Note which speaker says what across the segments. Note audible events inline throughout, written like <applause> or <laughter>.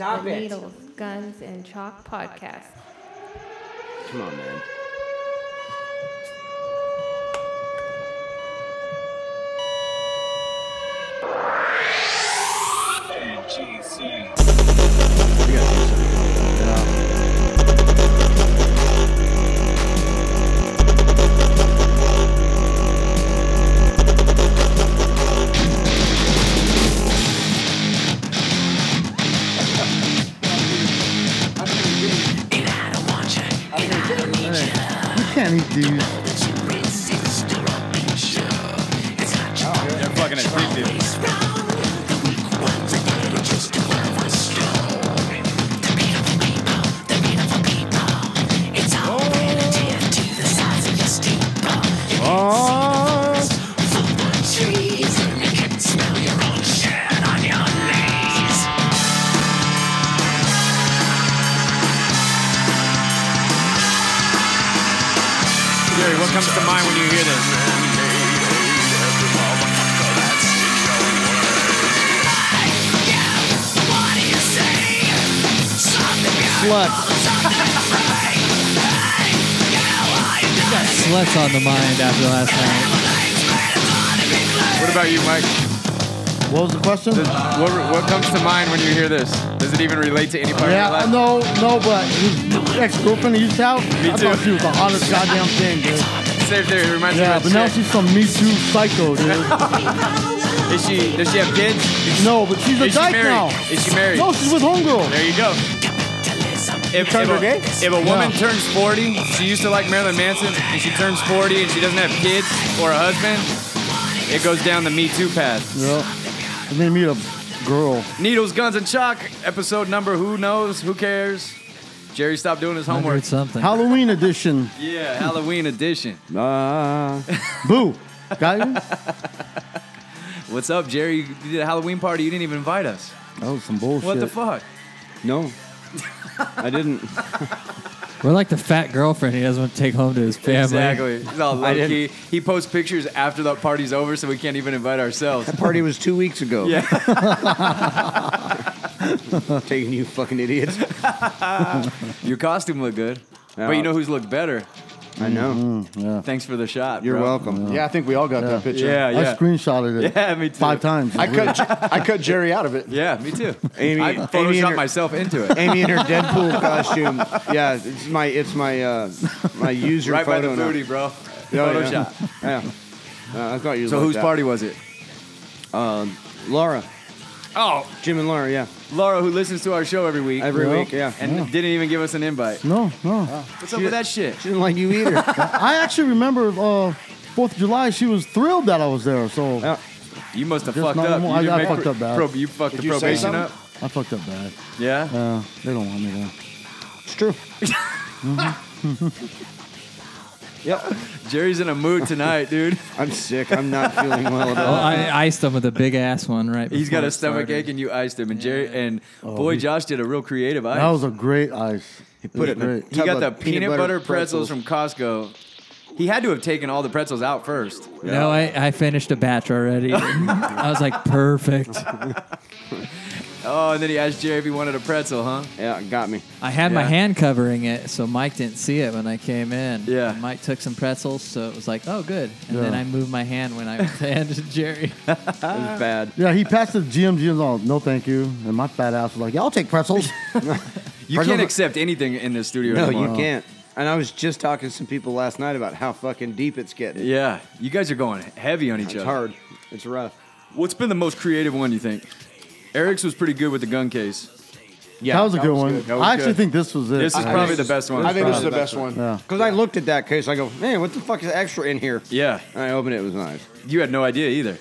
Speaker 1: Stop
Speaker 2: the
Speaker 1: it.
Speaker 2: Needles, Guns, and Chalk podcast.
Speaker 3: Come on, man. We gotta do something. Yeah.
Speaker 4: You can't eat these.
Speaker 5: They're fucking addicted.
Speaker 4: Uh,
Speaker 5: Jerry, what comes to mind when you hear this?
Speaker 6: sluts. You got sluts on the mind after last night.
Speaker 5: What about you, Mike?
Speaker 4: What was the question?
Speaker 5: Does- what, what comes to mind when you hear this? Does it even relate to any part
Speaker 4: yeah,
Speaker 5: of your life?
Speaker 4: no, no, but his ex-girlfrind he used to have.
Speaker 5: Me
Speaker 4: I
Speaker 5: too. <laughs>
Speaker 4: thought she was the hottest goddamn thing, dude.
Speaker 5: Same thing. It reminds
Speaker 4: Yeah,
Speaker 5: me
Speaker 4: but
Speaker 5: of
Speaker 4: now
Speaker 5: a chick.
Speaker 4: she's
Speaker 5: <laughs>
Speaker 4: <laughs> some Me Too psycho, dude.
Speaker 5: Is she? Does she have kids?
Speaker 4: No, but she's a
Speaker 5: Is she
Speaker 4: dyke
Speaker 5: married?
Speaker 4: now.
Speaker 5: Is she married?
Speaker 4: No, she's with homegirl.
Speaker 5: There you go. If, if,
Speaker 4: her
Speaker 5: a,
Speaker 4: gay?
Speaker 5: if a woman turns 40, she used to like Marilyn Manson, and she turns 40 and she doesn't have kids or a husband, it goes down the Me Too path.
Speaker 4: Yeah. And they meet a girl.
Speaker 5: Needles, Guns, and Chalk, episode number who knows, who cares? Jerry stopped doing his homework.
Speaker 6: Hundred something.
Speaker 4: Halloween edition.
Speaker 5: Yeah, Halloween edition. Ah.
Speaker 4: <laughs> Boo. Got you?
Speaker 5: What's up, Jerry? You did a Halloween party, you didn't even invite us.
Speaker 4: That was some bullshit.
Speaker 5: What the fuck? Uh,
Speaker 3: No. I didn't.
Speaker 6: We're like the fat girlfriend he doesn't want to take home to his family.
Speaker 5: Exactly. He's all
Speaker 3: I
Speaker 5: low key.
Speaker 3: didn't-
Speaker 5: He posts pictures after the party's over, so we can't even invite
Speaker 3: <laughs>
Speaker 5: ourselves.
Speaker 3: Party was two weeks ago.
Speaker 5: Yeah.
Speaker 3: <laughs> Taking you fucking idiots.
Speaker 5: Your costume looked good.
Speaker 3: Yeah.
Speaker 5: But you know who's looked better?
Speaker 3: I know.
Speaker 5: Thanks for the shot.
Speaker 3: You're
Speaker 5: bro.
Speaker 3: welcome.
Speaker 7: Yeah, I think we all got that picture.
Speaker 5: Yeah,
Speaker 4: I
Speaker 5: yeah.
Speaker 4: screenshotted it
Speaker 5: Yeah, me too.
Speaker 4: five times.
Speaker 7: I cut, I cut Jerry out of it.
Speaker 5: Yeah, me too.
Speaker 3: Amy-
Speaker 5: I
Speaker 3: Amy
Speaker 5: photoshopped
Speaker 3: and her-
Speaker 5: myself into it.
Speaker 3: <laughs> Amy in her Deadpool costume. Yeah, it's my it's my uh, my user
Speaker 5: right by
Speaker 3: photo
Speaker 5: the
Speaker 3: now. Oh,
Speaker 5: booty, bro.
Speaker 3: Yeah,
Speaker 5: Photoshop.
Speaker 3: yeah. Yeah. Uh, I thought you.
Speaker 5: So
Speaker 3: liked
Speaker 5: whose
Speaker 3: that.
Speaker 5: party was it?
Speaker 3: Laura,
Speaker 5: Oh,
Speaker 3: Jim and Laura. Yeah,
Speaker 5: Laura, who listens to our show every week.
Speaker 3: every
Speaker 4: Yeah.
Speaker 3: week. Yeah,
Speaker 5: and didn't even give us an invite.
Speaker 4: no,
Speaker 5: <laughs>
Speaker 4: no.
Speaker 5: What's up with that shit?
Speaker 3: she didn't like you either.
Speaker 5: <laughs>
Speaker 4: I actually remember uh, 4th of July, she was thrilled that I was there, so
Speaker 5: Oh,
Speaker 3: Yeah.
Speaker 5: You must have
Speaker 4: Just
Speaker 5: fucked
Speaker 4: not
Speaker 5: up.
Speaker 4: one- I-
Speaker 5: you didn't
Speaker 4: I
Speaker 5: make
Speaker 4: fucked up bad.
Speaker 5: you fucked the
Speaker 7: you say
Speaker 5: probation
Speaker 7: something?
Speaker 5: up.
Speaker 4: I fucked up bad.
Speaker 5: Yeah.
Speaker 4: Uh, they don't want me there.
Speaker 3: It's true. yep.
Speaker 5: Jerry's in a mood tonight, dude.
Speaker 3: I'm sick. I'm not feeling well at
Speaker 5: <laughs>
Speaker 6: Oh,
Speaker 3: all.
Speaker 6: I iced him with a big ass one right
Speaker 5: He's
Speaker 6: before
Speaker 5: got a
Speaker 6: it
Speaker 5: stomach
Speaker 6: started.
Speaker 5: ache, and you iced him. And Jerry and boy, Josh did a real creative ice.
Speaker 4: That was a great ice. He
Speaker 3: put it in
Speaker 4: great.
Speaker 3: the-
Speaker 5: he got
Speaker 3: tub
Speaker 5: the
Speaker 3: of
Speaker 5: peanut, butter, pretzels. from Costco. He had to have taken all the pretzels out first.
Speaker 6: No, I, I finished a
Speaker 5: <laughs>
Speaker 6: batch already. I was like, perfect.
Speaker 5: Oh, and then he asked Jerry if he wanted a pretzel, huh?
Speaker 3: Yeah, got me.
Speaker 6: I had my
Speaker 5: Yeah.
Speaker 6: hand covering it, so Mike didn't see it when I came in.
Speaker 5: Yeah.
Speaker 6: And Mike took some pretzels, so it was like, oh, good. And then
Speaker 4: Yeah.
Speaker 6: I moved my hand when I handed it to <laughs> Jerry.
Speaker 3: It was bad.
Speaker 4: Yeah, he passed the GM. GM's all, no, thank you. And my fat ass was like, yeah, I'll take
Speaker 5: <laughs>
Speaker 4: pretzels.
Speaker 5: You
Speaker 4: Pretzels are-
Speaker 5: can't accept anything in this studio
Speaker 3: No,
Speaker 5: anymore.
Speaker 3: you can't. And I was just talking to some people last night about how fucking deep it's getting.
Speaker 5: Yeah, you guys are going heavy on each
Speaker 3: It's
Speaker 5: other.
Speaker 3: hard. It's rough.
Speaker 5: What's been the most creative one you think? Eric's was pretty good with the gun case.
Speaker 3: Yeah,
Speaker 4: that was a good one.
Speaker 5: That was
Speaker 4: I actually
Speaker 5: good.
Speaker 4: think this was it.
Speaker 5: This is
Speaker 4: I-
Speaker 5: probably the best one.
Speaker 7: I think this is the
Speaker 3: probably
Speaker 7: best one.
Speaker 4: Yeah.
Speaker 3: Because I looked at that case, I go, man, what the fuck is extra in here?
Speaker 5: yeah,
Speaker 3: And I opened it, it was knives.
Speaker 5: you had no idea either.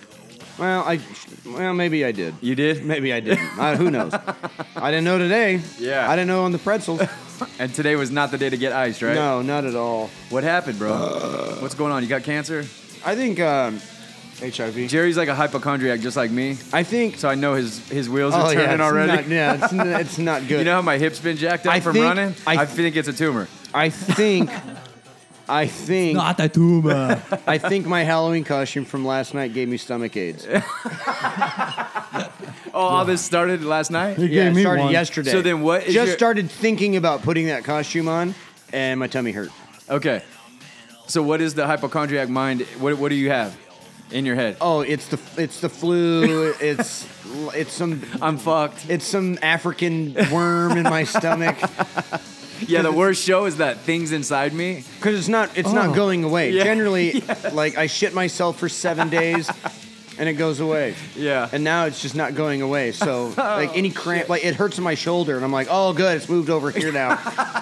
Speaker 3: Well, I, well, maybe I did.
Speaker 5: You did.
Speaker 3: Maybe I didn't. I, who
Speaker 5: <laughs>
Speaker 3: knows? I didn't know today.
Speaker 5: Yeah.
Speaker 3: I didn't know on
Speaker 5: <laughs>
Speaker 3: the pretzels.
Speaker 5: And today was not the day to get iced, right?
Speaker 3: No, not at all.
Speaker 5: What happened, bro? What's going on? You got cancer?
Speaker 3: I think, um,
Speaker 7: HIV.
Speaker 5: Jerry's like a hypochondriac, just like me.
Speaker 3: I think.
Speaker 5: So I know his his wheels are
Speaker 3: Oh, yeah,
Speaker 5: turning
Speaker 3: it's
Speaker 5: already.
Speaker 3: Not, yeah, it's, n- it's not
Speaker 5: <laughs>
Speaker 3: good.
Speaker 5: you know how my hips been jacked up
Speaker 3: I
Speaker 5: from
Speaker 3: think-
Speaker 5: running? I,
Speaker 3: I-
Speaker 5: think it's a tumor.
Speaker 3: I think,
Speaker 5: <laughs>
Speaker 3: I think,
Speaker 6: Not the tumor.
Speaker 3: I think my Halloween costume from last night gave me stomach aids.
Speaker 5: Oh, all this started last night.
Speaker 4: He
Speaker 3: Yeah,
Speaker 4: gave
Speaker 3: it
Speaker 4: me
Speaker 3: started
Speaker 4: one.
Speaker 3: yesterday.
Speaker 5: So then what is
Speaker 3: Just
Speaker 5: your-
Speaker 3: started thinking about putting that costume on, and my tummy hurt.
Speaker 5: Okay. So what is the hypochondriac mind? What what do you have in your head?
Speaker 3: Oh, it's the it's
Speaker 4: <laughs>
Speaker 3: the flu. it's it's some
Speaker 5: I'm fucked.
Speaker 3: <laughs> it's some African worm in my
Speaker 4: <laughs>
Speaker 3: stomach
Speaker 5: Yeah, the worst show is that things inside me.
Speaker 3: because it's not it's
Speaker 4: Oh.
Speaker 3: not going away.
Speaker 5: Yeah.
Speaker 3: Generally,
Speaker 4: <laughs>
Speaker 3: like I shit myself for seven days. And it goes away,
Speaker 5: Yeah.
Speaker 3: and now it's just not going
Speaker 4: <laughs>
Speaker 3: away. So, like any
Speaker 4: Oh,
Speaker 3: cramp, like it hurts in my shoulder, and I'm like, "Oh, good, it's moved over here now."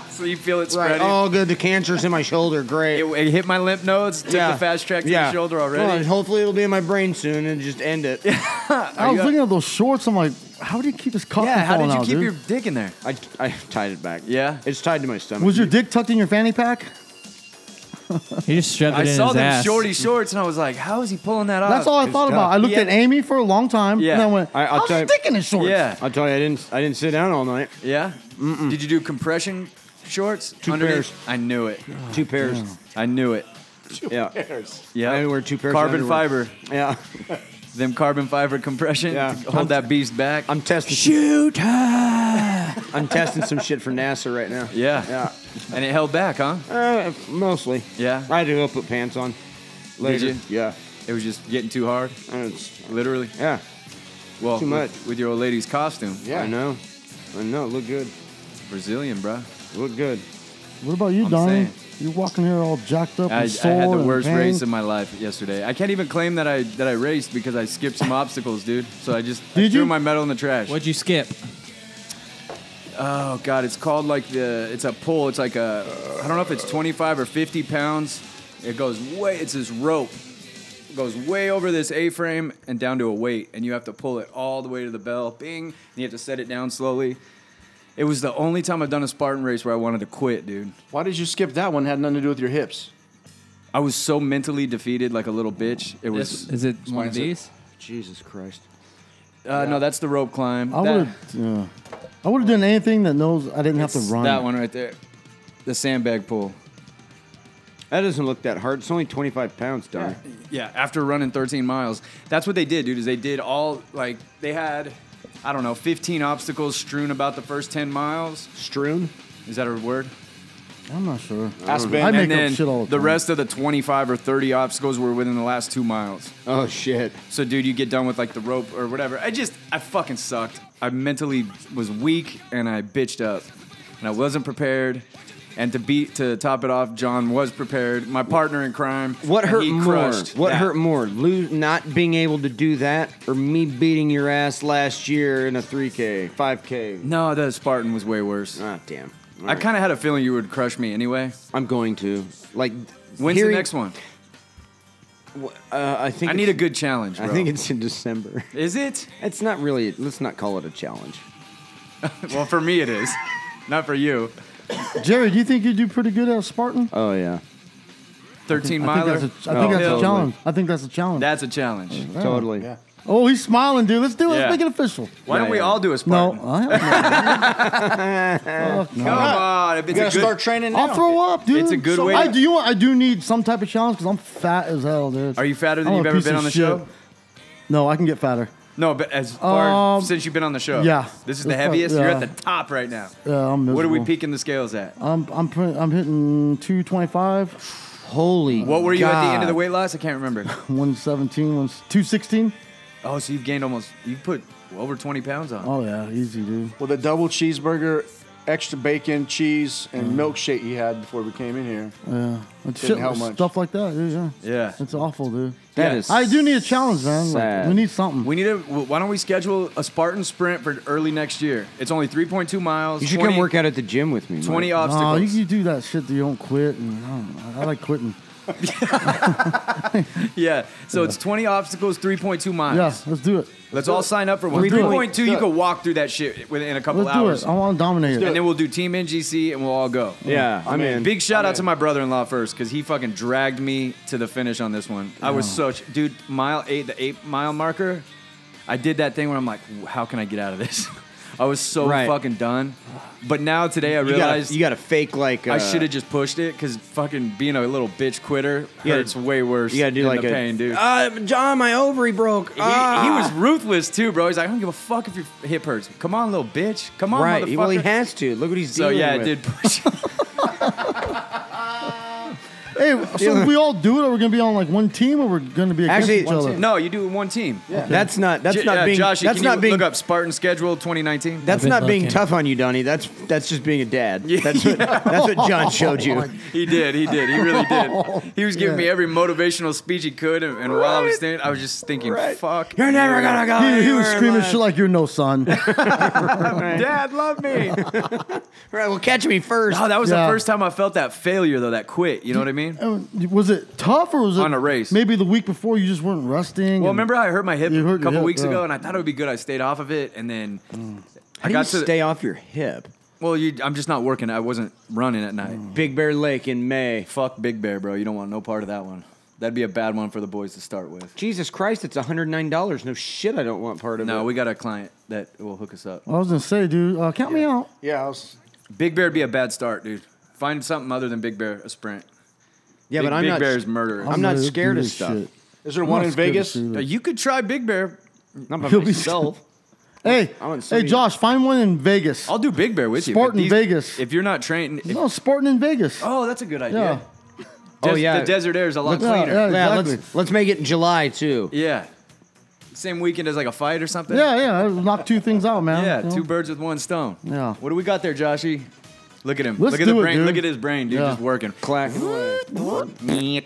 Speaker 5: So you feel it
Speaker 3: Right.
Speaker 5: spreading.
Speaker 3: Oh, good. The cancer's in my shoulder. Great.
Speaker 5: It, it hit my lymph nodes. Took the fast track to
Speaker 3: Yeah.
Speaker 5: the shoulder
Speaker 3: Well,
Speaker 5: already.
Speaker 3: hopefully it'll be in my brain soon and just end it.
Speaker 4: I was
Speaker 5: you-
Speaker 4: looking at those shorts. I'm like, how do you keep this cotton
Speaker 5: yeah. How
Speaker 4: falling
Speaker 5: did you
Speaker 4: out,
Speaker 5: keep
Speaker 4: dude?
Speaker 5: your dick in there?
Speaker 3: I, I tied it back.
Speaker 5: Yeah.
Speaker 3: It's tied to my stomach.
Speaker 4: Was your dick tucked in your fanny pack?
Speaker 6: He just shoved
Speaker 5: I
Speaker 6: it in
Speaker 5: saw
Speaker 6: his
Speaker 5: them
Speaker 6: ass.
Speaker 5: shorty shorts and I was like, how is he pulling that off?
Speaker 4: That's all I thought about. I looked
Speaker 5: Uh, Yeah.
Speaker 4: at Amy for a long time,
Speaker 5: Yeah.
Speaker 4: and I went,
Speaker 3: I-
Speaker 4: I,
Speaker 3: I'll
Speaker 4: will
Speaker 3: tell
Speaker 4: am
Speaker 3: you-
Speaker 4: sticking in shorts.
Speaker 5: Yeah.
Speaker 3: I'll tell you, I didn't I didn't sit down all night.
Speaker 5: Yeah. Did you do compression shorts?
Speaker 3: Two
Speaker 5: underneath?
Speaker 3: pairs.
Speaker 5: I knew it.
Speaker 3: Two pairs.
Speaker 5: I knew it.
Speaker 3: Yeah.
Speaker 5: Yeah.
Speaker 3: I wear two pairs of
Speaker 5: Carbon
Speaker 3: underwear.
Speaker 5: fiber.
Speaker 3: Yeah.
Speaker 5: Them carbon fiber compression.
Speaker 3: Yeah.
Speaker 5: to Hold that beast back.
Speaker 3: I'm testing.
Speaker 5: Shoot
Speaker 3: <laughs>
Speaker 5: her.
Speaker 3: I'm testing some shit for NASA right now.
Speaker 5: Yeah.
Speaker 3: Yeah.
Speaker 5: And it held back, huh?
Speaker 3: Uh, mostly.
Speaker 5: Yeah.
Speaker 3: I had to go put pants on. Later.
Speaker 5: you?
Speaker 3: Yeah.
Speaker 5: It was just getting too hard,
Speaker 3: And it's-
Speaker 5: literally.
Speaker 3: yeah.
Speaker 5: Well,
Speaker 3: Too
Speaker 5: with-
Speaker 3: much.
Speaker 5: With, your old lady's costume.
Speaker 3: Yeah. I know. I know. Look good.
Speaker 5: Brazilian, bro.
Speaker 3: Look good.
Speaker 4: What about you,
Speaker 5: I'm
Speaker 4: Donnie?
Speaker 5: saying.
Speaker 4: You're walking here all jacked up
Speaker 5: I, I
Speaker 4: and sore
Speaker 5: had the
Speaker 4: and
Speaker 5: worst
Speaker 4: hanged.
Speaker 5: race of my life yesterday. I can't even claim that I that I raced because I skipped
Speaker 3: <laughs>
Speaker 5: some obstacles, dude. So I just I
Speaker 4: Did
Speaker 5: threw
Speaker 4: you?
Speaker 5: my medal in the trash.
Speaker 6: What'd you skip?
Speaker 5: Oh god, it's called like the it's a pull. It's like a I don't know if it's 25 or 50 pounds. It goes way. It's this rope. It goes way over this A-frame and down to a weight, and you have to pull it all the way to the bell. Bing. And you have to set it down slowly. It was the only time I've done a Spartan race where I wanted to quit, dude.
Speaker 7: Why did you skip that one? Had nothing to do with your hips.
Speaker 5: I was so mentally defeated, like a little bitch. It was.
Speaker 6: Is, is it one of
Speaker 7: it.
Speaker 6: these?
Speaker 7: Jesus Christ.
Speaker 5: uh, No, that's the rope climb.
Speaker 4: I
Speaker 5: That-
Speaker 4: would have, yeah. I would have done anything that knows I didn't have to
Speaker 5: it's
Speaker 4: run.
Speaker 5: That one right there. The sandbag pull.
Speaker 3: That doesn't look that hard. It's only 25 pounds, Don.
Speaker 5: Yeah, after running 13 miles. That's what they did, dude, is they did all, like, they had, I don't know, 15 obstacles strewn about the first 10 miles.
Speaker 3: Strewn.
Speaker 5: Is that a word?
Speaker 4: I'm not sure.
Speaker 7: Aspen.
Speaker 4: I make
Speaker 5: and then
Speaker 4: up shit all the,
Speaker 5: the
Speaker 4: time.
Speaker 5: rest of the 25 or 30 obstacles were within the last two miles.
Speaker 3: Oh shit.
Speaker 5: So, dude, you get done with, like, the rope or whatever. I just, I fucking sucked. I mentally was weak and I bitched up. And I wasn't prepared. And to beat, to top it off, John was prepared. My partner in crime.
Speaker 3: What
Speaker 5: and
Speaker 3: hurt
Speaker 5: he
Speaker 3: more?
Speaker 5: crushed
Speaker 3: What
Speaker 5: that.
Speaker 3: hurt more? Lose, not being able to do that, or me beating your ass last year in a 3K, 5K?
Speaker 5: No, the Spartan was way worse.
Speaker 3: Ah, damn.
Speaker 5: I kind of had a feeling you would crush me anyway.
Speaker 3: of. I'm going to. Like.
Speaker 5: When's
Speaker 3: hearing-
Speaker 5: the next one?
Speaker 3: Uh, I think.
Speaker 5: I need a
Speaker 3: it's-
Speaker 5: good challenge. Bro.
Speaker 3: I think it's in December. <laughs>
Speaker 5: is it?
Speaker 3: It's not really. Let's not call it a challenge.
Speaker 5: Well, for me it is, not for you.
Speaker 4: Jerry, do you think you do pretty good at Spartan?
Speaker 3: Oh yeah.
Speaker 5: Thirteen
Speaker 4: I think
Speaker 5: miler.
Speaker 4: that's a, I think that's
Speaker 5: Uphill.
Speaker 4: a challenge. I think that's a challenge.
Speaker 5: That's a challenge.
Speaker 3: Totally.
Speaker 7: Yeah.
Speaker 4: oh, he's smiling, dude. Let's do it.
Speaker 5: Yeah.
Speaker 4: Let's make it official.
Speaker 5: Why don't we
Speaker 3: Yeah, yeah.
Speaker 5: all do a
Speaker 4: No,
Speaker 5: Spartan?
Speaker 4: I
Speaker 5: <laughs>
Speaker 4: don't know. Fuck no.
Speaker 5: Come on, if
Speaker 7: You
Speaker 5: it's
Speaker 7: gotta
Speaker 5: a good.
Speaker 7: start training now.
Speaker 4: I'll throw up, dude.
Speaker 5: It's a good way
Speaker 4: I
Speaker 5: to-
Speaker 4: do. You want, I do need some type of challenge because I'm fat as hell, dude.
Speaker 5: Are you fatter than
Speaker 4: I'm a
Speaker 5: you've ever
Speaker 4: piece
Speaker 5: been
Speaker 4: of
Speaker 5: on the
Speaker 4: shit.
Speaker 5: show?
Speaker 4: No, I can get fatter.
Speaker 5: No, but as far
Speaker 4: Um,
Speaker 5: since you've been on the show.
Speaker 4: yeah.
Speaker 5: This is the
Speaker 4: It's
Speaker 5: heaviest.
Speaker 4: fun-
Speaker 5: You're
Speaker 4: yeah.
Speaker 5: at the top right now.
Speaker 4: Yeah, Uh, I'm miserable. Oh
Speaker 5: What are we peaking the scales at?
Speaker 4: I'm I'm pre- I'm hitting 225,
Speaker 3: Holy.
Speaker 5: What were you at the end of the
Speaker 3: way?
Speaker 5: weight loss? I can't
Speaker 4: <laughs>
Speaker 5: remember.
Speaker 4: 117, 216.
Speaker 5: Oh, so you've gained almost. You put over twenty pounds on.
Speaker 4: Oh yeah, easy, dude.
Speaker 7: Well, the double cheeseburger, extra bacon, cheese, and
Speaker 1: Mm-hmm.
Speaker 7: milkshake he had before we came in here.
Speaker 4: Yeah, it's shit,
Speaker 7: help much.
Speaker 4: stuff like that, dude. Yeah,
Speaker 5: Yeah.
Speaker 4: it's awful, dude.
Speaker 3: That
Speaker 5: Yeah.
Speaker 3: is
Speaker 4: I do need a challenge, man. Like,
Speaker 3: sad.
Speaker 4: we need something.
Speaker 5: We need to. Why don't we schedule a Spartan sprint for early next year? It's only 3.2 miles.
Speaker 3: You should
Speaker 5: 20,
Speaker 3: come work out at the gym with me. Mike.
Speaker 4: no,
Speaker 5: 20
Speaker 4: you,
Speaker 5: obstacles.
Speaker 4: you do that shit that you don't quit, and I, don't know. I like quitting.
Speaker 5: yeah. So it's 20 obstacles, 3.2 miles.
Speaker 4: Yeah, let's do it.
Speaker 5: Let's all sign up for one.
Speaker 4: Let's do it.
Speaker 5: 3.2 you
Speaker 7: Let's do
Speaker 5: can walk through that shit within a couple
Speaker 4: Let's do
Speaker 5: hours.
Speaker 4: it. I want to dominate
Speaker 5: and
Speaker 4: it.
Speaker 5: then we'll do Team NGC and we'll all go.
Speaker 3: Yeah, I'm in.
Speaker 5: Big shout out to my brother-in-law first because he fucking dragged me to the finish on this one. I was
Speaker 3: Oh.
Speaker 5: such dude mile eight, the eight mile marker. I did that thing where I'm like, "How can I get out of this?" <laughs> I was so
Speaker 3: Right.
Speaker 5: fucking done. But now today I
Speaker 3: You gotta-
Speaker 5: realized
Speaker 3: you got to fake like uh,
Speaker 5: I should have just pushed it because fucking being a little bitch quitter
Speaker 3: You gotta-
Speaker 5: hurts way worse.
Speaker 3: You gotta do
Speaker 5: than
Speaker 3: like
Speaker 5: the
Speaker 3: a
Speaker 5: pain, dude.
Speaker 3: Uh, John, my ovary broke. Ah.
Speaker 5: he, he was ruthless too, bro. He's like, I don't give a fuck if your hip hurts. Come on, little bitch. Come on,
Speaker 3: right.
Speaker 5: motherfucker.
Speaker 3: Well, he has to. Look what he's
Speaker 5: so
Speaker 3: doing.
Speaker 5: yeah, it did
Speaker 3: with.
Speaker 5: push.
Speaker 4: Hey, so if we all do it, are we gonna be on like one team, or we're gonna be against
Speaker 3: Actually,
Speaker 4: each
Speaker 3: one
Speaker 4: other?
Speaker 3: team.
Speaker 5: no, you do it one team. Yeah.
Speaker 3: That's not. That's
Speaker 5: J-
Speaker 3: not
Speaker 5: uh,
Speaker 3: being.
Speaker 5: Josh,
Speaker 3: that's
Speaker 5: can
Speaker 3: not
Speaker 5: you
Speaker 3: being.
Speaker 5: look up Spartan schedule 2019?
Speaker 3: That's
Speaker 6: I've been
Speaker 3: not being
Speaker 6: looking.
Speaker 3: tough on you, Donnie. That's that's just being a dad. That's what, that's what John
Speaker 4: <laughs>
Speaker 3: showed
Speaker 4: Oh
Speaker 3: you.
Speaker 5: <laughs> He did. He did. He really
Speaker 3: <laughs> Oh,
Speaker 5: did. He was giving me every motivational speech he could, and, and while I was standing, I was just thinking, "Fuck,
Speaker 3: You're never gonna go.
Speaker 4: He, he was
Speaker 3: anywhere in
Speaker 4: screaming
Speaker 3: life.
Speaker 4: shit like you're no son. <laughs>
Speaker 5: Dad, love me."
Speaker 3: <laughs> Right, well, catch me first.
Speaker 5: Oh, that was
Speaker 4: Yeah.
Speaker 5: the first time I felt that failure, though. That quit. You know what I mean?
Speaker 3: Oh,
Speaker 4: Uh, was it tough or was it
Speaker 5: On a race.
Speaker 4: Maybe the week before you just weren't resting.
Speaker 5: Well,
Speaker 4: and-
Speaker 5: remember how I hurt my hip
Speaker 4: You hurt
Speaker 5: a
Speaker 4: your
Speaker 5: couple
Speaker 4: hip,
Speaker 5: weeks
Speaker 4: yeah.
Speaker 5: ago, and I thought it would be good. I stayed off of it, and then
Speaker 3: Mm. How
Speaker 5: I
Speaker 3: do
Speaker 5: got
Speaker 3: you
Speaker 5: to. the-
Speaker 3: stay off your hip?
Speaker 5: well, you, I'm just not working. I wasn't running at night.
Speaker 3: Big Bear Lake in May.
Speaker 5: Fuck Big Bear, bro. You don't want no part of that one. That'd be a bad one for the boys to start with.
Speaker 3: Jesus Christ, it's $109. No shit, I don't want part of it.
Speaker 5: No, we got a client that will hook us up.
Speaker 4: I was gonna say, dude, uh, count me out.
Speaker 7: Yeah, I was,
Speaker 5: Big Bear'd be a bad start, dude. Find something other than Big Bear, a sprint.
Speaker 3: yeah,
Speaker 5: Big,
Speaker 3: but I'm
Speaker 5: Big
Speaker 3: not.
Speaker 5: Bear's murderous.
Speaker 3: I'm not
Speaker 4: gonna
Speaker 3: scared
Speaker 4: do
Speaker 3: of
Speaker 4: this
Speaker 3: stuff.
Speaker 4: shit.
Speaker 7: is there
Speaker 4: I'm
Speaker 7: one
Speaker 4: not
Speaker 7: in
Speaker 4: scared of
Speaker 7: Vegas?
Speaker 4: shit.
Speaker 5: Uh, You could try Big Bear.
Speaker 3: Not by
Speaker 4: You'll be-
Speaker 3: myself.
Speaker 4: Hey,
Speaker 3: I want
Speaker 4: hey,
Speaker 3: somebody-
Speaker 4: Josh, find one in Vegas.
Speaker 5: I'll do Big Bear with you. but
Speaker 4: Spartan Vegas.
Speaker 5: If you're not trained. if-
Speaker 4: no, sporting in Vegas.
Speaker 5: oh, that's a good idea.
Speaker 4: Yeah.
Speaker 5: Des-
Speaker 3: Oh, yeah.
Speaker 5: The desert air is a lot
Speaker 4: Yeah, uh,
Speaker 5: cleaner.
Speaker 4: yeah.
Speaker 3: Yeah, let's,
Speaker 4: Exactly.
Speaker 3: let's make it in July, too.
Speaker 5: Yeah. Same weekend as like a fight or something.
Speaker 4: yeah, yeah, I'll knock two things out, man.
Speaker 5: Yeah,
Speaker 4: you know?
Speaker 5: two birds with one stone.
Speaker 4: Yeah.
Speaker 5: What do we got there, Joshy? Look at him.
Speaker 4: Let's
Speaker 5: Look at
Speaker 4: do
Speaker 5: the
Speaker 4: it,
Speaker 5: brain.
Speaker 4: dude.
Speaker 5: Look at his brain, dude,
Speaker 4: Yeah.
Speaker 5: just working.
Speaker 3: Clacking away.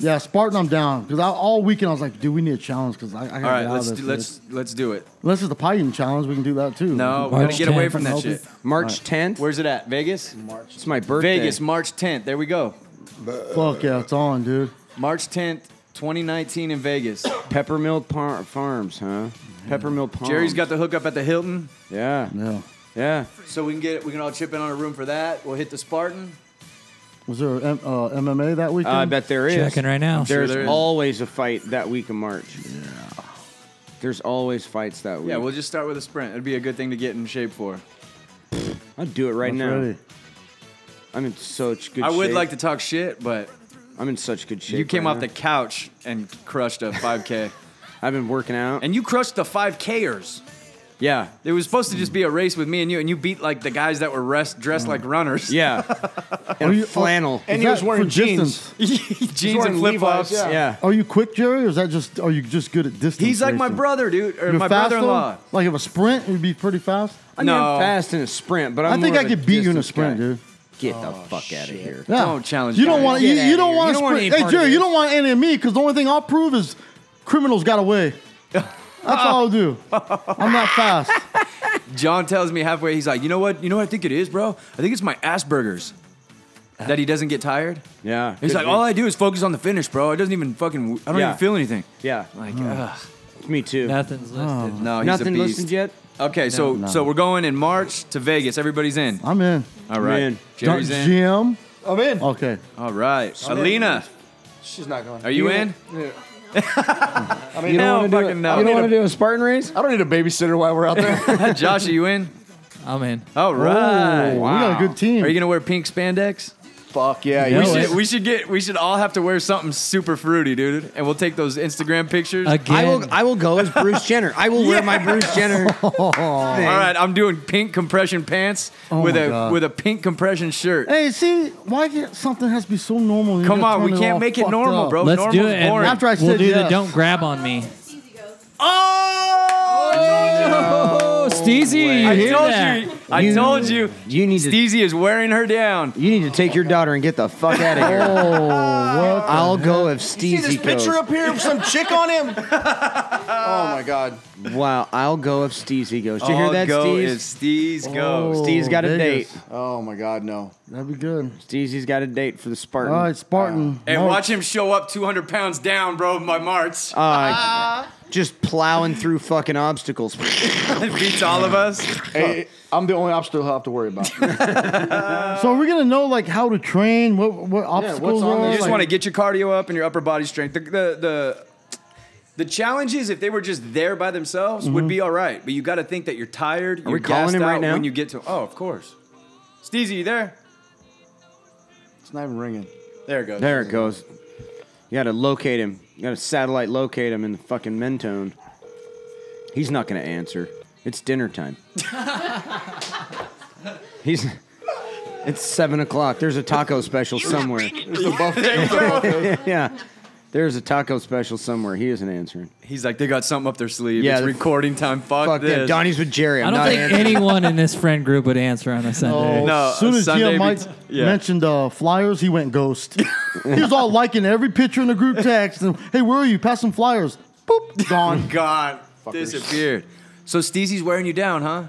Speaker 4: yeah, Spartan, I'm down because all weekend I was like, dude, we need a challenge because I, I gotta
Speaker 5: All right,
Speaker 4: get out of
Speaker 5: let's
Speaker 4: this.
Speaker 5: do,
Speaker 4: dude.
Speaker 5: let's let's do it.
Speaker 4: Unless it's the Python challenge, we can do that too.
Speaker 5: No, we're
Speaker 6: March
Speaker 5: gonna get away
Speaker 6: 10th,
Speaker 5: from that
Speaker 6: I'll be-
Speaker 5: shit.
Speaker 3: March 10th.
Speaker 5: Where's it at? Vegas.
Speaker 3: It's my birthday.
Speaker 5: Vegas, March 10th. There we go.
Speaker 4: fuck yeah, it's on, dude.
Speaker 5: March 10th, 2019 in
Speaker 3: <coughs>
Speaker 5: Vegas.
Speaker 3: Peppermill Par- Farms, huh? Peppermill Farms.
Speaker 5: Jerry's got the hookup at the Hilton,
Speaker 3: Yeah,
Speaker 4: Yeah.
Speaker 3: yeah.
Speaker 5: so we can get we can all chip in on a room for that. We'll hit the Spartan.
Speaker 4: Was there a M- uh, MMA that weekend?
Speaker 3: I bet there is.
Speaker 6: Checking right now.
Speaker 5: sure
Speaker 3: There's
Speaker 5: there is.
Speaker 3: always a fight that week in March. Yeah. There's always fights that week.
Speaker 5: Yeah, we'll just start with a sprint. It'd be a good thing to get in shape for.
Speaker 3: I'll do it right
Speaker 4: That's
Speaker 3: now.
Speaker 4: ready.
Speaker 3: I'm in such good
Speaker 5: I
Speaker 3: shape.
Speaker 5: would like to talk shit, but
Speaker 3: I'm in such good shape.
Speaker 5: you came
Speaker 3: right
Speaker 5: off
Speaker 3: now.
Speaker 5: the couch and crushed a
Speaker 3: <laughs>
Speaker 5: 5K,
Speaker 3: I've been working out.
Speaker 5: and you crushed the 5Kers.
Speaker 3: yeah.
Speaker 5: It was supposed to just be a race with me and you, and you beat like the guys that were rest, dressed like runners.
Speaker 3: Mm. Yeah. and
Speaker 4: you-
Speaker 3: flannel.
Speaker 7: and
Speaker 4: Is
Speaker 7: he was
Speaker 4: that
Speaker 7: wearing
Speaker 4: for
Speaker 7: jeans.
Speaker 4: distance?
Speaker 5: <laughs> jeans
Speaker 7: wearing
Speaker 5: and flip flops.
Speaker 7: Levi's, yeah.
Speaker 3: yeah.
Speaker 4: Are you quick, Jerry, or is that just are you just good at distance?
Speaker 5: He's like my
Speaker 4: racing?
Speaker 5: brother, dude, or
Speaker 4: You're
Speaker 5: my
Speaker 4: fast, though?
Speaker 5: brother-in-law.
Speaker 4: Like if a sprint, it'd be pretty fast.
Speaker 3: I mean,
Speaker 5: No.
Speaker 3: I'm fast in a sprint, but
Speaker 4: i
Speaker 3: I'm
Speaker 4: think
Speaker 3: more
Speaker 4: I
Speaker 3: of a
Speaker 4: could beat you in a
Speaker 3: distance
Speaker 4: sprint,
Speaker 3: guy.
Speaker 4: dude.
Speaker 3: Get
Speaker 7: Oh,
Speaker 3: the fuck out of here.
Speaker 4: Yeah.
Speaker 5: Don't challenge
Speaker 4: You
Speaker 5: that.
Speaker 4: don't want
Speaker 3: Get
Speaker 4: you,
Speaker 3: outta
Speaker 4: you don't
Speaker 3: here.
Speaker 4: want
Speaker 3: You
Speaker 4: to
Speaker 3: don't want
Speaker 4: sprint.
Speaker 3: any
Speaker 4: Hey
Speaker 3: part of
Speaker 4: Jerry, you
Speaker 3: this.
Speaker 4: don't want any of me because the only thing I'll prove is criminals got
Speaker 5: <laughs>
Speaker 4: away. That's all I'll do. I'm not fast.
Speaker 5: John tells me halfway, he's like, you know what? You know what I think it is, bro? I think it's my Asperger's that he doesn't get tired.
Speaker 3: Yeah.
Speaker 5: He's
Speaker 3: could
Speaker 5: like,
Speaker 3: be.
Speaker 5: all I do is focus on the finish, bro. It doesn't even fucking, I don't
Speaker 3: Yeah.
Speaker 5: even feel anything.
Speaker 3: Yeah.
Speaker 5: Like, ugh.
Speaker 3: Me too.
Speaker 6: Nothing's listed.
Speaker 5: No, he's
Speaker 3: Nothing
Speaker 5: a beast.
Speaker 3: listened yet?
Speaker 5: Okay, so
Speaker 4: No.
Speaker 5: so we're going in March to Vegas. Everybody's in.
Speaker 4: I'm in.
Speaker 5: All right.
Speaker 3: in.
Speaker 5: Jerry's in.
Speaker 4: Jim.
Speaker 7: I'm in.
Speaker 4: Okay.
Speaker 5: All right. Alina,
Speaker 7: She's not going.
Speaker 5: are you
Speaker 7: Yeah.
Speaker 5: in?
Speaker 7: Yeah.
Speaker 5: I mean, Hell
Speaker 3: wanna do
Speaker 5: fucking
Speaker 3: it-
Speaker 5: no.
Speaker 3: You don't want to do a Spartan race?
Speaker 7: I don't need a babysitter while we're out there.
Speaker 5: Josh, are you in?
Speaker 6: I'm in.
Speaker 5: All
Speaker 4: Oh,
Speaker 5: right.
Speaker 4: We got a good team.
Speaker 5: Are you gonna wear pink spandex?
Speaker 7: <laughs> Fuck yeah.
Speaker 5: We
Speaker 7: You
Speaker 4: No,
Speaker 5: should,
Speaker 4: it's-
Speaker 5: we should get we should all have to wear something super fruity, dude. And we'll take those Instagram pictures.
Speaker 6: Again.
Speaker 3: I will. I will go as Bruce Jenner. I will wear my Bruce Jenner. thing.
Speaker 5: all right, I'm doing pink compression pants
Speaker 4: Oh
Speaker 5: with
Speaker 4: my
Speaker 5: a
Speaker 4: God.
Speaker 5: with a pink compression shirt.
Speaker 4: hey, see, why can't something has to be so normal? You're
Speaker 5: Come
Speaker 4: gonna
Speaker 5: on, we
Speaker 4: turn
Speaker 5: can't
Speaker 4: all
Speaker 5: make it
Speaker 4: fucked
Speaker 5: normal,
Speaker 4: up.
Speaker 5: bro.
Speaker 6: Let's
Speaker 5: Normal's
Speaker 6: do it. And
Speaker 5: boring.
Speaker 4: After I
Speaker 6: we'll
Speaker 4: said
Speaker 6: do
Speaker 4: yes.
Speaker 6: the don't grab on me.
Speaker 5: Oh,
Speaker 6: Oh, Steezy, you
Speaker 5: I
Speaker 6: hear
Speaker 5: told
Speaker 6: that?
Speaker 5: you. I told you.
Speaker 3: You need to.
Speaker 5: Steezy is wearing her down.
Speaker 3: You need to take your daughter and get the fuck out of here.
Speaker 4: Oh, what?
Speaker 3: I'll go if Steezy
Speaker 7: see this
Speaker 3: goes.
Speaker 7: picture up here of some chick on him? <laughs> oh my god.
Speaker 3: Wow, I'll go if Steezy goes. Did you hear
Speaker 5: All
Speaker 3: that,
Speaker 5: go
Speaker 3: Steez?
Speaker 5: if Steez goes.
Speaker 3: Steve's got a
Speaker 4: Vegas.
Speaker 3: date.
Speaker 7: Oh my god, no.
Speaker 4: That'd be good.
Speaker 3: Steezy's got a date for the
Speaker 4: All
Speaker 3: Spartan.
Speaker 4: right, Spartan.
Speaker 5: And
Speaker 4: Mark.
Speaker 5: watch him show up 200 pounds down, bro, by March.
Speaker 3: Uh, just plowing through fucking obstacles.
Speaker 5: <laughs> beats all of us.
Speaker 7: Hey, I'm the only obstacle I'll have to
Speaker 1: <laughs>
Speaker 7: worry about.
Speaker 4: So we're gonna know like how to train, what what obstacles
Speaker 7: on
Speaker 4: are.
Speaker 7: there?
Speaker 5: You just
Speaker 4: like-
Speaker 5: want to get your cardio up and your upper body strength. The the the, The challenge is if they were just there by themselves would be all right, but you got to think that you're tired. You're
Speaker 3: Mm-hmm. we calling
Speaker 5: gassed
Speaker 3: him right
Speaker 5: out
Speaker 3: now?
Speaker 5: When you get to oh, of course. Steezy, you there?
Speaker 7: It's not even ringing.
Speaker 5: There it goes.
Speaker 3: There it goes. You gotta locate him. You gotta satellite locate him in the fucking mentone. He's not gonna answer. It's dinner time. He's. It's seven o'clock. There's a taco special somewhere.
Speaker 7: There's the buffalo.
Speaker 3: <laughs> yeah. There's a taco special somewhere. He isn't answering.
Speaker 5: He's like, they got something up their sleeve.
Speaker 3: Yeah,
Speaker 5: it's
Speaker 3: the-
Speaker 5: recording time. Fuck,
Speaker 3: Fuck
Speaker 5: this.
Speaker 3: that. Donnie's with Jerry. I'm
Speaker 6: I don't
Speaker 3: not
Speaker 6: think
Speaker 3: answering.
Speaker 6: anyone in this friend group would answer on a Sunday.
Speaker 4: Oh,
Speaker 5: No, uh,
Speaker 4: as soon as
Speaker 5: Sunday
Speaker 4: GM Mike
Speaker 5: bet- yeah.
Speaker 4: mentioned uh, flyers, he went
Speaker 5: <laughs>
Speaker 4: ghost. he was all liking every picture in the group text. And, hey, where are you? Pass some flyers. Boop,
Speaker 5: <laughs>
Speaker 4: gone.
Speaker 5: God, disappeared. So Steezy's wearing you down, huh?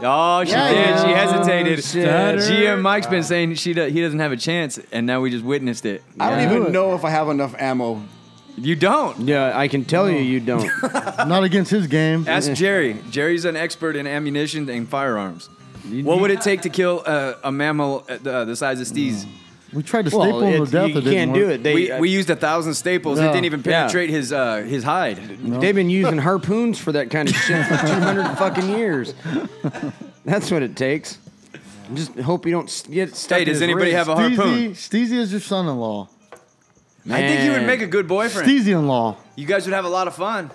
Speaker 5: Oh, she
Speaker 4: Yeah,
Speaker 5: did.
Speaker 4: yeah.
Speaker 5: She hesitated.
Speaker 6: Stutter.
Speaker 5: GM Mike's been saying she do, he doesn't have a chance, and now we just witnessed it.
Speaker 7: I don't even know if I have enough ammo.
Speaker 5: You don't.
Speaker 3: Yeah, I can tell you, you don't.
Speaker 4: Not against his game.
Speaker 5: Ask Jerry. Jerry's an expert in ammunition and firearms. What would it take to kill uh, a mammal uh, the, the size of Steez?
Speaker 4: We tried to staple
Speaker 3: well,
Speaker 4: him
Speaker 3: it's-
Speaker 4: to death.
Speaker 3: you
Speaker 4: it didn't
Speaker 3: can't do
Speaker 4: work.
Speaker 3: it. Mm. They, uh,
Speaker 5: we, we used a thousand staples. It
Speaker 4: Yeah.
Speaker 5: didn't even
Speaker 3: Yeah.
Speaker 5: penetrate his uh, his hide.
Speaker 3: They've been using harpoons for that kind of shit for 200 fucking years. That's what it takes. Just hope you don't s- get stuck.
Speaker 5: Hey,
Speaker 3: in
Speaker 5: does
Speaker 3: his
Speaker 5: anybody
Speaker 3: wrist.
Speaker 5: have a
Speaker 4: Steezy,
Speaker 5: harpoon?
Speaker 4: Steezy is your son-in-law.
Speaker 5: I think you would
Speaker 3: Man.
Speaker 5: make a good boyfriend.
Speaker 4: Steezy-in-law.
Speaker 5: You guys would have a lot of fun.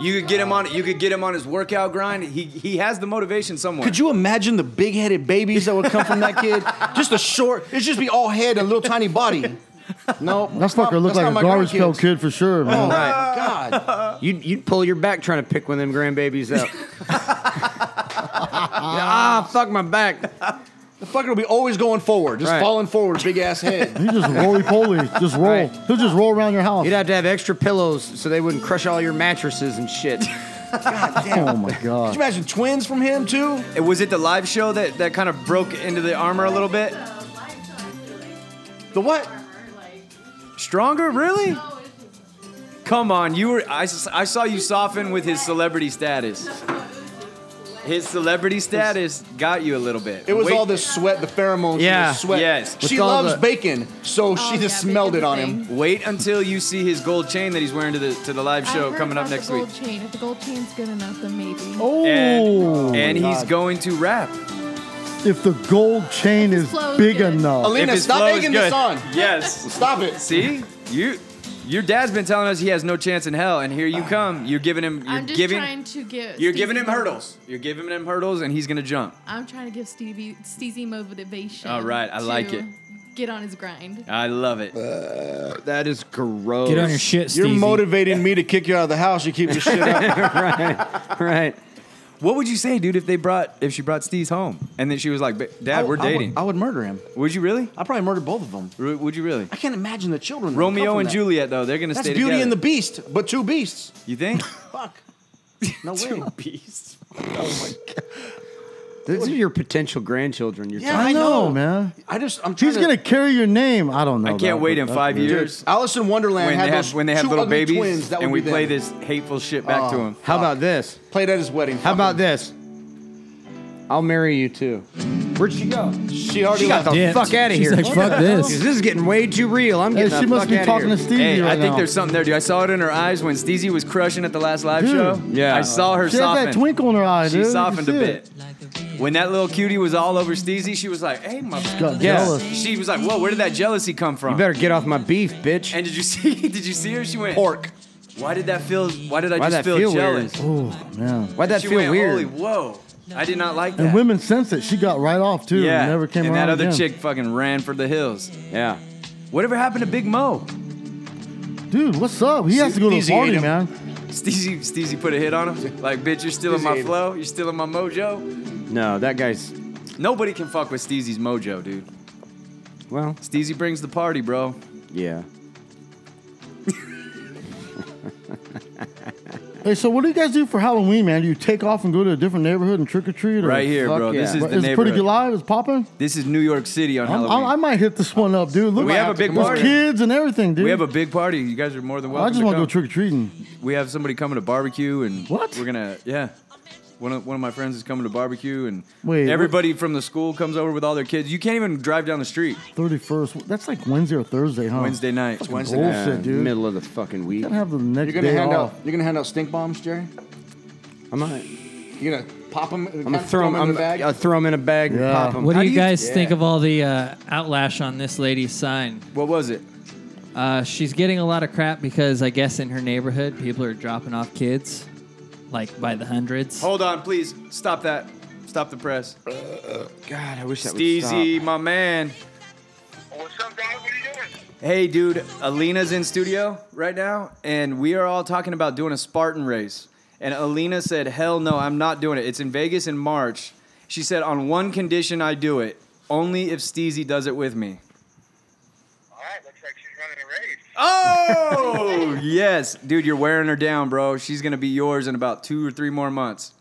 Speaker 5: You could get him on. You could get him on his workout grind. He he has the motivation somewhere.
Speaker 1: Could you imagine the big headed babies that would come from that kid? just a short, it'd just be all head and little tiny
Speaker 7: <laughs>
Speaker 1: body. No,
Speaker 4: That fucker looked like a garbage pail kid for sure, man.
Speaker 7: Oh.
Speaker 1: Right. God.
Speaker 3: You'd, you'd pull your back trying to pick one of them grandbabies
Speaker 5: <laughs>
Speaker 3: up. ah, fuck my back.
Speaker 1: The fucker will be always going forward, just
Speaker 3: Right.
Speaker 1: falling forward, big ass
Speaker 5: <laughs>
Speaker 1: head.
Speaker 4: He just roly-poly. Just roll.
Speaker 3: Right.
Speaker 4: He'll just roll around your house.
Speaker 3: You'd have to have extra pillows so they wouldn't crush all your mattresses and shit.
Speaker 1: God damn.
Speaker 4: Oh, my
Speaker 1: Could
Speaker 4: God.
Speaker 1: you imagine twins from him too?
Speaker 5: And Was it the live show that, that kind of broke into the armor a little bit?
Speaker 1: The what?
Speaker 5: Stronger, really? Come on, you were. I, s- I saw you soften with his celebrity status. His celebrity status got you a little bit.
Speaker 1: It was
Speaker 5: Wait-
Speaker 1: all this sweat, the pheromones,
Speaker 3: Yeah,
Speaker 1: yeah, sweat.
Speaker 5: yes.
Speaker 1: She
Speaker 3: With all
Speaker 1: loves
Speaker 3: the-
Speaker 1: bacon, so she
Speaker 2: Oh, yeah,
Speaker 1: just smelled it
Speaker 2: bacon's a
Speaker 1: on
Speaker 2: thing.
Speaker 1: him.
Speaker 5: Wait until you see his gold chain that he's wearing to the to the live show coming up next
Speaker 2: the
Speaker 5: week.
Speaker 2: gold Chain. If the gold chain's good enough, then maybe.
Speaker 4: Oh.
Speaker 5: And, and
Speaker 1: Oh
Speaker 5: he's going to rap.
Speaker 4: if the gold chain is
Speaker 2: Flow is
Speaker 4: big
Speaker 2: good.
Speaker 4: enough.
Speaker 1: Alina,
Speaker 5: his
Speaker 1: stop
Speaker 5: flow is
Speaker 1: egging this
Speaker 5: good.
Speaker 1: on.
Speaker 5: Yes.
Speaker 1: Stop it.
Speaker 5: See, you, your dad's been telling us he has no chance in hell, and here you
Speaker 1: Ah.
Speaker 5: come. You're giving him. You're
Speaker 2: I'm just
Speaker 5: giving.
Speaker 2: trying to get.
Speaker 5: You're
Speaker 2: Steezy
Speaker 5: giving him
Speaker 2: mode.
Speaker 5: hurdles. You're giving him hurdles, and he's gonna jump.
Speaker 2: I'm trying to give Stevie Steezy motivation.
Speaker 5: All right, I
Speaker 2: to
Speaker 5: like it.
Speaker 2: Get on his grind.
Speaker 5: I love
Speaker 1: Uh,
Speaker 5: it.
Speaker 3: That is gross.
Speaker 6: Get on your shit,
Speaker 7: You're
Speaker 6: Steezy.
Speaker 7: motivating me to kick you out of the house. You keep your shit up.
Speaker 3: Right.
Speaker 5: What would you say, dude, if they brought if she brought Steez home and then she was like, "Ba-
Speaker 1: I
Speaker 5: "Dad,
Speaker 1: would-
Speaker 5: <laughs> we're
Speaker 1: I would-
Speaker 5: dating"?
Speaker 1: I would, murder him.
Speaker 5: would you really?
Speaker 1: I'd probably murder both of them.
Speaker 5: Ru- Would you really?
Speaker 1: I can't imagine the children. that would come
Speaker 5: Romeo
Speaker 1: from
Speaker 5: and
Speaker 1: that.
Speaker 5: Juliet, though, they're gonna
Speaker 1: That's
Speaker 5: stay
Speaker 1: Beauty
Speaker 5: together.
Speaker 1: and the Beast, but two beasts. <laughs>
Speaker 5: You think?
Speaker 1: Fuck.
Speaker 5: <laughs>
Speaker 1: No way.
Speaker 5: Peace.
Speaker 3: These are your potential grandchildren. You're
Speaker 1: Yeah,
Speaker 3: talking
Speaker 1: I
Speaker 4: I
Speaker 1: know.
Speaker 4: know, man.
Speaker 1: I just I'm trying
Speaker 4: He's
Speaker 1: to,
Speaker 4: gonna carry your name. I don't know.
Speaker 5: I can't wait in five years
Speaker 1: Alice in Wonderland
Speaker 5: when
Speaker 1: had
Speaker 5: they
Speaker 1: those
Speaker 5: have when they have
Speaker 1: two
Speaker 5: little
Speaker 1: ugly
Speaker 5: babies
Speaker 1: twins, that
Speaker 5: and
Speaker 1: would
Speaker 5: we
Speaker 1: be
Speaker 5: play
Speaker 1: them. Oh.
Speaker 5: this hateful shit back to him.
Speaker 3: How about this?
Speaker 1: Played at his wedding.
Speaker 3: How about this? I'll marry you too. Where'd she go?
Speaker 1: She already
Speaker 3: She got the
Speaker 1: left.
Speaker 6: Dipped.
Speaker 3: fuck out of
Speaker 6: She's
Speaker 3: here.
Speaker 6: like, fuck this.
Speaker 3: This is getting way too real. I'm
Speaker 4: Hey,
Speaker 3: getting
Speaker 4: she
Speaker 3: the
Speaker 4: must
Speaker 3: fuck
Speaker 4: be
Speaker 3: outta
Speaker 4: talking to
Speaker 3: here.
Speaker 4: Stevie
Speaker 5: Hey,
Speaker 4: right
Speaker 5: I think
Speaker 4: now.
Speaker 5: there's something there, dude. I saw it in her eyes when Steezy was crushing at the last live
Speaker 4: Dude.
Speaker 5: show.
Speaker 3: Yeah.
Speaker 5: I saw her
Speaker 4: She has
Speaker 5: soften.
Speaker 4: that twinkle in her eye,
Speaker 5: she
Speaker 4: dude. You
Speaker 5: softened a
Speaker 4: can see
Speaker 5: bit.
Speaker 4: it.
Speaker 5: When that little cutie was all over Steezy, she was like, "Hey, my."
Speaker 4: Got
Speaker 3: Yeah.
Speaker 4: jealous.
Speaker 5: She was like, "Whoa, where did that jealousy come from?"
Speaker 3: You better get off my beef, bitch.
Speaker 5: And did you see? <laughs> Did you see her? She went
Speaker 1: Pork.
Speaker 5: Why did that feel? Why did I
Speaker 3: Why'd
Speaker 5: just
Speaker 3: that
Speaker 5: feel,
Speaker 3: feel
Speaker 5: jealous?
Speaker 4: Oh man.
Speaker 3: Why'd that
Speaker 5: she
Speaker 3: feel
Speaker 5: went,
Speaker 3: weird?
Speaker 5: Holy whoa! I did not like that.
Speaker 4: And women sense it. She got right off too.
Speaker 5: yeah,
Speaker 4: And never came
Speaker 5: and
Speaker 4: around
Speaker 5: that other
Speaker 4: again.
Speaker 5: chick fucking ran for the hills.
Speaker 3: Yeah.
Speaker 5: Whatever happened to Big Mo?
Speaker 4: Dude, what's up? He has to go to
Speaker 1: Steezy
Speaker 4: the
Speaker 1: ate
Speaker 4: party,
Speaker 1: him.
Speaker 4: man.
Speaker 5: Steezy, Steezy put a hit on him. Like, bitch, you're stealing
Speaker 1: Steezy
Speaker 5: my
Speaker 1: ate him.
Speaker 5: flow. You're stealing my mojo.
Speaker 3: No, that guy's.
Speaker 5: Nobody can fuck with Steezy's mojo, dude.
Speaker 3: Well,
Speaker 5: Steezy brings the party, bro.
Speaker 3: yeah.
Speaker 4: Hey, so what do you guys do for Halloween, man? Do you take off and go to a different neighborhood and trick or treat?
Speaker 5: Right here,
Speaker 3: fuck
Speaker 5: bro.
Speaker 3: yeah.
Speaker 5: This is
Speaker 4: But
Speaker 5: the
Speaker 4: It's pretty good
Speaker 5: neighborhood.
Speaker 4: live. It's popping.
Speaker 5: This is New York City on
Speaker 4: I'm-
Speaker 5: Halloween.
Speaker 4: I'm- I might hit this one up, dude. Look,
Speaker 5: we have a big
Speaker 4: there's
Speaker 5: party.
Speaker 4: kids and everything, dude.
Speaker 5: we have a big party. You guys are more than welcome.
Speaker 4: I just
Speaker 5: to
Speaker 4: want to
Speaker 5: come.
Speaker 4: go trick or treating.
Speaker 5: We have somebody coming to barbecue and
Speaker 4: What?
Speaker 5: We're gonna yeah. One of, one of my friends is coming to barbecue, and
Speaker 4: Wait,
Speaker 5: everybody from the school comes over with all their kids. You can't even drive down the street
Speaker 4: Thirty first. That's like Wednesday or Thursday, huh?
Speaker 5: Wednesday night.
Speaker 7: It's Wednesday night.
Speaker 4: Bullshit, dude.
Speaker 3: uh, Middle of the fucking week.
Speaker 4: Gotta have the next
Speaker 7: You're gonna
Speaker 4: day
Speaker 7: hand
Speaker 4: off.
Speaker 7: out. You're gonna hand out stink bombs, Jerry.
Speaker 3: I'm not.
Speaker 7: You're gonna pop them. I'm
Speaker 3: I'm gonna throw them.
Speaker 7: in
Speaker 3: I'm,
Speaker 7: the bag.
Speaker 3: I'll throw them in a bag and
Speaker 4: Yeah.
Speaker 3: pop them.
Speaker 6: What do you guys
Speaker 7: yeah.
Speaker 6: think of all the uh, outlash on this lady's sign?
Speaker 5: What was it?
Speaker 6: Uh, she's getting a lot of crap because I guess in her neighborhood, people are dropping off kids, like by the hundreds.
Speaker 5: Hold on, please stop that. Stop the press.
Speaker 8: Uh,
Speaker 3: God, I wish that
Speaker 5: Steezy,
Speaker 3: would
Speaker 5: my man.
Speaker 8: What's up, guys? What are you doing?
Speaker 5: Hey, dude, Alina's in studio right now, and we are all talking about doing a Spartan race. And Alina said, Hell no, I'm not doing it. It's in Vegas in March. She said, On one condition, I do it only if Steezy does it with me.
Speaker 8: All right, looks like she's running a race.
Speaker 5: Oh, <laughs> yes. Dude, you're wearing her down, bro. She's going to be yours in about two or three more months.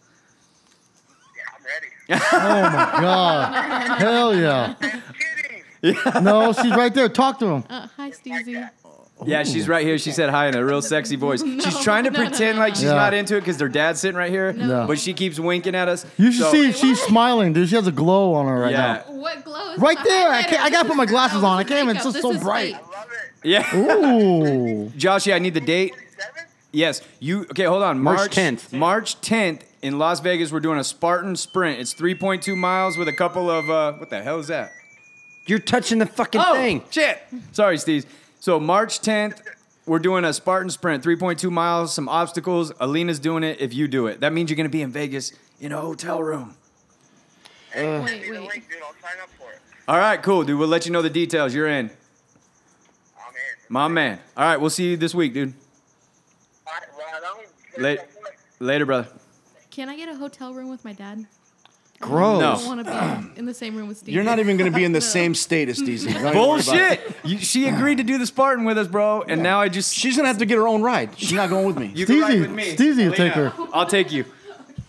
Speaker 8: Yeah, I'm ready.
Speaker 2: <laughs>
Speaker 4: God, hell yeah.
Speaker 8: Kidding.
Speaker 4: No, she's right there. Talk to him.
Speaker 2: Uh, hi, Steezy.
Speaker 5: Yeah, she's right here. She said hi in a real sexy voice.
Speaker 2: <laughs> No,
Speaker 5: she's trying to
Speaker 2: no, no, no,
Speaker 5: pretend like she's
Speaker 4: no.
Speaker 5: not into it because their dad's sitting right here,
Speaker 4: No.
Speaker 5: but she keeps winking at us.
Speaker 4: You should
Speaker 5: So-
Speaker 4: see she's smiling, dude. She has a glow on her right
Speaker 5: Yeah.
Speaker 2: What glow is
Speaker 4: Right
Speaker 2: my
Speaker 4: there. I
Speaker 2: highlighter?
Speaker 4: can't- I gotta
Speaker 2: This
Speaker 4: put my
Speaker 2: is-
Speaker 4: glasses
Speaker 2: oh,
Speaker 4: on. I
Speaker 2: this is
Speaker 4: can't even-
Speaker 2: makeup.
Speaker 4: it's just
Speaker 2: This
Speaker 4: so
Speaker 2: is
Speaker 4: bright.
Speaker 8: I love it.
Speaker 5: Yeah.
Speaker 4: now. Ooh.
Speaker 5: Joshie, I need the date.
Speaker 8: Seven?
Speaker 5: Yes, you okay? Hold on,
Speaker 3: March
Speaker 5: March,
Speaker 3: 10th.
Speaker 5: March 10th in Las Vegas, we're doing a Spartan sprint. It's 3.2 miles with a couple of uh, what the hell is that? Oh,
Speaker 3: You're touching the fucking thing.
Speaker 5: shit! Sorry, Steve. So March 10th, we're doing a Spartan sprint, 3.2 miles, some obstacles. Alina's doing it. If you do it, that means you're gonna be in Vegas in a hotel room.
Speaker 2: Wait,
Speaker 8: Need a
Speaker 2: wait.
Speaker 8: link, dude. I'll sign up for it.
Speaker 5: All right, cool, dude. We'll let you know the details. You're in,
Speaker 8: I'm in.
Speaker 5: my man. All right, we'll see you this week, dude.
Speaker 8: All right, right on.
Speaker 5: Late. Later, brother.
Speaker 2: Can I get a hotel room with my dad?
Speaker 3: Gross.
Speaker 2: I don't want to be in the same room with Steezy.
Speaker 1: You're not even going to be in
Speaker 2: <laughs>
Speaker 1: the
Speaker 2: No.
Speaker 1: same state as Steezy. Don't even worry about it.
Speaker 5: Bullshit! You, she agreed to do the Spartan with us, bro, and now I just
Speaker 1: She's going to have to get her own ride. She's not going with me.
Speaker 5: You can ride with me.
Speaker 4: Steezy. Steezy will
Speaker 5: Alina,
Speaker 4: take her.
Speaker 5: I'll take you.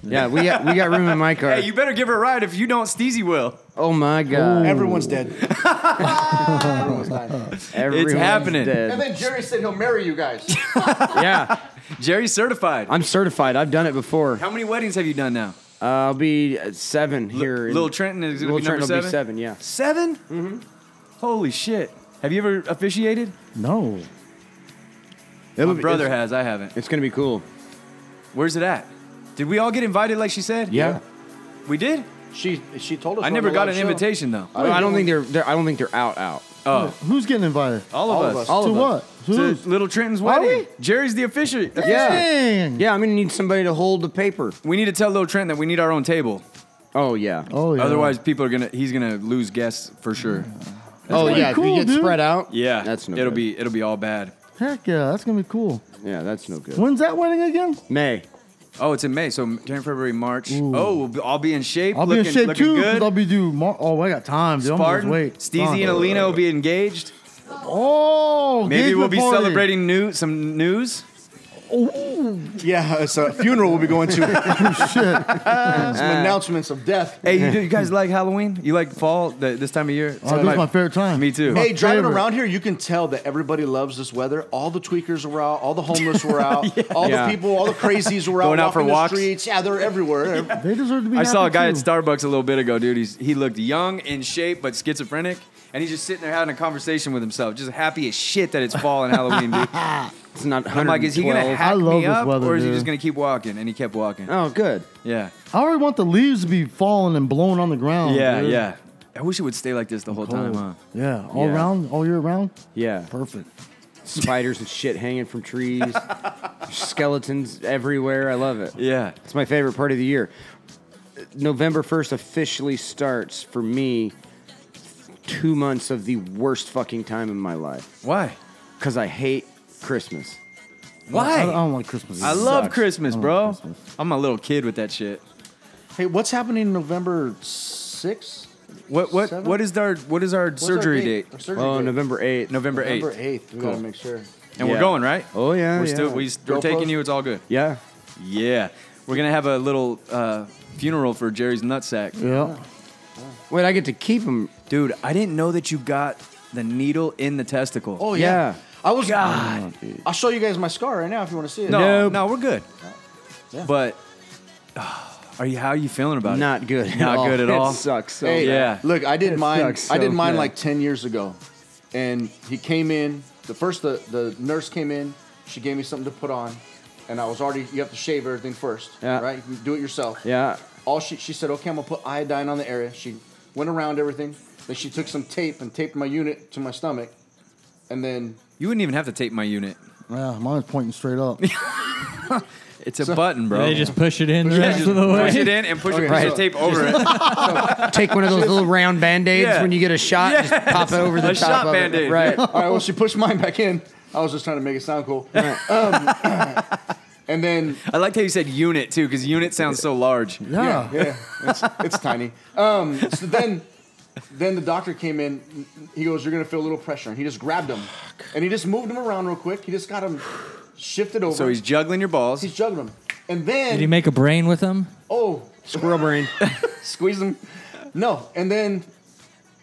Speaker 3: Yeah, we got, we got room in my car.
Speaker 5: Hey, you better give her a ride. If you don't, Steezy will.
Speaker 3: oh my god,
Speaker 1: Everyone's dead.
Speaker 3: <laughs> Everyone's
Speaker 5: happening.
Speaker 3: dead.
Speaker 7: then Jerry said he'll marry you guys.
Speaker 3: <laughs> yeah,
Speaker 5: Jerry's certified.
Speaker 3: I'm certified. I've done it before.
Speaker 5: How many weddings have you done now?
Speaker 3: Uh, I'll be uh, seven here. in-
Speaker 5: Little Trenton is going to
Speaker 3: Little
Speaker 5: be
Speaker 3: Trenton
Speaker 5: number
Speaker 3: will
Speaker 5: seven.
Speaker 3: be
Speaker 5: 7
Speaker 3: seven. Yeah.
Speaker 5: Mm-hmm. Holy shit! Have you ever officiated?
Speaker 4: No.
Speaker 5: My
Speaker 3: It'll be-
Speaker 5: brother
Speaker 3: It's,
Speaker 5: has. I haven't.
Speaker 3: it's gonna be cool.
Speaker 5: Where's it at? Did we all get invited like she said?
Speaker 3: Yeah.
Speaker 5: We did?
Speaker 7: she she told us.
Speaker 5: I
Speaker 7: on
Speaker 5: never
Speaker 7: the
Speaker 5: got an
Speaker 7: live show.
Speaker 5: invitation though.
Speaker 3: Well, I don't think they're, they're. I don't think they're out. Out.
Speaker 5: Oh,
Speaker 4: Who's getting invited?
Speaker 5: all of
Speaker 7: all of
Speaker 5: us.
Speaker 7: us.
Speaker 3: All
Speaker 4: to
Speaker 3: of us.
Speaker 4: what?
Speaker 5: To
Speaker 4: Who's?
Speaker 5: Little Trenton's
Speaker 4: Are
Speaker 5: wedding. Jerry's the officiant.
Speaker 3: Yeah.
Speaker 4: Dang.
Speaker 3: Yeah. I'm gonna need somebody to hold the paper.
Speaker 5: We need to tell Little Trenton that we need our own table.
Speaker 3: Oh yeah.
Speaker 4: Oh yeah. Mm-hmm.
Speaker 5: Otherwise, people are gonna. He's gonna lose guests for sure.
Speaker 3: oh
Speaker 4: pretty
Speaker 3: yeah.
Speaker 4: cool,
Speaker 3: if you get
Speaker 4: dude.
Speaker 3: spread out.
Speaker 5: Yeah,
Speaker 3: That's no.
Speaker 5: It'll
Speaker 3: good.
Speaker 5: be it'll be all bad.
Speaker 4: Heck yeah, that's gonna be cool.
Speaker 3: Yeah, that's no good.
Speaker 4: When's that wedding again?
Speaker 3: May.
Speaker 5: Oh, it's in May, so January, February, March. Oh, we'll be- I'll be in shape.
Speaker 4: I'll
Speaker 5: looking,
Speaker 4: be in shape
Speaker 5: looking
Speaker 4: too. 'cause
Speaker 5: Good.
Speaker 4: I'll be due. Mar- oh, I got time, dude. I'm gonna just
Speaker 5: Spartan,
Speaker 4: wait.
Speaker 5: Steezy, and
Speaker 4: Fine.
Speaker 5: Alina will be engaged.
Speaker 4: Oh,
Speaker 5: Maybe we'll
Speaker 4: engagement
Speaker 5: be
Speaker 4: party. <laughs>
Speaker 5: celebrating new some news.
Speaker 1: Yeah, it's a funeral we'll be going to.
Speaker 4: Oh,
Speaker 5: <laughs>
Speaker 4: Shit.
Speaker 1: Some announcements of death.
Speaker 5: Hey, you, do- you guys like Halloween? You like fall the, this time of year? It's
Speaker 4: Oh, this is my favorite time.
Speaker 5: Me too.
Speaker 1: Hey, driving
Speaker 4: favorite.
Speaker 1: around here, you can tell that everybody loves this weather. All the tweakers were out, all the homeless were out, all
Speaker 3: Yeah.
Speaker 1: the people, all the crazies were
Speaker 5: Going
Speaker 1: out,
Speaker 5: out for
Speaker 1: walking the
Speaker 5: walks.
Speaker 1: streets. Yeah, they're everywhere.
Speaker 4: They deserve to be.
Speaker 5: I saw a
Speaker 4: happy,
Speaker 5: guy
Speaker 4: too.
Speaker 5: at Starbucks a little bit ago, dude. He's, he looked young, in shape, but schizophrenic, and he's just sitting there having a conversation with himself, just happy as shit that it's
Speaker 4: <laughs>
Speaker 5: fall and Halloween, dude.
Speaker 3: It's not.
Speaker 5: I'm like, is he gonna
Speaker 3: 112.
Speaker 5: hack
Speaker 4: love
Speaker 5: me
Speaker 4: this
Speaker 5: up,
Speaker 4: weather,
Speaker 5: or is he
Speaker 4: dude.
Speaker 5: just gonna keep walking? And he kept walking.
Speaker 3: Oh, good.
Speaker 5: Yeah.
Speaker 4: I already want the leaves to be falling and blowing on the ground.
Speaker 5: Yeah,
Speaker 4: Oh, dude.
Speaker 5: yeah. I wish it would stay like this the whole time,
Speaker 4: Cold.
Speaker 5: huh?
Speaker 4: Yeah, all
Speaker 3: Yeah.
Speaker 4: round, all year round.
Speaker 3: Yeah.
Speaker 4: Perfect.
Speaker 3: Spiders and shit hanging from trees. Skeletons everywhere. I love it.
Speaker 5: Yeah.
Speaker 3: It's my favorite part of the year. November 1st officially starts for me two months of the worst fucking time in my life
Speaker 5: Why?
Speaker 3: because I hate Christmas.
Speaker 4: I, I
Speaker 5: Why?
Speaker 4: don't like Christmas.
Speaker 5: I
Speaker 4: either.
Speaker 5: love
Speaker 3: Sucks.
Speaker 5: Christmas,
Speaker 4: I don't
Speaker 5: bro.
Speaker 4: like Christmas.
Speaker 5: I'm a little kid with that shit.
Speaker 1: Hey, what's happening November 6th?
Speaker 5: What what
Speaker 1: Seven?
Speaker 5: what is our what is our
Speaker 1: What's our
Speaker 5: surgery date?
Speaker 1: Our surgery
Speaker 3: Oh,
Speaker 1: date.
Speaker 3: November 8th.
Speaker 5: November
Speaker 1: November
Speaker 5: eighth.
Speaker 1: 8th. We gotta make sure.
Speaker 5: And
Speaker 3: Yeah.
Speaker 5: we're going, right?
Speaker 3: Oh, yeah.
Speaker 5: We're
Speaker 3: yeah.
Speaker 5: still we, s- we're
Speaker 1: Goalpost?
Speaker 5: taking you. It's all good.
Speaker 3: yeah.
Speaker 5: Yeah, we're gonna have a little uh, funeral for Jerry's nutsack,
Speaker 4: Yeah.
Speaker 3: Wait, I get to keep them.
Speaker 5: dude. I didn't know that you got the needle in the testicle.
Speaker 1: Oh yeah.
Speaker 3: Yeah.
Speaker 1: I was.
Speaker 5: God.
Speaker 1: I'll show you guys my scar right now if you want to see it.
Speaker 5: No,
Speaker 3: Nope.
Speaker 5: no, we're good.
Speaker 1: Yeah.
Speaker 5: But <sighs> Are you? How are you feeling about it?
Speaker 3: Not good. At
Speaker 5: Not
Speaker 3: all.
Speaker 5: good at all.
Speaker 3: It sucks. So
Speaker 7: Hey,
Speaker 5: Yeah.
Speaker 7: Look, I did
Speaker 5: It
Speaker 7: mine.
Speaker 5: sucks
Speaker 7: I did
Speaker 5: so
Speaker 7: mine
Speaker 5: bad.
Speaker 7: like ten years ago, and he came in. The first, the, the nurse came in. She gave me something to put on, and I was already. You have to shave everything first,
Speaker 3: Yeah.
Speaker 7: right? You do it yourself.
Speaker 3: Yeah.
Speaker 7: All she she said, okay, I'm gonna put iodine on the area. She went around everything. Then she took some tape and taped my unit to my stomach, and
Speaker 5: <laughs>
Speaker 7: then
Speaker 5: You wouldn't even have to tape my unit.
Speaker 4: Yeah, mine's pointing straight up.
Speaker 5: It's a button, bro.
Speaker 6: They just push it in the rest
Speaker 5: just
Speaker 6: of the
Speaker 5: push
Speaker 6: way.
Speaker 5: it in and push a piece
Speaker 7: Okay,
Speaker 5: of
Speaker 7: so-
Speaker 5: tape over it.
Speaker 3: Take one of those little round band aids
Speaker 5: Yeah.
Speaker 3: when you get a shot. Just pop it <laughs> over the
Speaker 5: A
Speaker 3: top
Speaker 5: shot
Speaker 3: of
Speaker 5: Band-Aid.
Speaker 3: it. Right.
Speaker 7: all right, well, she pushed mine back in. I was just trying to make it sound cool. Um, <coughs> and then
Speaker 5: I liked how you said unit too, because unit sounds so large.
Speaker 4: Yeah.
Speaker 7: yeah, it's, it's tiny. Um, so then, then the doctor came in. He goes, "You're gonna feel a little pressure," and he just grabbed him, and he just moved him around real quick. He just got him shifted over.
Speaker 5: So he's juggling your balls.
Speaker 7: he's juggling him, and then
Speaker 6: Did he make a brain with them?
Speaker 7: oh, <laughs>
Speaker 3: Squirrel brain.
Speaker 7: squeeze him. No, and then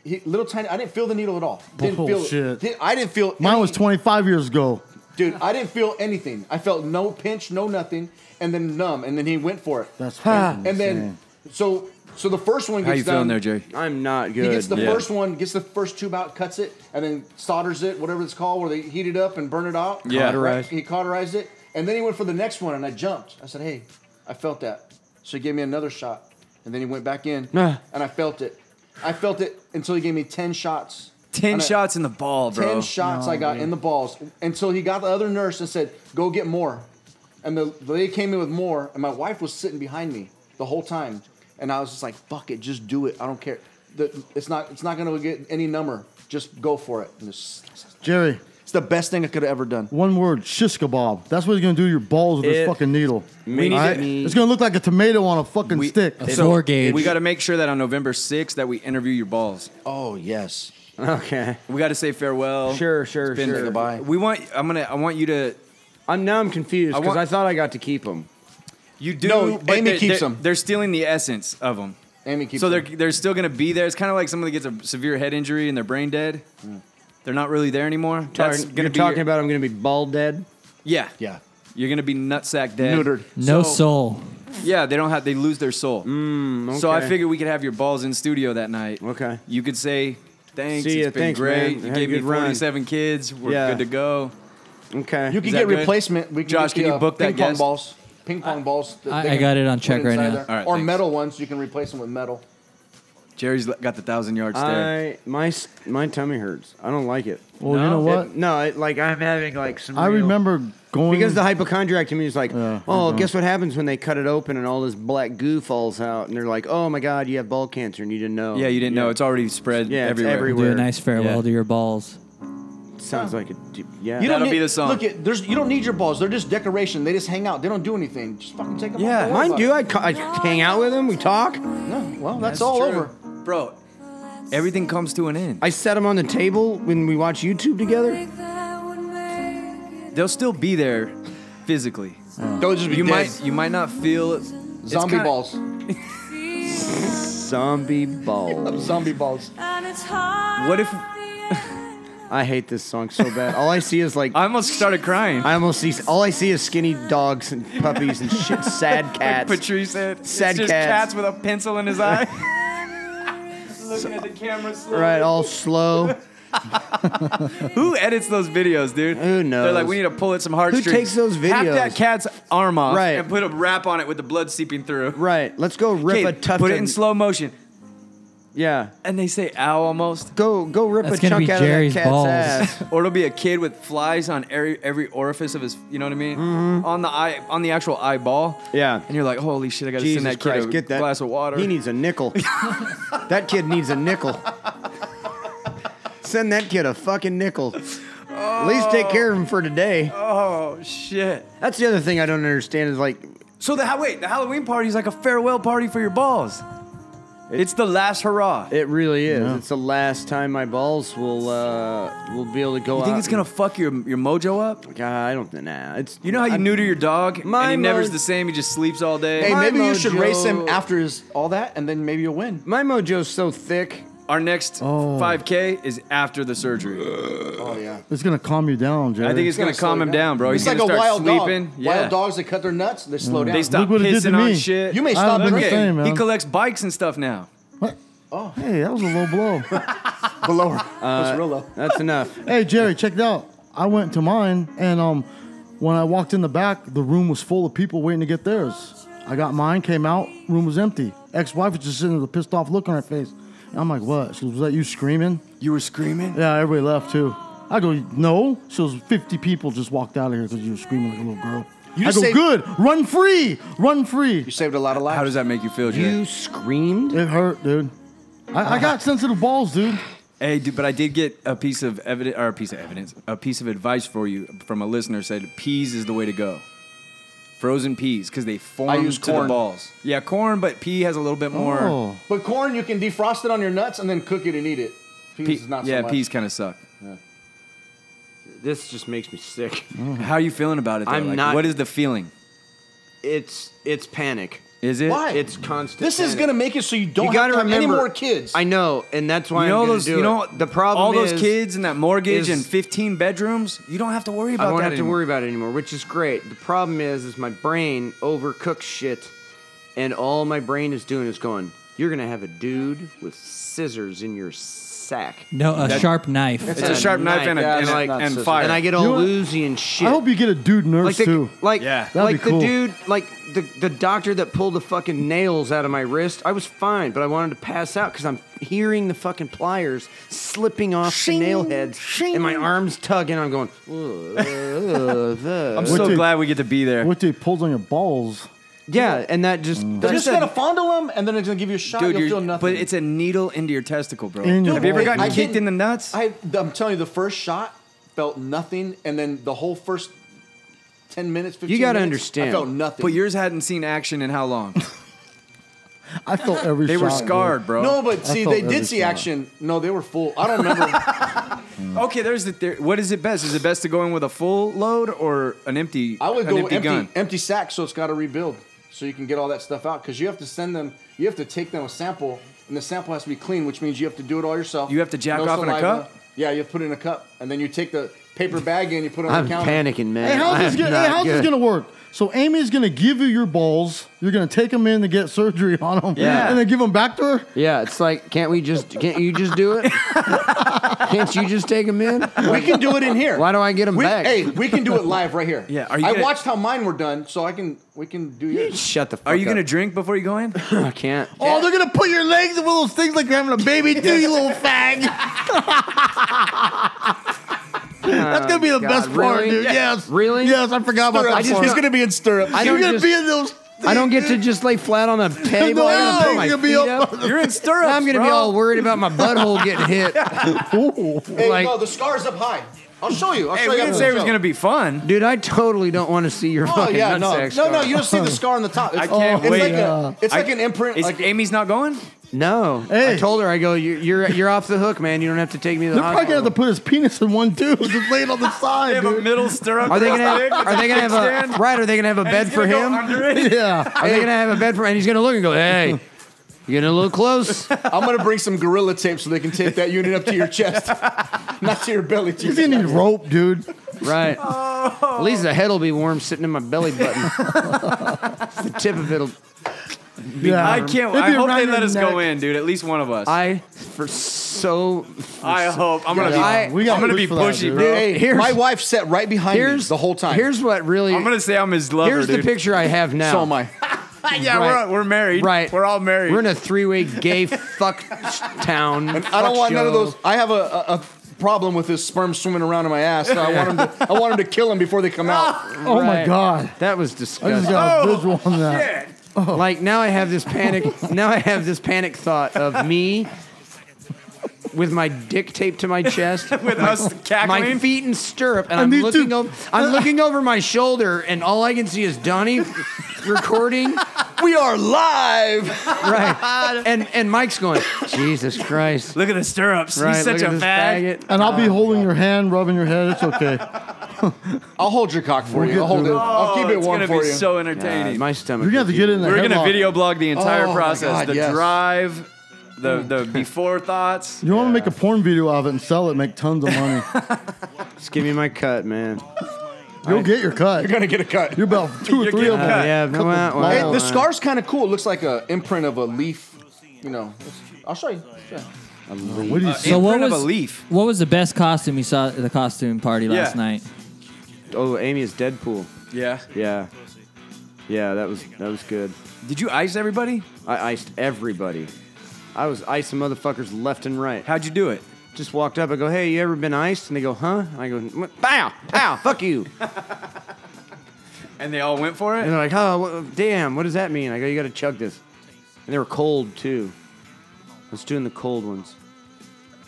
Speaker 7: he little tiny. I didn't feel the needle at all. Didn't feel
Speaker 4: Bullshit.
Speaker 7: it. Did- I didn't feel.
Speaker 4: Mine
Speaker 7: any-
Speaker 4: was 25 years ago.
Speaker 7: dude. I didn't feel anything. I felt no pinch, no nothing, and then numb. And then he went for it.
Speaker 4: That's fucking
Speaker 7: and then
Speaker 4: insane.
Speaker 7: so so the first one gets
Speaker 5: how you
Speaker 7: done.
Speaker 3: um,
Speaker 5: feeling there, Jerry?
Speaker 3: I'm not good.
Speaker 7: He gets the
Speaker 5: Yeah.
Speaker 7: first one, gets the first tube out, cuts it, and then solders it, whatever it's called, where they heat it up and burn it out.
Speaker 5: Yeah.
Speaker 3: Cauterize.
Speaker 7: He cauterized it, and then he went for the next one, and I jumped. I said, "Hey, I felt that." So he gave me another shot, and then he went back in,
Speaker 3: Ah.
Speaker 7: and I felt it. I felt it until he gave me ten shots.
Speaker 5: Ten
Speaker 7: And I-
Speaker 5: shots in the ball, bro.
Speaker 7: Ten shots I got in the balls until he got the other nurse and said, "Go get more." And the the lady came in with more, and my wife was sitting behind me the whole time, and I was just like, "Fuck it, just do it. I don't care. The, it's not it's not gonna get any number. Just go for it." And it's,
Speaker 4: Jerry,
Speaker 7: it's the best thing I could have ever done.
Speaker 4: one word, shish kebab. That's what he's gonna do to your balls with
Speaker 5: It-
Speaker 4: this fucking needle.
Speaker 5: We need
Speaker 4: All
Speaker 5: to-
Speaker 4: It's gonna look like a tomato on a fucking
Speaker 5: We-
Speaker 4: stick.
Speaker 6: A four gauge.
Speaker 5: We got to make sure that on November 6th that we interview your balls.
Speaker 7: Oh yes,
Speaker 3: <laughs> Okay.
Speaker 5: We got to say farewell.
Speaker 3: Sure, sure,
Speaker 5: It's been-
Speaker 3: sure.
Speaker 7: Goodbye.
Speaker 5: We want. I'm gonna. I want you to.
Speaker 3: I'm now I'm confused
Speaker 5: I
Speaker 3: because
Speaker 5: want-
Speaker 3: I, thought I got to keep them.
Speaker 5: You do.
Speaker 7: No,
Speaker 5: but
Speaker 7: Amy
Speaker 5: they're,
Speaker 7: keeps
Speaker 5: they're,
Speaker 7: 'em.
Speaker 5: They're stealing the essence of them.
Speaker 7: Amy keeps
Speaker 5: so they're
Speaker 7: them.
Speaker 5: they're still gonna be there. It's kind of like someone that gets a severe head injury and they're brain dead. They're not really there anymore. That's gonna
Speaker 3: You're
Speaker 5: be
Speaker 3: talking
Speaker 5: your-
Speaker 3: about I'm going to be bald dead.
Speaker 5: yeah
Speaker 7: yeah,
Speaker 5: You're gonna be nutsack dead.
Speaker 7: Neutered.
Speaker 6: No
Speaker 5: So-
Speaker 6: soul.
Speaker 5: Yeah, they don't have. They lose their soul. So I
Speaker 3: Mm, okay.
Speaker 5: figured we could have your balls in studio that night.
Speaker 3: Okay.
Speaker 5: You could say thanks.
Speaker 3: See ya,
Speaker 5: it's been
Speaker 3: thanks, man.
Speaker 5: great.
Speaker 3: Had
Speaker 5: You
Speaker 3: a
Speaker 5: gave me
Speaker 3: good run."
Speaker 5: 47 kids. We're
Speaker 3: Yeah.
Speaker 5: good to go.
Speaker 3: Okay.
Speaker 7: you can
Speaker 5: Is that
Speaker 7: get
Speaker 5: good?
Speaker 7: replacement. We can
Speaker 5: Josh,
Speaker 7: get
Speaker 5: can
Speaker 7: the,
Speaker 5: you
Speaker 7: uh,
Speaker 5: book that
Speaker 7: ping pong
Speaker 5: guest?
Speaker 7: balls? Ping pong balls. that
Speaker 6: I-
Speaker 7: they
Speaker 6: I
Speaker 7: can
Speaker 6: got it on
Speaker 7: put
Speaker 6: check right
Speaker 7: inside
Speaker 6: now.
Speaker 7: there.
Speaker 5: All right,
Speaker 7: or
Speaker 5: thanks.
Speaker 7: metal ones. You can replace them with metal.
Speaker 5: Jerry's l- got the thousand yard stare.
Speaker 3: I my s- my tummy hurts. I don't like it.
Speaker 4: well, you know what?
Speaker 3: It- no, it, like I'm having like some.
Speaker 4: I
Speaker 3: real-
Speaker 4: remember going
Speaker 3: because the hypochondriac to me is like,
Speaker 4: Yeah, I
Speaker 3: oh,
Speaker 4: know.
Speaker 3: guess what happens when they cut it open and all this black goo falls out and they're like, oh my god, you have ball cancer and you didn't know.
Speaker 5: Yeah, you didn't know. It's already spread
Speaker 3: Yeah, it's
Speaker 5: everywhere.
Speaker 3: everywhere.
Speaker 6: Do a
Speaker 3: Where-
Speaker 6: nice farewell
Speaker 5: yeah.
Speaker 6: to your balls.
Speaker 3: sounds like a d- yeah.
Speaker 7: You don't
Speaker 5: That'll
Speaker 7: need,
Speaker 5: be the song.
Speaker 7: Look, at, there's you don't need your balls. They're just decoration. They just hang out. They don't do anything. Just fucking take them.
Speaker 5: Yeah.
Speaker 7: off. Don't worry
Speaker 3: Mine
Speaker 7: about
Speaker 3: do.
Speaker 7: it.
Speaker 3: I, ca- I hang out with them. We talk.
Speaker 7: No, well, that's, all
Speaker 5: true.
Speaker 7: over.
Speaker 5: Bro, everything comes to an end.
Speaker 3: I set them on the table when we watch YouTube together.
Speaker 5: They'll still be there physically.
Speaker 7: They'll just be
Speaker 5: You
Speaker 7: dead.
Speaker 5: might you might not feel it. It's
Speaker 7: zombie
Speaker 5: kinda-
Speaker 7: balls.
Speaker 3: Zombie balls.
Speaker 7: Zombie balls.
Speaker 5: What if
Speaker 3: I hate this song so bad. All I see is like
Speaker 5: I almost started crying?
Speaker 3: I almost see all I see is skinny dogs and puppies and shit.
Speaker 4: <laughs>
Speaker 3: Sad cats.
Speaker 5: Patrice said,
Speaker 3: Sad
Speaker 5: it's just
Speaker 3: cats.
Speaker 5: cats with a pencil in his
Speaker 3: <laughs>
Speaker 5: eye. Looking at the camera slowly.
Speaker 3: Right, all slow.
Speaker 5: Who edits those videos, dude?
Speaker 3: Who knows?
Speaker 5: They're like, we need to pull at some heartstrings.
Speaker 3: takes those
Speaker 5: Half
Speaker 3: videos?
Speaker 5: that cat's arm off
Speaker 3: Right.
Speaker 5: and put a wrap on it with the blood seeping through.
Speaker 3: Right, let's go
Speaker 5: Okay,
Speaker 3: rip a tuft.
Speaker 5: put it
Speaker 3: of-
Speaker 5: in slow motion.
Speaker 3: Yeah,
Speaker 5: And they say ow almost.
Speaker 3: go go rip
Speaker 6: That's
Speaker 3: a
Speaker 6: gonna
Speaker 3: chunk
Speaker 6: be
Speaker 3: out
Speaker 6: Jerry's
Speaker 3: of that cat's
Speaker 6: balls.
Speaker 3: ass.
Speaker 5: <laughs> Or it'll be a kid with flies on every every orifice of his you know what I mean? On the eye on the actual eyeball.
Speaker 3: Mm-hmm. Yeah.
Speaker 5: And you're like, holy shit, I gotta
Speaker 3: Jesus
Speaker 5: send that
Speaker 3: Christ,
Speaker 5: kid a
Speaker 3: get that
Speaker 5: glass of water.
Speaker 3: He needs a <laughs> nickel. that kid needs a nickel. Send that kid a fucking nickel. At least take care of him for today.
Speaker 5: oh shit.
Speaker 3: That's the other thing I don't understand is like
Speaker 5: So the ha- wait, the Halloween party is like a farewell party for your balls. it's the last hurrah.
Speaker 3: it really is. It's the last time my balls will uh will be able to go
Speaker 5: you
Speaker 3: out.
Speaker 5: think it's gonna fuck your your mojo up?
Speaker 3: God, I don't think. Nah, it's
Speaker 5: You know how you neuter your dog and
Speaker 3: My
Speaker 5: he never's
Speaker 3: mo-
Speaker 5: the same. He just sleeps all day.
Speaker 7: Hey,
Speaker 3: My
Speaker 7: maybe you should
Speaker 3: mojo-
Speaker 7: race him after his all that, and then maybe you'll win.
Speaker 3: my mojo's so thick
Speaker 5: Our next
Speaker 4: Oh.
Speaker 5: 5K is after the surgery.
Speaker 7: Oh yeah.
Speaker 4: It's gonna calm you down, Jared.
Speaker 5: I think it's, gonna,
Speaker 7: slow
Speaker 5: calm
Speaker 7: you
Speaker 5: him down, bro.
Speaker 7: It's
Speaker 5: He's
Speaker 7: like
Speaker 5: gonna
Speaker 7: a
Speaker 5: start
Speaker 7: wild
Speaker 5: sleeping.
Speaker 7: dog.
Speaker 5: Yeah. Mm.
Speaker 7: Wild dogs that cut their nuts, they slow down.
Speaker 5: They stop
Speaker 4: what it did to
Speaker 5: pissing on
Speaker 4: me.
Speaker 5: shit.
Speaker 7: You may stop
Speaker 5: Look
Speaker 4: drinking.
Speaker 5: at-
Speaker 4: man.
Speaker 5: He collects bikes and stuff now.
Speaker 4: What? Hey, that was a low blow.
Speaker 7: below.
Speaker 5: uh,
Speaker 7: That's real low.
Speaker 3: That's enough.
Speaker 4: hey, Jerry, check it out. I went to mine, and um, when I walked in the back, the room was full of people waiting to get theirs. I got mine, came out, room was empty. Ex-wife was just sitting with a pissed off look on her face. And I'm like, what? She goes, was that you screaming?
Speaker 5: <laughs> You were screaming?
Speaker 4: Yeah, everybody left too. I go, no. She goes, 50 people just walked out of here because you were screaming like a little girl. I
Speaker 7: just
Speaker 4: go,
Speaker 7: saved-
Speaker 4: good, run free, run free.
Speaker 7: You saved a lot of lives.
Speaker 5: How does that make you feel, Jay?
Speaker 3: You screamed?
Speaker 4: It hurt, dude. I, I
Speaker 3: Ah.
Speaker 4: got sensitive balls, dude.
Speaker 5: Hey, dude, but I did get a piece of evidence, or a piece of evidence, a piece of advice for you from a listener. Said peas is the way to go. Frozen peas because they form
Speaker 7: use
Speaker 5: to the
Speaker 7: corn.
Speaker 5: balls. Yeah, corn, but pea has a little bit more.
Speaker 4: Oh.
Speaker 7: But corn, you can defrost it on your nuts and then cook it and eat it. Peas
Speaker 5: Pe-
Speaker 7: is not so
Speaker 5: yeah,
Speaker 7: much.
Speaker 5: peas kind of suck.
Speaker 3: This just makes me sick.
Speaker 5: How are you feeling about it? Though?
Speaker 3: I'm
Speaker 5: Like,
Speaker 3: not-
Speaker 5: What is the feeling?
Speaker 3: It's it's panic.
Speaker 5: Is it?
Speaker 7: Why?
Speaker 3: It's constant.
Speaker 7: This is
Speaker 3: panic.
Speaker 7: gonna make it so you don't
Speaker 3: You
Speaker 7: have
Speaker 3: gotta
Speaker 7: to have
Speaker 3: remember
Speaker 7: any more kids.
Speaker 3: I know, and that's why
Speaker 5: You know
Speaker 3: I'm gonna
Speaker 5: those.
Speaker 3: do
Speaker 5: You
Speaker 3: it.
Speaker 5: know
Speaker 3: the problem.
Speaker 5: All those
Speaker 3: is,
Speaker 5: kids and that mortgage
Speaker 3: is-
Speaker 5: and 15 bedrooms. You don't have to worry about
Speaker 3: I won't
Speaker 5: that
Speaker 3: have to
Speaker 5: anymore.
Speaker 3: worry about it anymore, which is great. The problem is, is my brain overcooks shit, and all my brain is doing is going. You're gonna have a dude with scissors in your sack,
Speaker 6: No, a sharp knife.
Speaker 5: It's a sharp knife, and, a,
Speaker 7: Yeah,
Speaker 5: and, a-
Speaker 7: like-
Speaker 5: and fire.
Speaker 3: and I get
Speaker 4: You
Speaker 3: all
Speaker 4: know what?
Speaker 3: woozy and shit.
Speaker 4: I hope you get a dude nurse
Speaker 3: like the,
Speaker 4: too.
Speaker 3: Like,
Speaker 5: Yeah.
Speaker 4: That'd
Speaker 3: like
Speaker 4: be cool.
Speaker 3: the dude, like the, the doctor that pulled the fucking nails out of my wrist. I was fine, but I wanted to pass out because I'm hearing the fucking pliers slipping off the nail heads and my arms tugging. I'm going, "Ugh, ugh,
Speaker 5: I'm
Speaker 3: ugh."
Speaker 5: so
Speaker 4: dude-
Speaker 5: glad we get to be there.
Speaker 4: What dude pulls on your balls?
Speaker 3: yeah, and that just,
Speaker 4: Mm.
Speaker 7: You're
Speaker 3: that
Speaker 7: just gonna fondle them and then it's gonna give you a shot.
Speaker 5: Dude,
Speaker 7: you'll
Speaker 5: you're-
Speaker 7: feel nothing.
Speaker 5: but it's a needle into your testicle, bro.
Speaker 4: In your
Speaker 5: Have you ever
Speaker 4: balls.
Speaker 5: gotten
Speaker 7: I
Speaker 5: kicked
Speaker 7: didn't-
Speaker 5: in the nuts?
Speaker 7: I, I'm telling you, the first shot felt nothing, and then the whole first ten minutes, fifteen.
Speaker 3: gotta
Speaker 7: minutes,
Speaker 3: understand.
Speaker 7: I felt nothing.
Speaker 5: But yours hadn't seen action in how long?
Speaker 4: I felt every
Speaker 5: They were
Speaker 4: shot, dude.
Speaker 5: scarred, bro.
Speaker 7: no, but
Speaker 4: I
Speaker 7: see,
Speaker 4: felt
Speaker 7: they
Speaker 4: every
Speaker 7: did see
Speaker 4: shot.
Speaker 7: action. No, they were full. I don't remember.
Speaker 5: Okay, there's the. There, what is it best? Is it best to go in with a full load or an empty?
Speaker 7: I
Speaker 5: <laughs>
Speaker 7: would
Speaker 5: an
Speaker 7: go
Speaker 5: empty,
Speaker 7: empty
Speaker 5: gun.
Speaker 7: empty, sack, so it's got to rebuild, so you can get all that stuff out. Because you have to send them, you have to take them a sample, and the sample has to be clean, which means you have to do it all yourself.
Speaker 5: You have to jack off in a cup?
Speaker 7: Yeah, you have to put it in a cup, and then you take the paper bag and you put it on
Speaker 3: I'm
Speaker 7: the counter.
Speaker 3: panicking, man.
Speaker 4: Hey, how's,
Speaker 3: I'm
Speaker 4: this, gonna,
Speaker 3: not
Speaker 4: hey, how's this
Speaker 3: good.
Speaker 4: gonna work? So Amy's gonna give you your balls. You're gonna take them in to get surgery <laughs> on them,
Speaker 5: Yeah.
Speaker 4: and then give them back to her.
Speaker 3: Yeah, it's like, can't we just, can't you just do
Speaker 4: <laughs>
Speaker 3: it? can't you just take them in?
Speaker 7: We can do it in here.
Speaker 3: Why do I get 'em
Speaker 7: We-
Speaker 3: back?
Speaker 7: Hey, we can do it live right here.
Speaker 5: Yeah, are you
Speaker 7: I
Speaker 5: gonna-
Speaker 7: watched how mine were done, so I can. We can do yours.
Speaker 3: Shut the fuck up.
Speaker 5: Are you gonna drink before you go in?
Speaker 3: I can't.
Speaker 4: Oh, they're gonna put your legs in one of those things like you're having a baby too, you <laughs> little fag. That's gonna be the
Speaker 3: Oh, God,
Speaker 4: best part,
Speaker 3: really?
Speaker 4: dude.
Speaker 3: Yeah.
Speaker 4: Yes,
Speaker 3: Really?
Speaker 4: Yes, I forgot about
Speaker 3: I
Speaker 4: that
Speaker 3: just
Speaker 4: part.
Speaker 3: got-
Speaker 4: gonna be in stirrups.
Speaker 3: I
Speaker 4: You're
Speaker 3: don't
Speaker 4: gonna
Speaker 3: just-
Speaker 4: be in those. Things,
Speaker 3: I don't get to
Speaker 4: dude.
Speaker 3: just lay flat on a
Speaker 4: <laughs>
Speaker 3: table.
Speaker 4: No,
Speaker 3: I gotta put my
Speaker 4: you're gonna be
Speaker 3: feet
Speaker 4: up
Speaker 3: up.
Speaker 4: on
Speaker 5: You're in stirrups.
Speaker 3: I'm gonna be
Speaker 5: bro.
Speaker 3: all worried about my butthole
Speaker 4: <laughs>
Speaker 3: getting hit.
Speaker 7: Hey,
Speaker 3: like,
Speaker 7: no, the scar's up high. I'll show you. I'll
Speaker 5: Hey,
Speaker 7: show
Speaker 5: we
Speaker 7: you.
Speaker 5: didn't
Speaker 7: after
Speaker 5: say
Speaker 7: the
Speaker 5: it was
Speaker 7: show.
Speaker 5: gonna be fun.
Speaker 3: dude, I totally don't want to see your
Speaker 7: Oh
Speaker 3: fucking
Speaker 7: yeah, no,
Speaker 3: nutsack
Speaker 7: no, no.
Speaker 3: scar.
Speaker 7: You don't see the scar on the top.
Speaker 5: I can't
Speaker 7: it's
Speaker 5: wait.
Speaker 7: Like
Speaker 4: Yeah.
Speaker 7: a, it's like
Speaker 5: I-
Speaker 7: an imprint.
Speaker 5: Is
Speaker 7: like,
Speaker 5: Amy's not going?
Speaker 3: No. I
Speaker 4: Hey.
Speaker 3: told her, I go, you're, you're you're off the hook, man. You don't have to take me to the
Speaker 4: They're probably gonna
Speaker 3: hospital.
Speaker 4: have to put his penis in one too, just lay it
Speaker 3: <laughs>
Speaker 4: on the
Speaker 5: They
Speaker 4: side,
Speaker 5: have a
Speaker 4: dude.
Speaker 5: middle stirrup.
Speaker 3: are they gonna have, are they gonna have a right? Are they gonna have a bed for him? <laughs>
Speaker 4: Yeah.
Speaker 3: Are they gonna have a bed for? And he's gonna look and go, hey, you're getting a
Speaker 5: <laughs>
Speaker 3: little close.
Speaker 7: I'm gonna bring some gorilla tape so they can tape that unit up to your chest, <laughs> not to your belly. To
Speaker 4: He's
Speaker 7: your
Speaker 4: gonna need rope, dude.
Speaker 3: Right.
Speaker 5: Oh.
Speaker 3: At least the head'll be warm sitting in my
Speaker 5: <laughs>
Speaker 3: belly button. the tip of it'll.
Speaker 4: Yeah.
Speaker 5: I can't.
Speaker 4: It'd
Speaker 5: I
Speaker 4: be
Speaker 5: hope
Speaker 4: around
Speaker 5: they
Speaker 4: your
Speaker 5: let us go
Speaker 4: neck.
Speaker 5: in, dude. At least one of us. I,
Speaker 3: I for so.
Speaker 5: hope. I'm gonna
Speaker 3: Yeah.
Speaker 5: be.
Speaker 3: I-
Speaker 4: We gotta
Speaker 5: I'm gonna
Speaker 4: push
Speaker 5: be
Speaker 4: for that,
Speaker 5: pushy,
Speaker 4: dude.
Speaker 5: bro.
Speaker 7: Hey,
Speaker 3: Here's-
Speaker 7: my wife sat right behind me
Speaker 3: Here's
Speaker 7: the whole time.
Speaker 3: Here's what really.
Speaker 5: I'm gonna say I'm his lover,
Speaker 3: here's the
Speaker 5: dude.
Speaker 3: picture I have now.
Speaker 7: so am I.
Speaker 5: Yeah,
Speaker 3: Right.
Speaker 5: we're, we're married.
Speaker 3: Right.
Speaker 5: We're all married.
Speaker 3: We're in a
Speaker 7: <laughs>
Speaker 3: three-way gay fuck town.
Speaker 7: And I don't want none of those. I have a, a, a problem with this sperm swimming around in my ass. So I want them to. I want 'em to kill him before they come
Speaker 3: <laughs>
Speaker 7: out.
Speaker 4: Oh my god.
Speaker 3: That was
Speaker 4: I just
Speaker 3: disgusting.
Speaker 4: got
Speaker 5: Oh!
Speaker 4: a visual on that.
Speaker 3: Like now I have this panic. now I have this panic thought of me with my dick taped to my chest.
Speaker 5: With us cackling.
Speaker 3: My feet in stirrup, and,
Speaker 4: And
Speaker 3: I'm
Speaker 4: these
Speaker 3: looking
Speaker 4: two-
Speaker 3: over. I'm looking over my shoulder, and all I can see is Donnie recording.
Speaker 7: We are live.
Speaker 3: Right, and and Mike's going, Jesus Christ!
Speaker 5: Look at the stirrups.
Speaker 3: Right,
Speaker 5: He's such
Speaker 3: look
Speaker 5: a
Speaker 3: at
Speaker 5: fag.
Speaker 3: this faggot.
Speaker 4: And I'll be holding your hand, rubbing your head. It's okay.
Speaker 7: <laughs> I'll hold your cock for
Speaker 4: We'll
Speaker 7: you.
Speaker 4: get
Speaker 7: I'll hold it.
Speaker 4: through it.
Speaker 7: I'll keep it
Speaker 5: Oh, it's
Speaker 7: warm
Speaker 5: gonna
Speaker 7: for
Speaker 5: be
Speaker 7: you.
Speaker 5: so
Speaker 3: God,
Speaker 5: entertaining.
Speaker 3: my stomach.
Speaker 4: You're gonna have to
Speaker 3: is
Speaker 4: get in
Speaker 3: eating.
Speaker 4: the
Speaker 5: We're gonna
Speaker 4: headlock.
Speaker 5: video blog the entire
Speaker 7: Oh, my
Speaker 5: process,
Speaker 7: God,
Speaker 5: the
Speaker 7: yes.
Speaker 5: drive the the before thoughts.
Speaker 4: You want to make a porn video of it and sell it, make tons of
Speaker 5: <laughs>
Speaker 4: money.
Speaker 3: Just give me my cut, man.
Speaker 4: You'll get your cut.
Speaker 1: You're gonna get a cut.
Speaker 4: You're
Speaker 5: <laughs>
Speaker 4: about two or
Speaker 5: You're
Speaker 4: three
Speaker 5: getting
Speaker 4: of
Speaker 5: a
Speaker 4: them.
Speaker 5: cut.
Speaker 3: Oh, yeah,
Speaker 4: Couple
Speaker 3: well,
Speaker 4: miles.
Speaker 7: Hey,
Speaker 3: well,
Speaker 7: the
Speaker 3: uh,
Speaker 7: scar's kind of cool. It looks like an imprint of a leaf. You know, I'll show you. Yeah.
Speaker 4: What do you
Speaker 6: So what
Speaker 5: Imprint of
Speaker 6: was-
Speaker 5: a leaf?
Speaker 6: What was the best costume you saw at the costume party last
Speaker 5: Yeah.
Speaker 6: night?
Speaker 3: Oh, Amy is Deadpool.
Speaker 5: Yeah.
Speaker 3: Yeah, yeah, that was that was good.
Speaker 5: Did you ice everybody?
Speaker 3: I iced everybody. I was icing motherfuckers left and right.
Speaker 5: How'd you do it?
Speaker 3: Just walked up. I go, hey, you ever been iced? And they go, huh? And I go, "Mm, pow, pow, fuck you. <laughs>
Speaker 5: And they all went for
Speaker 3: And
Speaker 5: it.
Speaker 3: they're like, oh, wha- damn, what does that mean? I go, you gotta chug this. And they were cold too. I was doing the cold ones.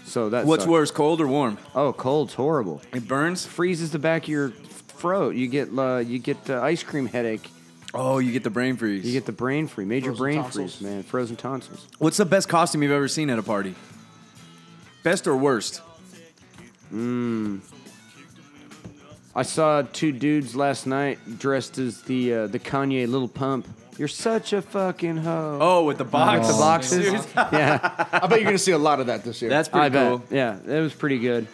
Speaker 3: So that's
Speaker 5: What's worse, cold or warm?
Speaker 3: Oh, cold's horrible.
Speaker 5: It burns.
Speaker 3: Freezes the back of your throat. You get uh, you get uh, ice cream headache.
Speaker 5: Oh, you get the brain freeze.
Speaker 3: You get the brain freeze, major
Speaker 7: Frozen
Speaker 3: brain
Speaker 7: tonsils.
Speaker 3: freeze, man. Frozen tonsils.
Speaker 5: What's the best costume you've ever seen at a party? Best or worst?
Speaker 3: I saw two dudes last night dressed as the uh, the Kanye Little Pump. You're such a fucking hoe.
Speaker 5: Oh, with the box.
Speaker 3: With the boxes.
Speaker 5: Dude,
Speaker 3: yeah,
Speaker 7: I bet you're gonna see a lot of that this year.
Speaker 5: That's pretty
Speaker 3: I bet.
Speaker 5: cool.
Speaker 3: Yeah, it was pretty good.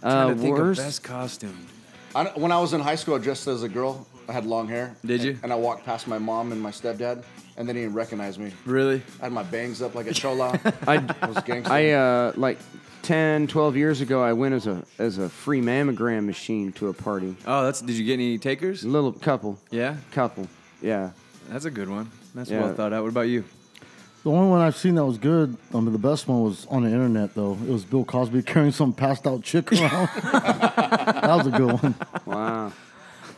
Speaker 5: Trying
Speaker 3: Uh,
Speaker 5: to think of
Speaker 3: worst.
Speaker 5: best costume.
Speaker 7: I, when I was in high school, I dressed as a girl. I had long hair.
Speaker 5: Did you?
Speaker 7: And, and I walked past my mom and my stepdad, and they didn't recognize me.
Speaker 5: Really?
Speaker 7: I had my bangs up like a chola.
Speaker 5: <laughs>
Speaker 3: I
Speaker 7: I was gangster.
Speaker 3: I uh, like 10, 12 years ago. I went as a as a free mammogram machine to a party.
Speaker 5: Oh, that's. Did you get any takers?
Speaker 3: Little couple,
Speaker 5: Yeah,
Speaker 3: couple. Yeah,
Speaker 5: that's a good one. That's
Speaker 3: Yeah.
Speaker 5: well thought out. What about you?
Speaker 4: The only one I've seen that was good, I mean, the best one was on the internet, though. It was Bill Cosby <laughs> carrying some passed out chick
Speaker 5: <laughs>
Speaker 4: around. that was a good one.
Speaker 3: wow.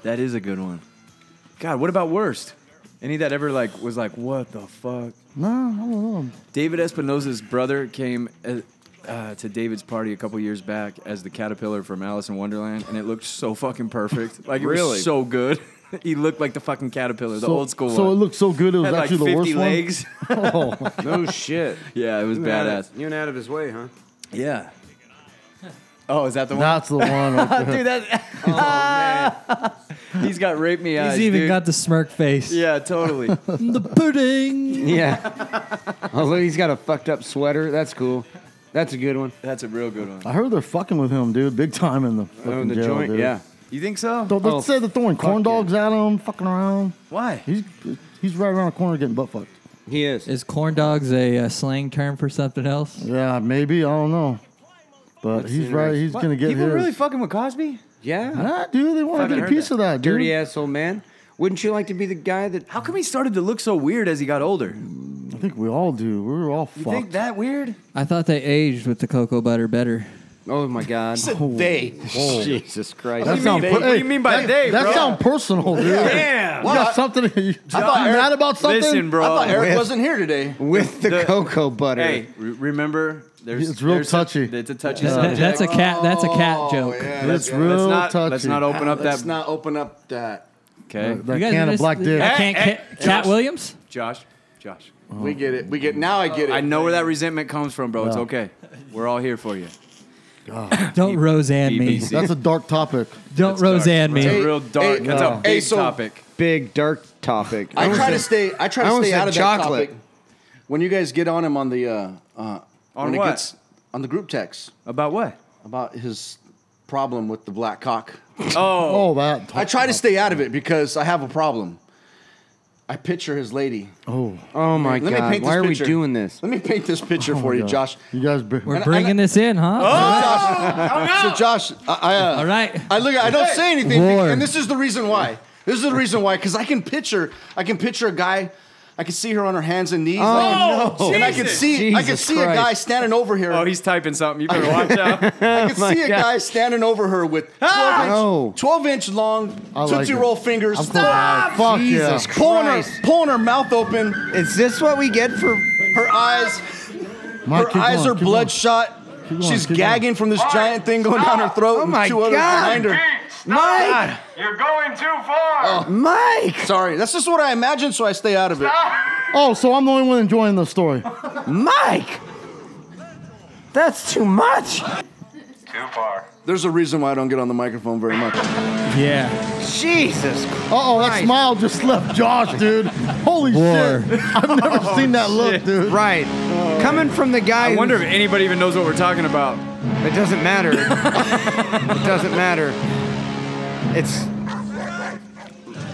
Speaker 5: That is a good one. God, what about worst? Any that ever like was like, what the fuck?
Speaker 4: No, I don't know.
Speaker 5: David Espinosa's brother came uh, uh, to David's party a couple years back as the caterpillar from Alice in Wonderland, and it looked so fucking perfect. Like it
Speaker 3: Really?
Speaker 5: was so good. <laughs> he looked like the fucking caterpillar, the
Speaker 4: so,
Speaker 5: old school
Speaker 4: So
Speaker 5: one.
Speaker 4: it looked so good, it was
Speaker 5: Had like
Speaker 4: actually
Speaker 5: 50
Speaker 4: the worst
Speaker 5: legs. <laughs>
Speaker 4: one. Oh,
Speaker 3: No <laughs> shit.
Speaker 5: yeah, it was
Speaker 3: You went out of-
Speaker 5: badass.
Speaker 3: You went out of his way, huh?
Speaker 5: Yeah. Oh, is that the one?
Speaker 4: that's the one.
Speaker 5: <laughs>
Speaker 4: Right there. <laughs>
Speaker 5: Dude, that
Speaker 4: Oh,
Speaker 5: <laughs> he's got rape me eyes.
Speaker 6: He's even
Speaker 5: dude.
Speaker 6: got the smirk face.
Speaker 4: <laughs>
Speaker 5: Yeah, totally.
Speaker 6: The pudding.
Speaker 3: Yeah. <laughs> Although he's got a fucked up sweater. That's cool. That's a good one.
Speaker 5: That's a real good one.
Speaker 4: I heard they're fucking with him, dude, big time in the fucking
Speaker 3: Oh, the
Speaker 4: jail,
Speaker 3: joint.
Speaker 4: dude.
Speaker 3: Yeah.
Speaker 5: You think so?
Speaker 4: So let's
Speaker 3: Oh,
Speaker 4: say they're throwing corn
Speaker 3: fuck
Speaker 4: dogs
Speaker 3: yeah.
Speaker 4: at him, fucking around.
Speaker 5: Why?
Speaker 4: He's he's right around the corner getting butt fucked.
Speaker 3: He is.
Speaker 6: Is corn dogs a uh, slang term for something else?
Speaker 4: Yeah, maybe I don't know, but he's right. He's
Speaker 5: What?
Speaker 4: gonna get
Speaker 5: People
Speaker 4: his.
Speaker 5: really fucking with Cosby?
Speaker 3: yeah.
Speaker 4: Nah, dude, they want to
Speaker 5: Fucking
Speaker 4: get a
Speaker 5: heard
Speaker 4: piece
Speaker 5: that.
Speaker 4: of that, dude.
Speaker 3: Dirty ass old man. Wouldn't you like to be the guy that?
Speaker 5: How come he started to look so weird as he got older?
Speaker 4: I think we all do. We're all
Speaker 5: You
Speaker 4: fucked.
Speaker 5: think that weird?
Speaker 6: I thought they aged with the cocoa butter better.
Speaker 3: Oh my God.
Speaker 1: They.
Speaker 3: Jesus Christ.
Speaker 4: That sound per-
Speaker 5: what do you mean by
Speaker 4: that,
Speaker 5: they,
Speaker 4: That
Speaker 5: bro?
Speaker 4: sound personal, dude.
Speaker 5: Damn.
Speaker 4: You got something? You
Speaker 7: thought
Speaker 4: mad about something?
Speaker 5: Listen, bro.
Speaker 7: I thought Oh, Eric
Speaker 3: With-
Speaker 7: wasn't here today.
Speaker 3: with the,
Speaker 5: The-
Speaker 3: cocoa butter.
Speaker 5: Hey, re- remember, there's
Speaker 4: It's real
Speaker 5: there's a-
Speaker 4: touchy.
Speaker 5: it's a Oh, touchy
Speaker 6: That- <laughs>
Speaker 5: subject.
Speaker 6: that's a cat. That's a cat joke.
Speaker 4: It's
Speaker 7: Oh, yeah.
Speaker 4: real
Speaker 5: let's not
Speaker 4: touchy.
Speaker 5: let's not open up
Speaker 7: Let's
Speaker 5: that.
Speaker 7: not open up that.
Speaker 5: okay,
Speaker 4: that can of black dick.
Speaker 6: I
Speaker 5: Hey,
Speaker 6: can't.
Speaker 5: hey,
Speaker 6: Cat, Cat
Speaker 5: Josh.
Speaker 6: Williams.
Speaker 5: Josh, Josh.
Speaker 7: We get it. We get. Now I get it.
Speaker 5: I know where that resentment comes from, bro. It's
Speaker 4: Yeah.
Speaker 5: okay. We're all here for you.
Speaker 6: Don't Roseanne me.
Speaker 5: BBC.
Speaker 4: That's a dark topic.
Speaker 6: Don't Roseanne
Speaker 5: That's
Speaker 6: me.
Speaker 5: a real dark.
Speaker 7: Hey,
Speaker 5: that's
Speaker 7: no.
Speaker 5: a big
Speaker 7: Hey, so-
Speaker 5: topic.
Speaker 3: Big dark topic.
Speaker 7: I
Speaker 3: was
Speaker 7: try to
Speaker 3: like,
Speaker 7: stay. I try
Speaker 3: I
Speaker 7: to
Speaker 3: almost
Speaker 7: stay
Speaker 3: said
Speaker 7: out of
Speaker 3: chocolate.
Speaker 7: that topic. When you guys get on him on the uh, uh,
Speaker 5: On
Speaker 7: when it
Speaker 5: what?
Speaker 7: gets on the group text
Speaker 5: About what?
Speaker 7: about his problem with the black cock.
Speaker 5: Oh,
Speaker 4: Oh, that.
Speaker 7: I try to stay out of it because I have a problem. I picture his lady.
Speaker 4: Oh,
Speaker 3: Oh my
Speaker 7: Let me
Speaker 3: God.
Speaker 7: paint this
Speaker 3: Why are we
Speaker 7: picture.
Speaker 3: doing this? Oh
Speaker 7: Let me paint this picture
Speaker 4: my
Speaker 7: for you,
Speaker 4: God.
Speaker 7: Josh.
Speaker 4: You guys, be-
Speaker 6: We're
Speaker 7: I-
Speaker 6: bringing this in,
Speaker 5: Oh.
Speaker 6: huh?
Speaker 7: So, Josh, I, I, uh,
Speaker 6: All right.
Speaker 7: I look. I don't say anything,
Speaker 6: Roar.
Speaker 7: and this is the reason why. This is the reason why, because I can picture. I can picture a guy. I can see her on her hands and knees.
Speaker 3: Oh,
Speaker 7: and I can
Speaker 5: Jesus.
Speaker 7: see. I can
Speaker 3: Jesus
Speaker 7: see a guy
Speaker 3: Christ.
Speaker 7: standing over here.
Speaker 5: oh, he's typing something. You <laughs> better watch out.
Speaker 7: I can see a guy standing over her with 12, inch,
Speaker 3: No.
Speaker 7: 12 inch long
Speaker 4: I like
Speaker 7: tootsie
Speaker 4: it.
Speaker 7: roll fingers.
Speaker 4: I'm fucking- Fuck
Speaker 3: Jesus
Speaker 4: yeah.
Speaker 7: Pulling her,
Speaker 3: Christ.
Speaker 7: pulling her mouth open.
Speaker 3: Is this what we get for?
Speaker 7: Her eyes,
Speaker 4: Mike,
Speaker 7: her
Speaker 4: keep
Speaker 7: eyes
Speaker 4: going,
Speaker 7: are
Speaker 4: keep
Speaker 7: bloodshot.
Speaker 4: Keep going,
Speaker 7: She's
Speaker 4: keep
Speaker 7: gagging from this giant thing going down her throat.
Speaker 3: Oh
Speaker 7: and
Speaker 3: my
Speaker 7: two others
Speaker 3: God.
Speaker 7: behind her.
Speaker 3: Mike. Oh,
Speaker 8: You're going too far.
Speaker 3: Mike.
Speaker 7: Sorry, that's just what I imagine, so I stay out of it.
Speaker 4: going. Oh, so I'm the only one enjoying this story.
Speaker 3: Mike. That's too much.
Speaker 8: Too far.
Speaker 7: There's a reason why I don't get on the microphone very much.
Speaker 6: Yeah.
Speaker 3: Jesus.
Speaker 4: Uh oh, that
Speaker 3: Christ.
Speaker 4: smile just left Josh, dude. Holy
Speaker 6: War.
Speaker 4: shit. I've never
Speaker 5: Oh,
Speaker 4: seen that look, dude.
Speaker 3: Right. Coming from the guy.
Speaker 5: I wonder if
Speaker 3: who's-
Speaker 5: anybody even knows what we're talking about.
Speaker 3: It
Speaker 7: <laughs>
Speaker 3: doesn't matter. it doesn't matter. It's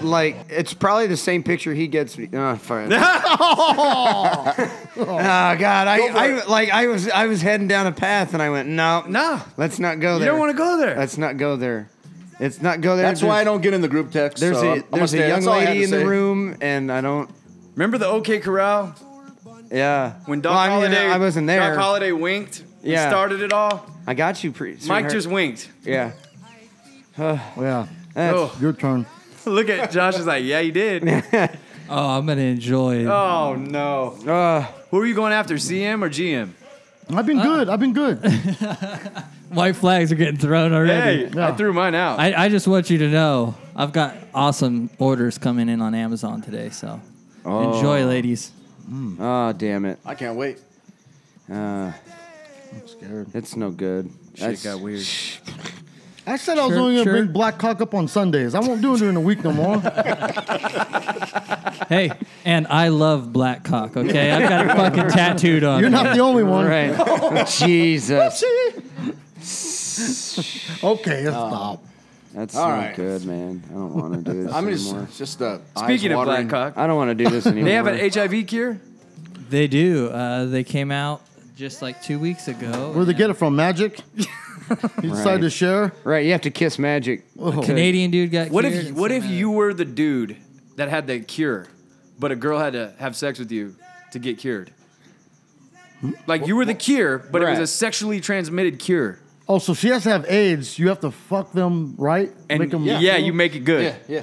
Speaker 3: like it's probably the same picture he gets. me- Oh,
Speaker 7: <laughs>
Speaker 3: fine. <laughs> oh God! I, I like I was I was heading down a path and I went no
Speaker 5: Nah.
Speaker 3: let's not go
Speaker 5: You
Speaker 3: there.
Speaker 5: don't want to go there.
Speaker 3: Let's not go there. It's not go there.
Speaker 7: That's why I don't get in the group text.
Speaker 3: There's
Speaker 7: so I'm-
Speaker 3: a
Speaker 7: I'm gonna
Speaker 3: there's
Speaker 7: stay.
Speaker 3: a young
Speaker 7: That's all I had
Speaker 3: lady
Speaker 7: to
Speaker 3: in the
Speaker 7: say.
Speaker 3: room and I don't
Speaker 5: Remember the OK Corral
Speaker 3: yeah.
Speaker 5: when Doc
Speaker 3: Well, I mean,
Speaker 5: Holiday?
Speaker 3: I wasn't there.
Speaker 5: Doc Holiday winked. and
Speaker 3: Yeah.
Speaker 5: Started it all.
Speaker 3: I got you, pre-
Speaker 5: Mike
Speaker 3: sweetheart.
Speaker 5: just winked.
Speaker 3: yeah.
Speaker 4: Yeah,
Speaker 3: That's-
Speaker 5: Oh, <laughs>
Speaker 4: your turn.
Speaker 5: look at Josh is like, yeah, he did.
Speaker 6: Oh, I'm gonna enjoy it.
Speaker 5: Oh no.
Speaker 3: Uh,
Speaker 5: Who are you going after, CM or GM?
Speaker 4: I've
Speaker 5: Uh.
Speaker 4: been good. I've been good.
Speaker 6: White flags are getting thrown already.
Speaker 5: Hey, I threw mine out.
Speaker 6: I, I just want you to know I've got awesome orders coming in on Amazon today, so enjoy, ladies.
Speaker 3: Oh, damn it.
Speaker 7: I can't wait.
Speaker 3: It's no good. That's-
Speaker 5: got weird.
Speaker 4: I said I was
Speaker 6: Sure,
Speaker 4: only going to
Speaker 6: sure.
Speaker 4: bring black cock up on Sundays. I won't do it during the week no
Speaker 5: <laughs>
Speaker 4: more.
Speaker 6: Hey, and I love black cock, okay?
Speaker 4: <laughs>
Speaker 6: I've got it fucking tattooed on.
Speaker 4: You're
Speaker 6: me.
Speaker 4: not the only one.
Speaker 3: Right. <laughs> Jesus.
Speaker 4: <laughs> Okay, let's
Speaker 5: Oh.
Speaker 4: stop.
Speaker 3: That's
Speaker 7: All
Speaker 3: not
Speaker 7: right.
Speaker 3: good, man. I don't want to do this
Speaker 7: <laughs> I'm
Speaker 3: anymore.
Speaker 7: just just uh,
Speaker 5: Speaking of
Speaker 7: watering.
Speaker 5: black cock,
Speaker 3: I don't want to do this
Speaker 5: <laughs>
Speaker 3: anymore.
Speaker 5: they have an HIV cure.
Speaker 6: They do. Uh, they came out just like two weeks ago.
Speaker 4: Where'd they get it from? Magic? <laughs> He decided to share?
Speaker 3: Right, you have to
Speaker 5: <laughs>
Speaker 3: kiss magic.
Speaker 4: Oh.
Speaker 6: Canadian dude got
Speaker 5: What
Speaker 6: cured
Speaker 5: if
Speaker 6: and
Speaker 5: what
Speaker 6: some
Speaker 5: if
Speaker 6: other-
Speaker 5: you were the dude that had the cure, but a girl had to have sex with you to get cured? Like you were the cure, but it was
Speaker 3: Right.
Speaker 5: a sexually transmitted cure.
Speaker 4: Oh, so she has to have AIDS. You have to fuck them, right?
Speaker 5: And
Speaker 4: Make 'em-
Speaker 5: yeah, you make it good.
Speaker 7: Yeah, yeah.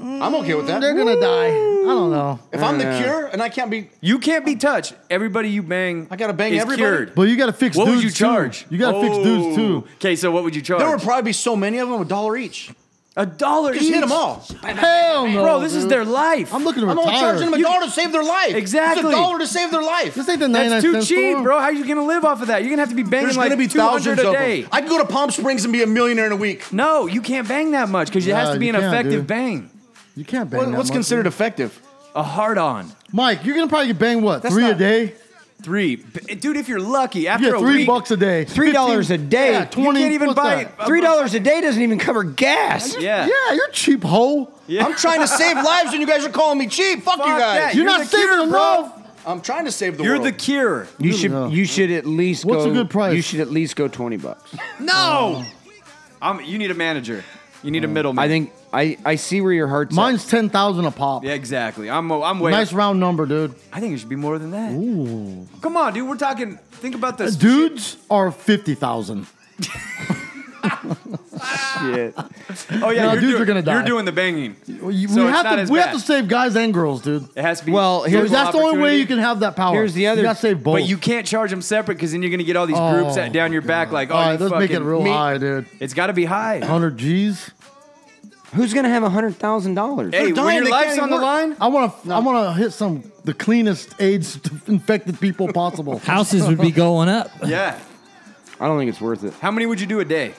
Speaker 7: I'm okay with that.
Speaker 4: They're going to die. I don't know.
Speaker 7: If I'm the
Speaker 3: Yeah.
Speaker 7: cure and I can't be,
Speaker 5: You can't be touched. Everybody you bang,
Speaker 7: I gotta bang
Speaker 5: is
Speaker 7: everybody?
Speaker 5: Cured.
Speaker 4: But you got to fix
Speaker 5: What
Speaker 4: dudes.
Speaker 5: would you
Speaker 4: too.
Speaker 5: charge? Oh.
Speaker 4: You got to fix dudes too.
Speaker 5: Okay, so what would you charge?
Speaker 7: there would probably be so many of them, a dollar each.
Speaker 5: a dollar
Speaker 7: Just
Speaker 5: each.
Speaker 7: hit them all.
Speaker 4: Hell no.
Speaker 5: Bro, this is their life.
Speaker 4: I'm looking to
Speaker 7: I'm only
Speaker 4: retire.
Speaker 7: charging them a dollar to save their life.
Speaker 5: Exactly.
Speaker 7: It's a dollar to save their life.
Speaker 4: This ain't the 99
Speaker 5: That's too
Speaker 4: cent
Speaker 5: cheap,
Speaker 4: store.
Speaker 5: bro. How you gonna live off of that? You're gonna have to be banging
Speaker 7: There's
Speaker 5: like
Speaker 7: gonna be
Speaker 5: 200
Speaker 7: thousands
Speaker 5: a
Speaker 7: of
Speaker 5: day.
Speaker 7: them. I can go to Palm Springs and be a millionaire in a week.
Speaker 5: No, you can't bang that much because it has
Speaker 4: Yeah,
Speaker 5: to be
Speaker 4: you
Speaker 5: an
Speaker 4: can't,
Speaker 5: effective
Speaker 4: dude.
Speaker 5: bang.
Speaker 4: You can't bang
Speaker 7: What-
Speaker 4: that
Speaker 7: what's
Speaker 4: much,
Speaker 7: considered
Speaker 4: dude.
Speaker 7: effective?
Speaker 5: A hard on.
Speaker 4: Mike, you're going to probably get banged, what,
Speaker 7: That's
Speaker 4: three a
Speaker 7: not-
Speaker 4: day?
Speaker 5: Three. B- Dude, if you're lucky, after
Speaker 4: Yeah,
Speaker 5: a
Speaker 4: three
Speaker 5: week,
Speaker 4: bucks a day.
Speaker 3: Three dollars a day.
Speaker 4: Yeah,
Speaker 5: you
Speaker 4: twenty.
Speaker 5: can't even
Speaker 4: what's
Speaker 5: buy
Speaker 4: that?
Speaker 5: a-
Speaker 3: Three dollars a day doesn't even cover gas.
Speaker 5: Yeah.
Speaker 4: Yeah, you're cheap hoe.
Speaker 7: I'm trying to save lives, and you guys are calling me cheap. Fuck, you
Speaker 5: Fuck
Speaker 7: guys.
Speaker 5: that.
Speaker 4: You're,
Speaker 5: You're
Speaker 4: not
Speaker 5: the
Speaker 4: saving
Speaker 5: cure,
Speaker 4: enough.
Speaker 7: I'm trying to save the
Speaker 5: You're
Speaker 7: world.
Speaker 5: the cure.
Speaker 3: You should
Speaker 4: Yeah.
Speaker 3: you should at least
Speaker 4: What's a
Speaker 3: go
Speaker 4: good price?
Speaker 3: You should at least go 20 bucks.
Speaker 5: No. I'm, you need a manager. You need a
Speaker 4: Oh.
Speaker 5: middleman.
Speaker 3: I think I I see where your heart's at.
Speaker 4: Mine's ten thousand a pop.
Speaker 5: Yeah, exactly. I'm. I'm way.
Speaker 4: nice round number, dude.
Speaker 5: I think it should be more than that. Ooh. Come on, dude. We're talking. Think about this.
Speaker 4: Dudes are fifty thousand.
Speaker 3: shit.
Speaker 5: Oh yeah,
Speaker 4: No,
Speaker 5: you're
Speaker 4: dudes
Speaker 5: doing,
Speaker 4: are gonna die.
Speaker 5: You're doing the banging.
Speaker 4: We,
Speaker 5: So it's
Speaker 4: have
Speaker 5: not
Speaker 4: to
Speaker 5: as
Speaker 4: we
Speaker 5: bad.
Speaker 4: have to save guys and girls, dude.
Speaker 5: It has to be.
Speaker 3: Well, here's-
Speaker 5: equal
Speaker 4: That's the only way
Speaker 5: opportunity.
Speaker 4: you can have that power.
Speaker 3: Here's the other-
Speaker 4: You gotta save both.
Speaker 5: But you can't charge them separate because then you're gonna get all these groups
Speaker 4: Oh,
Speaker 5: at, down your back. Like, oh,
Speaker 4: All right,
Speaker 5: you
Speaker 4: let's make it
Speaker 5: fucking
Speaker 4: real
Speaker 5: meat.
Speaker 4: high, Oh. dude.
Speaker 5: It's got to be high.
Speaker 4: Hundred G's.
Speaker 3: Who's gonna have hundred thousand dollars?
Speaker 5: hey,
Speaker 7: dying,
Speaker 5: when your
Speaker 7: they
Speaker 5: life's
Speaker 7: can't
Speaker 5: on the
Speaker 7: work.
Speaker 5: line,
Speaker 4: I want to. I want to hit some the cleanest AIDS <laughs> infected people
Speaker 3: <laughs>
Speaker 4: possible.
Speaker 6: Houses would be
Speaker 4: <laughs>
Speaker 6: going up.
Speaker 5: yeah.
Speaker 3: I don't think it's worth it.
Speaker 5: How many would you do a day,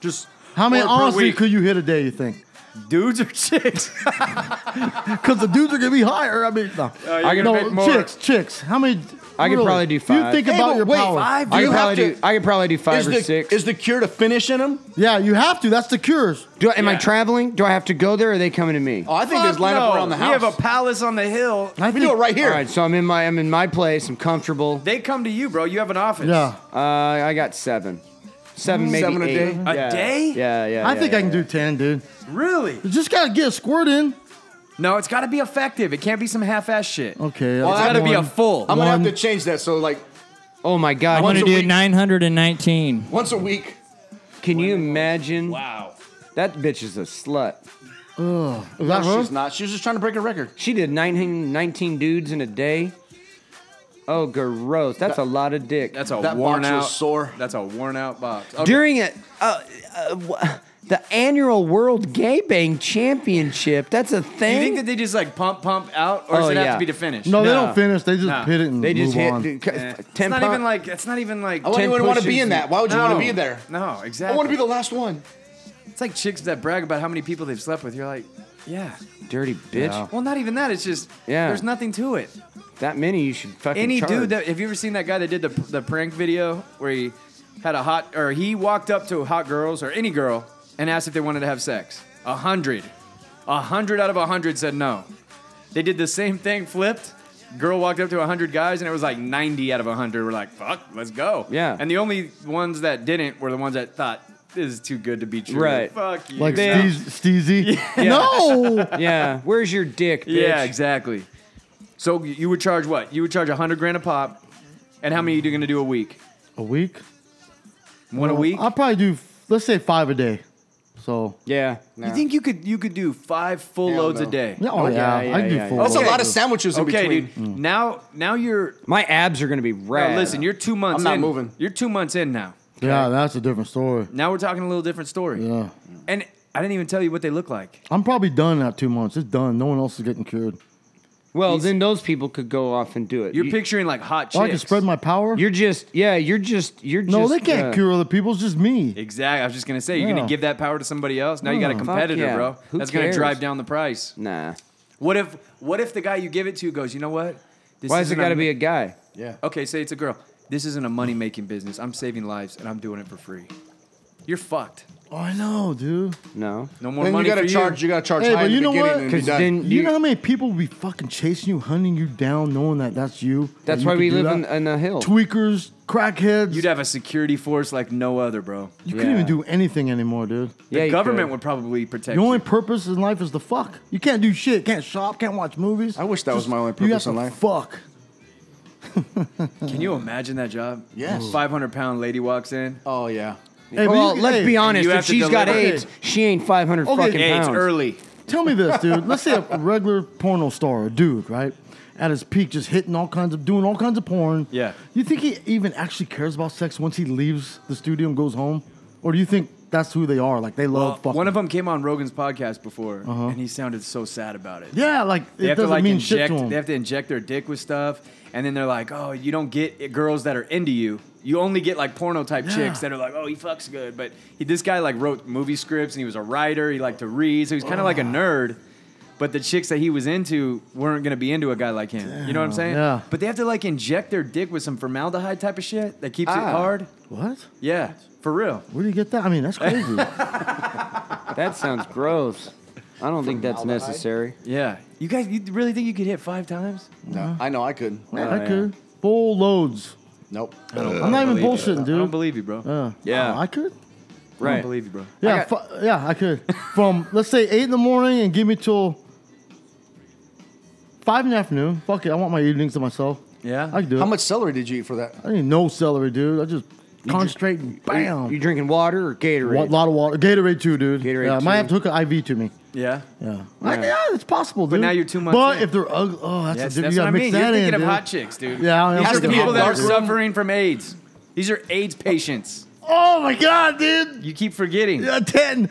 Speaker 7: just.
Speaker 4: How many
Speaker 5: Or per
Speaker 4: honestly
Speaker 5: week.
Speaker 4: could you hit a day? You think?
Speaker 5: dudes or <laughs> chicks?
Speaker 4: Because the dudes are gonna be higher. I mean, no.
Speaker 5: you're gonna
Speaker 4: no,
Speaker 5: make more.
Speaker 4: chicks, chicks. How many?
Speaker 3: I could
Speaker 4: really?
Speaker 3: probably do
Speaker 4: You
Speaker 3: five.
Speaker 4: think
Speaker 7: Hey,
Speaker 4: about
Speaker 7: but
Speaker 4: your
Speaker 7: wait,
Speaker 4: power.
Speaker 7: five
Speaker 3: I
Speaker 7: You
Speaker 3: could
Speaker 7: have
Speaker 3: probably
Speaker 7: to-
Speaker 3: do I could probably do five
Speaker 7: Is
Speaker 3: or
Speaker 7: the,
Speaker 3: six.
Speaker 7: is the cure to finish in them?
Speaker 4: Yeah, you have to. That's the cures.
Speaker 3: Do I, am I
Speaker 5: Yeah.
Speaker 3: traveling? Do I have to go there? Or are they coming to me?
Speaker 7: Oh, I think there's
Speaker 5: Fuck
Speaker 7: line up
Speaker 5: no.
Speaker 7: around the
Speaker 5: We
Speaker 7: house.
Speaker 5: have a palace on the hill.
Speaker 4: I
Speaker 7: we do it right here.
Speaker 3: All right, so I'm in my I'm in my place. I'm comfortable.
Speaker 5: They come to you, bro. You have an office.
Speaker 4: Yeah,
Speaker 3: Uh, I got seven, seven maybe
Speaker 7: Seven a
Speaker 3: eight.
Speaker 7: day?
Speaker 5: A
Speaker 3: Yeah.
Speaker 5: day?
Speaker 3: Yeah, yeah.
Speaker 4: I
Speaker 3: yeah,
Speaker 4: think
Speaker 3: yeah,
Speaker 4: I can
Speaker 3: yeah.
Speaker 4: do ten, dude.
Speaker 5: Really?
Speaker 4: You just gotta get a squirt in.
Speaker 5: No, it's got to be effective. It can't be some half-ass shit.
Speaker 4: Okay,
Speaker 5: It's
Speaker 4: that's
Speaker 5: got to be a
Speaker 4: one.
Speaker 5: full.
Speaker 7: I'm gonna have
Speaker 4: One.
Speaker 7: to change that. So like
Speaker 3: Oh my God!
Speaker 6: I'm
Speaker 7: Once a
Speaker 6: gonna do
Speaker 7: week.
Speaker 6: 919.
Speaker 7: once a week.
Speaker 3: Can you imagine?
Speaker 5: wow.
Speaker 3: That bitch is a slut.
Speaker 4: Is that
Speaker 7: No,
Speaker 4: her?
Speaker 7: she's not. She was just trying to break a record.
Speaker 3: She did 19, 19 dudes in a day. Oh, gross! That's a lot of dick.
Speaker 5: That's a
Speaker 7: That
Speaker 5: worn
Speaker 7: box
Speaker 5: out.
Speaker 7: was sore.
Speaker 5: That's a worn out box. Okay.
Speaker 3: during it. Uh, uh, wha- The annual World Gay Bang Championship. That's a thing.
Speaker 5: You think that they just like pump, pump out, or
Speaker 3: Oh,
Speaker 5: does it have
Speaker 3: yeah.
Speaker 5: to be to finish?
Speaker 4: No, they
Speaker 3: No.
Speaker 4: don't finish. They just
Speaker 5: No.
Speaker 4: hit it and
Speaker 3: they just
Speaker 4: move
Speaker 3: hit
Speaker 4: on.
Speaker 3: dude,
Speaker 5: Eh.
Speaker 3: ten
Speaker 5: it's not
Speaker 3: pound-
Speaker 5: even like it's not even like.
Speaker 7: I wouldn't
Speaker 3: Ten
Speaker 7: even want to be
Speaker 3: pushes
Speaker 7: in that. Why would you want to be there?
Speaker 5: No, exactly.
Speaker 7: I want to be the last one.
Speaker 5: It's like chicks that brag about how many people they've slept with. You're like, yeah.
Speaker 3: dirty bitch.
Speaker 5: Well, not even that. It's just
Speaker 3: Yeah.
Speaker 5: There's nothing to it.
Speaker 3: That many you should fucking
Speaker 5: Any
Speaker 3: charge.
Speaker 5: dude that have you ever seen that guy that did the the prank video where he had a hot or he walked up to hot girls or any girl and asked if they wanted to have sex. A hundred, a hundred out of a hundred said no. They did the same thing, flipped. Girl walked up to a hundred guys and it was like ninety out of a hundred were like, "Fuck, let's go."
Speaker 3: Yeah.
Speaker 5: And the only ones that didn't were the ones that thought this is too good to be true.
Speaker 3: Right.
Speaker 5: Fuck you.
Speaker 4: like
Speaker 5: No.
Speaker 4: Steez- Steezy. No.
Speaker 3: <laughs> yeah, where's your dick, bitch?
Speaker 5: Yeah, exactly. So you would charge what? You would charge a hundred grand a pop, and how many are you going to do a week?
Speaker 4: a week.
Speaker 5: One a week.
Speaker 4: I'll probably do let's say five a day. So
Speaker 3: Yeah.
Speaker 5: You think you could you could do five full
Speaker 7: Hell
Speaker 5: loads a
Speaker 7: no.
Speaker 5: day?
Speaker 4: yeah, oh,
Speaker 3: Okay,
Speaker 4: yeah,
Speaker 3: yeah,
Speaker 4: I can do
Speaker 3: yeah,
Speaker 4: four.
Speaker 3: yeah.
Speaker 7: That's
Speaker 5: Okay.
Speaker 7: a lot of sandwiches in
Speaker 5: Okay,
Speaker 7: between.
Speaker 5: dude. Now now you're
Speaker 3: My abs are gonna be
Speaker 5: now
Speaker 3: red.
Speaker 5: listen. You're two months.
Speaker 7: I'm not
Speaker 5: in.
Speaker 7: moving.
Speaker 5: You're two months in now.
Speaker 4: Yeah, that's a different story.
Speaker 5: Now we're talking a little different story.
Speaker 4: Yeah.
Speaker 5: And I didn't even tell you what they look like.
Speaker 4: I'm probably done at two months. It's done. No one else is getting cured.
Speaker 3: well, then those people could go off and do it.
Speaker 5: You're
Speaker 3: You-
Speaker 5: picturing like hot chicks.
Speaker 4: Well, Oh, I can spread my power.
Speaker 3: You're just yeah. You're just you're
Speaker 4: no,
Speaker 3: just.
Speaker 4: they can't
Speaker 3: uh,
Speaker 4: cure other people. It's just me.
Speaker 5: Exactly. I was just gonna say you're
Speaker 4: Yeah.
Speaker 5: gonna give that power to somebody else. Now you got a
Speaker 4: Fuck
Speaker 5: competitor,
Speaker 3: yeah.
Speaker 5: bro.
Speaker 3: Who
Speaker 5: That's gonna
Speaker 3: cares?
Speaker 5: drive down the price.
Speaker 3: Nah.
Speaker 5: What if what if the guy you give it to goes, you know what? This
Speaker 3: Why has it
Speaker 5: isn't
Speaker 3: got to
Speaker 5: a-
Speaker 3: be a guy?
Speaker 5: Okay, say it's a girl. This isn't a money making business. I'm saving lives and I'm doing it for free. You're fucked.
Speaker 4: Oh, I know, dude.
Speaker 3: No.
Speaker 5: No more
Speaker 7: Then you
Speaker 5: money
Speaker 7: gotta
Speaker 5: for
Speaker 7: charge.
Speaker 5: you.
Speaker 7: You gotta charge
Speaker 4: Hey,
Speaker 7: high
Speaker 4: but
Speaker 7: in the
Speaker 4: you know
Speaker 7: beginning
Speaker 4: what?
Speaker 7: and be
Speaker 3: Because
Speaker 7: done.
Speaker 3: then
Speaker 4: You,
Speaker 3: you,
Speaker 4: know how many people will be fucking chasing you, hunting you down, knowing that that's you. that
Speaker 3: That's
Speaker 4: you
Speaker 3: why
Speaker 4: can
Speaker 3: we
Speaker 4: do
Speaker 3: live
Speaker 4: that?
Speaker 3: in, in a hill.
Speaker 4: tweakers, crackheads.
Speaker 5: You'd have a security force like no other, bro.
Speaker 4: you couldn't
Speaker 3: yeah.
Speaker 4: even do anything anymore, dude.
Speaker 5: The
Speaker 3: Yeah, you
Speaker 5: government
Speaker 3: could.
Speaker 5: would probably protect
Speaker 4: Your only
Speaker 5: you.
Speaker 4: purpose in life is to fuck. You can't do shit. Can't shop. Can't watch movies.
Speaker 7: I wish that was my only
Speaker 4: you
Speaker 7: purpose
Speaker 4: have
Speaker 7: in
Speaker 4: to
Speaker 7: life.
Speaker 4: Fuck.
Speaker 5: Can you imagine that job?
Speaker 7: Yes.
Speaker 5: 500 pound lady walks in.
Speaker 7: Oh yeah.
Speaker 4: Hey, but
Speaker 3: well,
Speaker 4: you-
Speaker 3: let's
Speaker 4: hey,
Speaker 3: be honest.
Speaker 5: you
Speaker 3: If
Speaker 5: have to
Speaker 3: she's got
Speaker 5: deliver.
Speaker 3: AIDS, she ain't 500
Speaker 4: Okay.
Speaker 3: fucking
Speaker 5: AIDS
Speaker 3: pounds.
Speaker 5: early.
Speaker 4: Tell me this, dude. Let's say a regular porno star, a dude, right? At his peak, just hitting all kinds of, doing all kinds of porn.
Speaker 5: Yeah.
Speaker 4: You think he even actually cares about sex once he leaves the studio and goes home? Or do you think that's who they are? Like they love fucking.
Speaker 5: One of them came on Rogan's podcast before
Speaker 3: Uh-huh.
Speaker 5: and he sounded so sad about it.
Speaker 4: Yeah, like
Speaker 5: They
Speaker 4: it
Speaker 5: have to
Speaker 4: doesn't
Speaker 5: like
Speaker 4: mean shit
Speaker 5: inject.
Speaker 4: to him.
Speaker 5: They have to inject their dick with stuff, and then they're like, "Oh, you don't get it- girls that are into you. You only get like porno type chicks that are like, oh, he fucks good." But he, this guy like wrote movie scripts, and he was a writer. He liked to read, so he's kind of like a nerd. But the chicks that he was into weren't gonna be into a guy like him. you know what I'm saying?
Speaker 4: yeah.
Speaker 5: But they have to like inject their dick with some formaldehyde type of shit that keeps it
Speaker 3: Ah.
Speaker 5: hard.
Speaker 4: what?
Speaker 5: Yeah, for real.
Speaker 4: Where do you get that? I mean, that's
Speaker 5: <laughs>
Speaker 4: crazy.
Speaker 5: Oh,
Speaker 3: That sounds gross. I don't think that's necessary.
Speaker 5: Yeah. You guys, you really think you could hit five times?
Speaker 7: No, I know I couldn't.
Speaker 4: I could full loads.
Speaker 7: Nope.
Speaker 4: I'm not even
Speaker 5: believe you.
Speaker 4: bullshitting,
Speaker 5: Uh, I don't
Speaker 4: dude.
Speaker 5: believe you, bro.
Speaker 4: Uh,
Speaker 3: Yeah.
Speaker 4: I could.
Speaker 5: I
Speaker 3: Right.
Speaker 5: don't believe you, bro.
Speaker 4: Yeah, fu- yeah, I could. From <laughs> let's say eight in the morning and give me till five in the afternoon. Fuck it, I want my evenings to myself.
Speaker 5: Yeah.
Speaker 4: I can do it.
Speaker 7: How much celery did you eat for that?
Speaker 4: I need no celery, dude. I just concentrate and
Speaker 3: You,
Speaker 4: bam.
Speaker 3: drinking water or
Speaker 4: A
Speaker 3: Gatorade?
Speaker 4: lot of water. Gatorade too, dude.
Speaker 3: Gatorade
Speaker 4: yeah, I might
Speaker 3: too.
Speaker 4: have to hook an IV to me.
Speaker 5: yeah.
Speaker 4: Yeah, I- yeah, it's possible, dude.
Speaker 5: now you're two months
Speaker 4: But
Speaker 5: in.
Speaker 4: if they're ugly, oh, that's,
Speaker 5: Yes,
Speaker 4: a different.
Speaker 5: that's
Speaker 4: You
Speaker 5: what
Speaker 4: gotta
Speaker 5: I
Speaker 4: mix
Speaker 5: mean. You're
Speaker 4: that in,
Speaker 5: thinking of
Speaker 4: dude.
Speaker 5: hot chicks, dude.
Speaker 4: Yeah, I am
Speaker 5: These are
Speaker 4: thinking of
Speaker 5: people
Speaker 4: hot
Speaker 5: that are
Speaker 4: chicks.
Speaker 5: suffering from AIDS. These are AIDS patients.
Speaker 4: Oh my god, dude.
Speaker 5: You keep forgetting.
Speaker 4: A ten.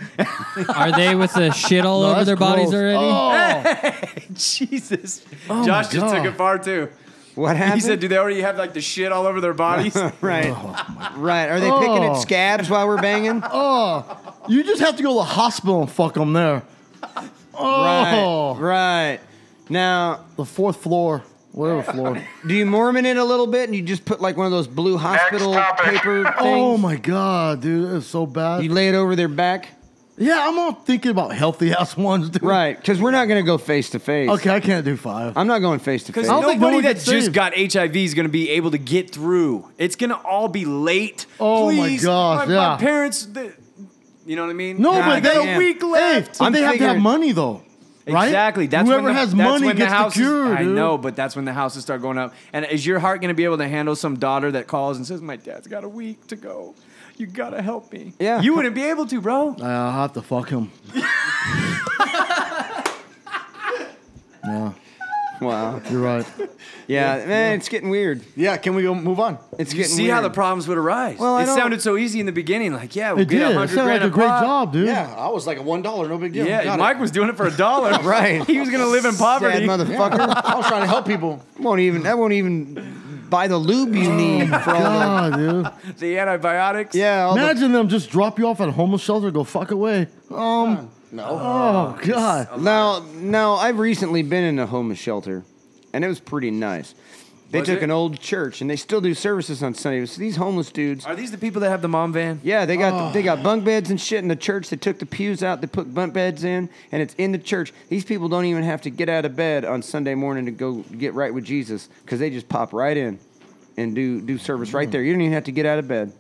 Speaker 6: Are they
Speaker 4: <laughs>
Speaker 6: with the shit all
Speaker 4: No,
Speaker 6: over
Speaker 4: that's
Speaker 6: their bodies
Speaker 4: gross.
Speaker 6: already?
Speaker 5: <laughs>
Speaker 4: Oh,
Speaker 5: <laughs> Jesus.
Speaker 4: my
Speaker 5: Josh just took
Speaker 4: God.
Speaker 5: it far too.
Speaker 3: What happened?
Speaker 5: He said, "Do they already have like the shit all
Speaker 4: <laughs>
Speaker 5: over their bodies?"
Speaker 3: right. right. Are they picking
Speaker 4: Oh.
Speaker 3: at scabs while we're banging?
Speaker 4: you just have to go to the hospital and fuck them there. <laughs> Oh,
Speaker 3: Right. Right. Now,
Speaker 4: the fourth floor, whatever
Speaker 3: <laughs>
Speaker 4: floor.
Speaker 3: do you Mormon it a little bit and you just put like one of those blue hospital
Speaker 8: topic.
Speaker 3: paper things?
Speaker 4: <laughs> Oh my god, dude, it's so bad.
Speaker 3: You lay it over their back?
Speaker 4: yeah, I'm all thinking about healthy <laughs> ass ones, dude.
Speaker 3: Right. Because we're not going to go face to face.
Speaker 4: Okay, I can't do five.
Speaker 3: I'm not going face to face.
Speaker 5: Because
Speaker 4: don't think no
Speaker 5: nobody
Speaker 4: one
Speaker 5: that
Speaker 4: gets
Speaker 5: just
Speaker 4: saved.
Speaker 5: got HIV is going to be able to get through. It's going to all be late.
Speaker 4: Oh my
Speaker 5: Please.
Speaker 4: gosh,
Speaker 5: My,
Speaker 4: yeah.
Speaker 5: my parents, they- you know what I mean?
Speaker 4: no,
Speaker 5: Nah, I
Speaker 4: but they
Speaker 5: got
Speaker 3: damn.
Speaker 5: a week left.
Speaker 4: Hey, but
Speaker 3: I'm
Speaker 4: they have to have
Speaker 3: figuring-
Speaker 4: money though, right?
Speaker 5: Exactly. That's
Speaker 4: whoever
Speaker 5: when the,
Speaker 4: has
Speaker 5: that's
Speaker 4: money
Speaker 5: when
Speaker 4: gets
Speaker 5: the
Speaker 4: the,
Speaker 5: houses,
Speaker 4: cure.
Speaker 5: I
Speaker 4: dude.
Speaker 5: know, but that's when the houses start going up. And is your heart going to be able to handle some daughter that calls and says, "My dad's got a week to go. You gotta help me."
Speaker 3: Yeah.
Speaker 5: You wouldn't be able to, bro.
Speaker 4: Uh, I'll have
Speaker 3: <laughs>
Speaker 4: to fuck him. yeah.
Speaker 3: Wow.
Speaker 4: You're right.
Speaker 3: Yeah, man, it's getting weird.
Speaker 7: Yeah, can we go move on?
Speaker 3: It's
Speaker 5: You
Speaker 3: getting
Speaker 5: see
Speaker 3: weird.
Speaker 5: how the problems would arise.
Speaker 3: Well, I
Speaker 5: it
Speaker 3: don't-
Speaker 5: sounded so easy in the beginning. Like, yeah, we'll
Speaker 4: It
Speaker 5: get
Speaker 4: did. It
Speaker 5: 100
Speaker 4: sounded like
Speaker 5: grand
Speaker 4: a great
Speaker 5: pop.
Speaker 4: job, dude.
Speaker 7: Yeah, I was like a one dollar, no big deal.
Speaker 5: Yeah,
Speaker 7: Got it.
Speaker 5: Mike was doing it for a
Speaker 4: <laughs>
Speaker 5: dollar. right. He was going to live in poverty.
Speaker 3: Sad motherfucker.
Speaker 7: I was trying to help people.
Speaker 3: won't even that won't even buy the lube you need for all the
Speaker 4: Oh,
Speaker 3: <laughs>
Speaker 4: God, dude.
Speaker 5: the antibiotics.
Speaker 3: yeah. All the,
Speaker 4: Imagine them just drop you off at a homeless shelter, go fuck away. Um,
Speaker 7: No,
Speaker 4: oh god.
Speaker 3: now, now I've recently been in a homeless shelter, and it was pretty nice. They
Speaker 5: Was
Speaker 3: took
Speaker 5: it?
Speaker 3: an old church, and they still do services on Sundays. So these homeless dudes,
Speaker 5: Are Oh. these the people that have the mom van?
Speaker 3: yeah, they got they got bunk beds and shit in the church. They took the pews out, they put bunk beds in, and it's in the church. These people don't even have to get out of bed on Sunday morning to go get right with Jesus, because they just pop right in and do do service
Speaker 5: Mm.
Speaker 3: right there. You don't even have to get out of bed.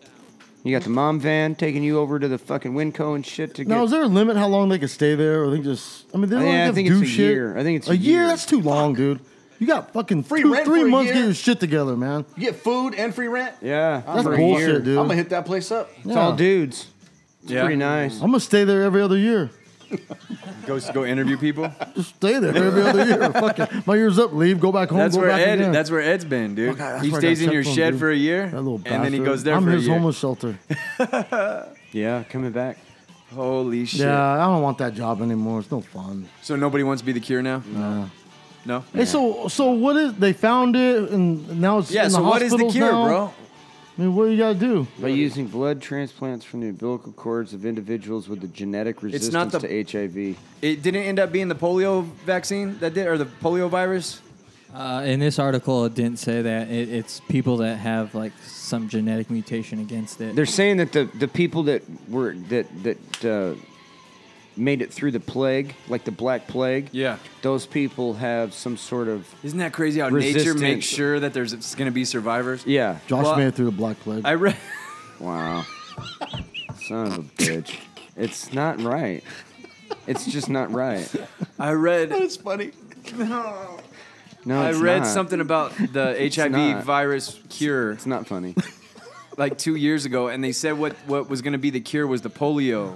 Speaker 3: You got the mom van taking you over to the fucking Winco and shit to
Speaker 4: Now
Speaker 3: get
Speaker 4: is there a limit how long they can stay there, or they just? I mean, they don't
Speaker 3: Yeah, I
Speaker 4: have to
Speaker 3: think
Speaker 4: do
Speaker 3: it's a
Speaker 4: shit.
Speaker 3: year. I think it's a
Speaker 4: year.
Speaker 3: year.
Speaker 4: That's too long, dude. You got fucking
Speaker 7: Free
Speaker 4: two,
Speaker 7: rent
Speaker 4: three
Speaker 7: for a
Speaker 4: months
Speaker 7: year?
Speaker 4: getting your shit together, man.
Speaker 7: you <laughs> get food and free rent.
Speaker 3: Yeah,
Speaker 4: That's
Speaker 3: for a
Speaker 4: bullshit,
Speaker 3: year.
Speaker 4: dude.
Speaker 7: I'm gonna hit that place up.
Speaker 3: It's all
Speaker 4: dude.
Speaker 3: dudes. It's
Speaker 5: Yeah.
Speaker 3: pretty nice.
Speaker 4: I'm gonna stay there every other year.
Speaker 5: Goes to go
Speaker 4: <laughs>
Speaker 5: interview people.
Speaker 4: Just stay there every other year. Fucking, my year's up. Leave. Go back home.
Speaker 5: That's
Speaker 4: go
Speaker 5: where
Speaker 4: back
Speaker 5: Ed.
Speaker 4: again.
Speaker 5: That's where Ed's been, dude.
Speaker 4: Fuck, I- that's
Speaker 5: he
Speaker 4: where I
Speaker 5: stays
Speaker 4: got
Speaker 5: in your
Speaker 4: checked on,
Speaker 5: shed
Speaker 4: dude.
Speaker 5: for a year,
Speaker 4: That little
Speaker 5: and then he
Speaker 4: bastard.
Speaker 5: goes there
Speaker 4: I'm
Speaker 5: for
Speaker 4: his
Speaker 5: a year.
Speaker 4: homeless shelter.
Speaker 3: Yeah, coming back.
Speaker 5: Holy shit!
Speaker 4: Yeah, I don't want that job anymore. It's no fun.
Speaker 5: So nobody wants to be the cure now. No. No.
Speaker 4: Hey, so so what is? They found it, and now it's
Speaker 5: Yeah.
Speaker 4: In
Speaker 5: So
Speaker 4: the
Speaker 5: what is the
Speaker 4: hospitals
Speaker 5: cure,
Speaker 4: now?
Speaker 5: bro?
Speaker 4: I mean, what do you gotta do?
Speaker 3: By using blood transplants from the umbilical cords of individuals with the genetic resistance
Speaker 5: not the-
Speaker 3: to HIV.
Speaker 5: It didn't end up being the polio vaccine that did, or the polio virus.
Speaker 6: Uh, in this article, it didn't say that. It, it's people that have like some genetic mutation against it.
Speaker 3: They're saying that the, the people that were that that uh, made it through the plague, like the Black Plague,
Speaker 5: Yeah.
Speaker 3: those people have some sort of
Speaker 5: Isn't that crazy how nature
Speaker 3: Resistance.
Speaker 5: makes sure that there's going to be survivors?
Speaker 3: yeah.
Speaker 4: Josh
Speaker 5: Well,
Speaker 4: made it through the black plague.
Speaker 5: I read.
Speaker 3: Wow, son of a bitch! It's not right. It's just not right.
Speaker 5: I read.
Speaker 7: It's funny.
Speaker 3: No,
Speaker 5: I
Speaker 3: it's
Speaker 5: read
Speaker 3: not.
Speaker 5: something about the
Speaker 3: not.
Speaker 5: HIV virus cure
Speaker 3: It's not funny.
Speaker 5: like two years ago, and they said what what was going to be the cure was the polio.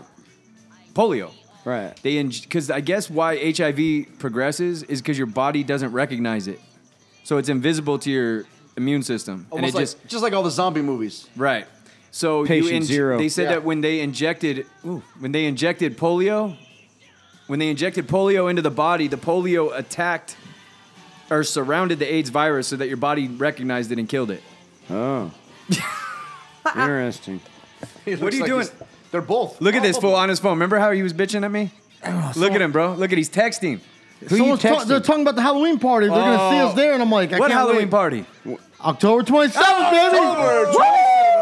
Speaker 5: Polio. <laughs>
Speaker 3: Right.
Speaker 5: They because I guess why HIV progresses is because your body doesn't recognize it, so it's invisible to your immune system,
Speaker 7: Almost
Speaker 5: and it
Speaker 7: like,
Speaker 5: just
Speaker 7: just, like all the zombie movies. <laughs>
Speaker 5: right. So
Speaker 3: Patient
Speaker 5: you inj-
Speaker 3: zero.
Speaker 5: They said
Speaker 7: Yeah.
Speaker 5: that when they injected ooh, when they injected polio, when they injected polio into the body, the polio attacked or surrounded the AIDS virus so that your body recognized it and killed it.
Speaker 3: Oh. Interesting.
Speaker 7: It
Speaker 5: What
Speaker 7: looks
Speaker 5: are you
Speaker 7: like
Speaker 5: doing?
Speaker 7: he's- They're both.
Speaker 5: Look at this
Speaker 7: Oh,
Speaker 5: fool on his phone. Remember how he was bitching at me? Look at him, bro. Look at he's texting.
Speaker 3: Who you
Speaker 4: Someone's ta-
Speaker 3: texting?
Speaker 4: they're talking about the Halloween party. They're gonna see us there, and I'm like, I
Speaker 5: what
Speaker 4: can't
Speaker 5: Halloween
Speaker 4: wait.
Speaker 5: party?
Speaker 4: October 27th,
Speaker 5: Oh,
Speaker 4: baby.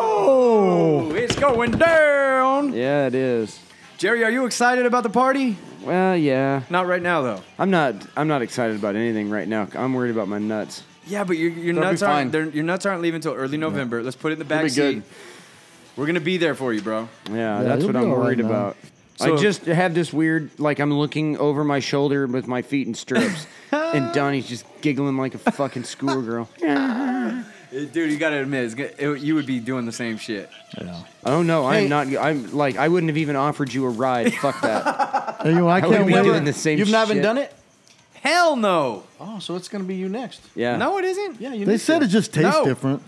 Speaker 5: Ooh, it's going down.
Speaker 3: yeah, it is.
Speaker 5: Jerry, are you excited about the party?
Speaker 3: Well, yeah.
Speaker 5: Not right now, though.
Speaker 3: I'm not. I'm not excited about anything right now. I'm worried about my nuts.
Speaker 5: Yeah, but your, your
Speaker 7: be
Speaker 5: nuts
Speaker 7: fine.
Speaker 5: aren't they're- your nuts aren't leaving until early November. Let's put it in the back
Speaker 7: be good.
Speaker 5: seat. We're gonna be there for you, bro.
Speaker 3: Yeah,
Speaker 4: Yeah,
Speaker 3: that's
Speaker 4: you'll
Speaker 3: what
Speaker 4: be
Speaker 3: I'm
Speaker 4: all right,
Speaker 3: worried
Speaker 4: man.
Speaker 3: about. I
Speaker 5: So-
Speaker 3: just have this weird, like I'm looking over my shoulder with my feet in stirrups, and Donnie's just giggling like a fucking schoolgirl.
Speaker 5: Uh, Dude, you gotta admit, it's gonna, it, you would be doing the same shit.
Speaker 3: Oh no,
Speaker 7: Hey.
Speaker 3: I'm not. I'm like I wouldn't have even offered you a ride. Fuck that.
Speaker 4: Hey, you know, I
Speaker 3: I would
Speaker 4: can't
Speaker 3: be
Speaker 4: wait.
Speaker 3: doing the same.
Speaker 7: You've not even
Speaker 3: shit.
Speaker 7: done it.
Speaker 5: Hell no.
Speaker 7: Oh, so it's gonna be you next.
Speaker 4: <laughs>
Speaker 3: Yeah.
Speaker 5: No, it isn't.
Speaker 7: Yeah, you.
Speaker 4: They
Speaker 7: need
Speaker 4: said
Speaker 7: to.
Speaker 4: it just tastes
Speaker 5: No.
Speaker 4: different.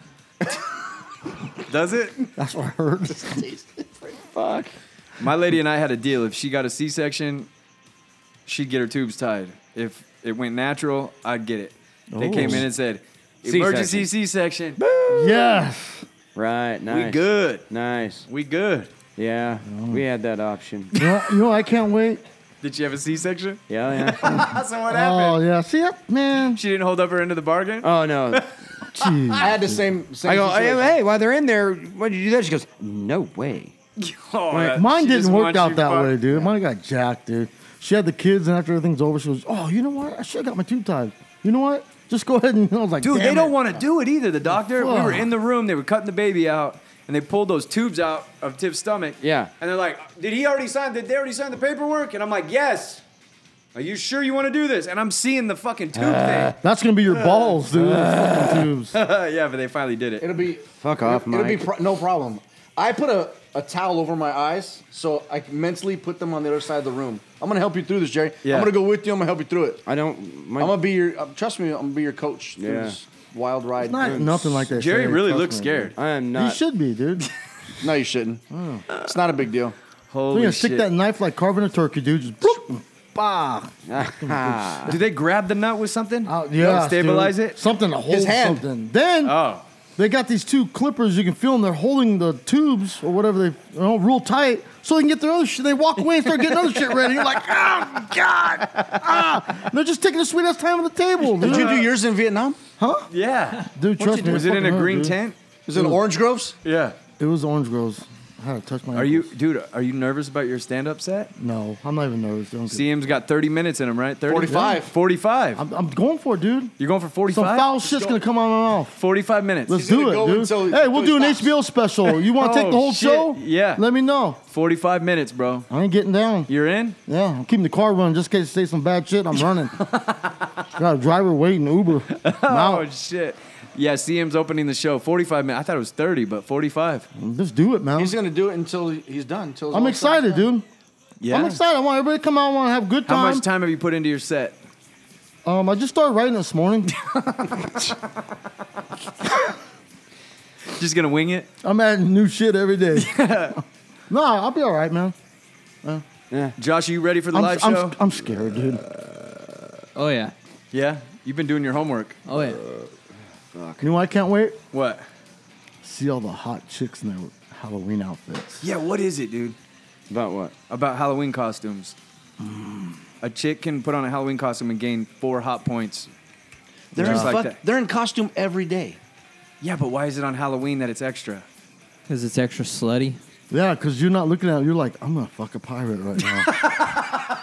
Speaker 5: Does <laughs> it?
Speaker 4: That's what I heard.
Speaker 3: Fuck.
Speaker 5: My lady and I had a deal. If she got a C-section, she'd get her tubes tied. If it went natural, I'd get it. They
Speaker 4: Oh.
Speaker 5: came in and said,
Speaker 3: C-section.
Speaker 5: "Emergency C-section.
Speaker 4: yes.
Speaker 3: Right. Nice.
Speaker 5: We good.
Speaker 3: Nice.
Speaker 5: We good."
Speaker 3: Yeah.
Speaker 4: Oh.
Speaker 3: We had that option.
Speaker 4: You know, you know, I can't
Speaker 5: <laughs>
Speaker 4: wait.
Speaker 5: Did she have a C-section?
Speaker 3: Yeah. Yeah.
Speaker 5: <laughs> That's what
Speaker 4: Oh,
Speaker 5: happened.
Speaker 4: yeah. See that?
Speaker 5: <laughs>
Speaker 4: Man.
Speaker 5: She didn't hold up her end of the bargain.
Speaker 4: Uh,
Speaker 5: <laughs>
Speaker 3: Oh no!
Speaker 4: Jeez.
Speaker 7: I had the same. same
Speaker 3: I go, hey,
Speaker 7: situation.
Speaker 3: hey, while they're in there, why'd you do that? She goes, no way.
Speaker 5: Oh, that-
Speaker 4: Mine
Speaker 5: she just
Speaker 4: didn't work
Speaker 5: wants
Speaker 4: out
Speaker 5: you
Speaker 4: that
Speaker 5: fuck-
Speaker 4: way, dude. Mine got jacked, dude. She had the kids, and after everything's over, she was, oh, you know what? I should have got my tube tied. You know what? Just go ahead and <laughs> I was like,
Speaker 5: Dude,
Speaker 4: "Damn
Speaker 5: they don't
Speaker 4: it."
Speaker 5: want to do it either. The doctor, we were
Speaker 4: Fuck.
Speaker 5: in the room, they were cutting the baby out, and they pulled those tubes out of Tip's stomach.
Speaker 3: Yeah.
Speaker 5: And they're like, Did he already sign? Did they already sign the paperwork? And I'm like, Yes. Are you sure you want to do this? And I'm seeing the fucking tube
Speaker 4: That's gonna be your
Speaker 5: <laughs>
Speaker 4: balls, dude. those fucking tubes.
Speaker 5: thing. <laughs> yeah, but they finally did it.
Speaker 7: It'll be.
Speaker 3: Fuck off,
Speaker 7: it'll, it'll be
Speaker 3: Mike.
Speaker 7: pro- no problem. I put a, a towel over my eyes so I can mentally put them on the other side of the room. I'm gonna help you through this, Jerry.
Speaker 3: Yeah.
Speaker 7: I'm gonna go with you. I'm gonna help you through it.
Speaker 3: I don't. My,
Speaker 7: I'm gonna be your. uh, trust me. I'm gonna be your coach. Through
Speaker 3: Yeah.
Speaker 7: this wild ride.
Speaker 4: It's not nothing like that.
Speaker 5: Jerry
Speaker 4: Shay,
Speaker 5: really
Speaker 4: trust
Speaker 5: looks
Speaker 4: me.
Speaker 5: scared.
Speaker 3: I am
Speaker 4: You
Speaker 3: not.
Speaker 4: should be, dude. <laughs>
Speaker 7: no, you shouldn't. It's not a big deal.
Speaker 4: You're
Speaker 5: Holy
Speaker 4: gonna
Speaker 5: shit!
Speaker 4: stick that knife like carving a turkey, dude. Just
Speaker 5: <laughs>
Speaker 4: bloop. Bah.
Speaker 5: Do they grab the nut with something?
Speaker 4: Out,
Speaker 5: You know,
Speaker 4: Oh, yeah,
Speaker 5: stabilize
Speaker 4: dude.
Speaker 5: it.
Speaker 4: Something to hold
Speaker 7: hand.
Speaker 4: something. Then
Speaker 5: Oh,
Speaker 4: they got these two clippers. You can feel them. They're holding the tubes or whatever they you know, real tight, so they can get their other shit. They walk away and start getting other shit ready. You're like, oh god, ah! They're just taking the sweet ass time on the table. Dude.
Speaker 7: Did you do yours in Vietnam?
Speaker 5: yeah.
Speaker 4: Dude, trust me.
Speaker 5: Was it in a
Speaker 4: fucking hurt,
Speaker 5: green
Speaker 4: dude.
Speaker 5: tent?
Speaker 7: Was it in Orange Groves?
Speaker 5: Yeah.
Speaker 4: It was orange groves. I had to touch my.
Speaker 5: Are you, dude? Are you nervous about your stand-up set?
Speaker 4: No, I'm not even nervous. Don't get-
Speaker 5: CM's got 30 minutes in him, right? 30?
Speaker 7: 45.
Speaker 5: 45.
Speaker 4: I'm, I'm going for it, dude.
Speaker 5: You're going for
Speaker 4: Some
Speaker 5: 45?
Speaker 4: foul shit's gonna come out of my mouth.
Speaker 5: 45 minutes.
Speaker 4: Let's
Speaker 7: gonna
Speaker 4: do it,
Speaker 7: go
Speaker 4: dude.
Speaker 7: until-
Speaker 4: hey,
Speaker 7: until
Speaker 4: we'll
Speaker 7: he
Speaker 4: do an
Speaker 7: stops.
Speaker 4: HBO special. You
Speaker 5: <laughs>
Speaker 4: want to
Speaker 5: Oh,
Speaker 4: take the whole
Speaker 5: shit.
Speaker 4: show?
Speaker 5: Yeah.
Speaker 4: Let me know.
Speaker 5: 45 minutes, bro.
Speaker 4: I ain't getting down.
Speaker 5: You're in?
Speaker 4: Yeah, I'm keeping the car running just in case they say some bad shit. I'm running.
Speaker 5: <laughs>
Speaker 4: Got a driver waiting, Uber. I'm
Speaker 5: Oh,
Speaker 4: out.
Speaker 5: shit. Yeah, CM's opening the show. 45 minutes. I thought it was 30, but 45.
Speaker 4: Just do it, man.
Speaker 7: He's gonna do it until he's done. Until his
Speaker 4: I'm
Speaker 7: whole
Speaker 4: excited,
Speaker 7: time's done.
Speaker 4: dude.
Speaker 5: Yeah.
Speaker 4: I'm excited. I want everybody to come out. I want to have a good time.
Speaker 5: How much time have you put into your set?
Speaker 4: Um, I just started writing this morning.
Speaker 5: <laughs> Just going to wing it?
Speaker 4: I'm adding new shit every
Speaker 5: <laughs>
Speaker 4: day. nah, I'll be all right, man.
Speaker 5: Josh, are you ready for the
Speaker 4: I'm,
Speaker 5: live
Speaker 4: I'm,
Speaker 5: show?
Speaker 4: I'm scared, dude.
Speaker 6: Oh yeah.
Speaker 5: yeah. You've been doing your homework.
Speaker 6: Oh yeah.
Speaker 4: You know what I can't wait?
Speaker 5: What?
Speaker 4: See all the hot chicks in their Halloween outfits.
Speaker 5: Yeah, what is it, dude?
Speaker 3: About what?
Speaker 5: About Halloween costumes. A chick can put on a Halloween costume and gain four hot points.
Speaker 7: They're
Speaker 5: Just
Speaker 7: in
Speaker 5: like
Speaker 7: fuck-
Speaker 5: that.
Speaker 7: They're in costume every day.
Speaker 5: Yeah, but why is it on Halloween that it's extra?
Speaker 6: Because it's extra slutty.
Speaker 4: Yeah, because you're not looking at it. You're like, I'm going to fuck a pirate right
Speaker 5: <laughs>
Speaker 4: now.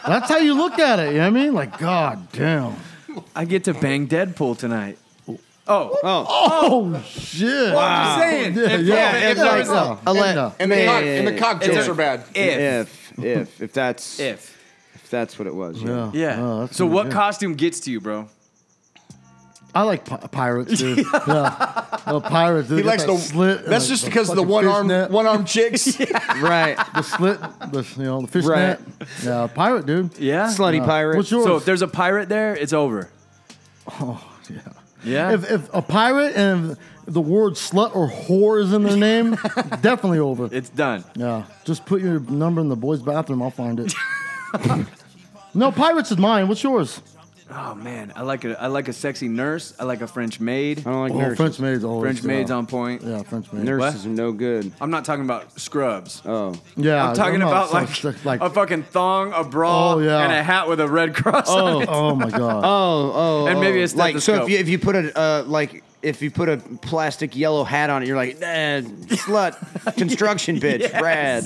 Speaker 4: That's how you look at it. You know what I mean? Like, god damn.
Speaker 5: I get to bang Deadpool tonight. Oh,
Speaker 4: Oh shit!
Speaker 5: I'm just saying.
Speaker 4: Yeah, yeah,
Speaker 5: If-
Speaker 4: uh,
Speaker 5: yeah, if
Speaker 4: yeah,
Speaker 5: there was
Speaker 4: yeah,
Speaker 3: a-
Speaker 4: yeah,
Speaker 3: let-
Speaker 4: yeah.
Speaker 7: And the
Speaker 3: Yeah,
Speaker 7: cock,
Speaker 3: yeah,
Speaker 7: and the
Speaker 3: yeah.
Speaker 7: cock
Speaker 5: It's
Speaker 7: jokes
Speaker 5: a-
Speaker 7: are bad.
Speaker 5: if,
Speaker 3: If if if that's if,
Speaker 5: if.
Speaker 3: that's what it was.
Speaker 4: Yeah.
Speaker 5: Yeah.
Speaker 4: Oh, that's
Speaker 5: so
Speaker 4: really
Speaker 5: what
Speaker 4: good.
Speaker 5: costume gets to you, bro?
Speaker 4: I like pi- pirates, dude. yeah, the pirates.
Speaker 7: He likes the
Speaker 4: slit. and
Speaker 7: That's
Speaker 4: the-
Speaker 7: just
Speaker 4: the
Speaker 7: because of the
Speaker 4: fucking
Speaker 7: one arm,
Speaker 4: fishnet,
Speaker 7: one arm chicks.
Speaker 3: Right.
Speaker 4: the slit, the you know the fishnet. Yeah, pirate, dude.
Speaker 5: Yeah. <laughs>
Speaker 3: Slutty pirate.
Speaker 4: What's yours?
Speaker 5: So if there's a pirate there, it's over.
Speaker 4: Oh, yeah.
Speaker 5: Yeah.
Speaker 4: If, if a pirate and if the word slut or whore is in their name, definitely over.
Speaker 5: it's done.
Speaker 4: Yeah, just put your number in the boys' bathroom. I'll find it. <laughs> no, pirates is mine. What's yours?
Speaker 5: Oh man, I like a I like a sexy nurse. I like a French maid.
Speaker 3: I don't like
Speaker 4: Oh,
Speaker 3: nurses.
Speaker 4: French maids. Always,
Speaker 5: French
Speaker 4: yeah.
Speaker 5: maid's on point.
Speaker 4: Yeah, French maids.
Speaker 3: Nurses are no good.
Speaker 5: I'm not talking about scrubs.
Speaker 3: Oh.
Speaker 4: Yeah,
Speaker 5: I'm talking
Speaker 4: not
Speaker 5: about
Speaker 4: so
Speaker 5: like,
Speaker 4: sick-
Speaker 5: a fucking thong, a bra,
Speaker 4: Oh, yeah.
Speaker 5: and a hat with a red
Speaker 4: <laughs>
Speaker 5: cross on it.
Speaker 4: oh my god.
Speaker 3: Oh, oh,
Speaker 5: And
Speaker 3: oh.
Speaker 5: maybe a
Speaker 3: like so
Speaker 5: stethoscope.
Speaker 3: if you if you put a uh, like if you put a plastic yellow hat on it, you're like eh, slut construction bitch rad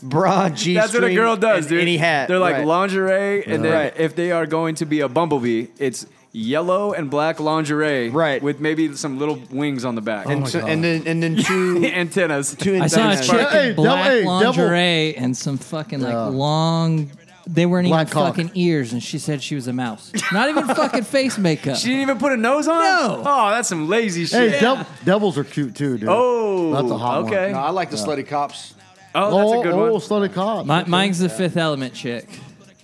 Speaker 3: bra G
Speaker 5: That's what a girl does, dude.
Speaker 3: Any hat.
Speaker 5: They're like
Speaker 3: right.
Speaker 5: lingerie, and then
Speaker 3: Right.
Speaker 5: if they are going to be a bumblebee, it's yellow and black lingerie,
Speaker 3: Right.
Speaker 5: with maybe some little wings on the back
Speaker 4: Oh
Speaker 5: and
Speaker 4: my
Speaker 5: <laughs>
Speaker 3: <laughs> So-
Speaker 4: God.
Speaker 3: and then and then two
Speaker 5: antennas.
Speaker 3: two
Speaker 6: I saw a
Speaker 3: antennas.
Speaker 6: chick in
Speaker 4: Hey, devil-
Speaker 6: black
Speaker 4: hey, devil-
Speaker 6: lingerie and some fucking like
Speaker 4: Yeah.
Speaker 6: long. They weren't
Speaker 4: Black
Speaker 6: even
Speaker 4: cock.
Speaker 6: fucking ears, and she said she was a mouse. Not
Speaker 4: <laughs>
Speaker 6: even fucking face makeup.
Speaker 5: She didn't even put a nose on.
Speaker 6: No.
Speaker 5: Oh, that's some lazy
Speaker 4: Hey,
Speaker 5: shit.
Speaker 4: dev- devils are cute too, dude.
Speaker 5: Oh,
Speaker 4: That's a hot one.
Speaker 5: okay.
Speaker 7: No, I like the slutty cops.
Speaker 5: Oh, that's a good
Speaker 4: oh,
Speaker 5: one.
Speaker 4: slutty cop.
Speaker 6: My, mine's the Fifth Element chick.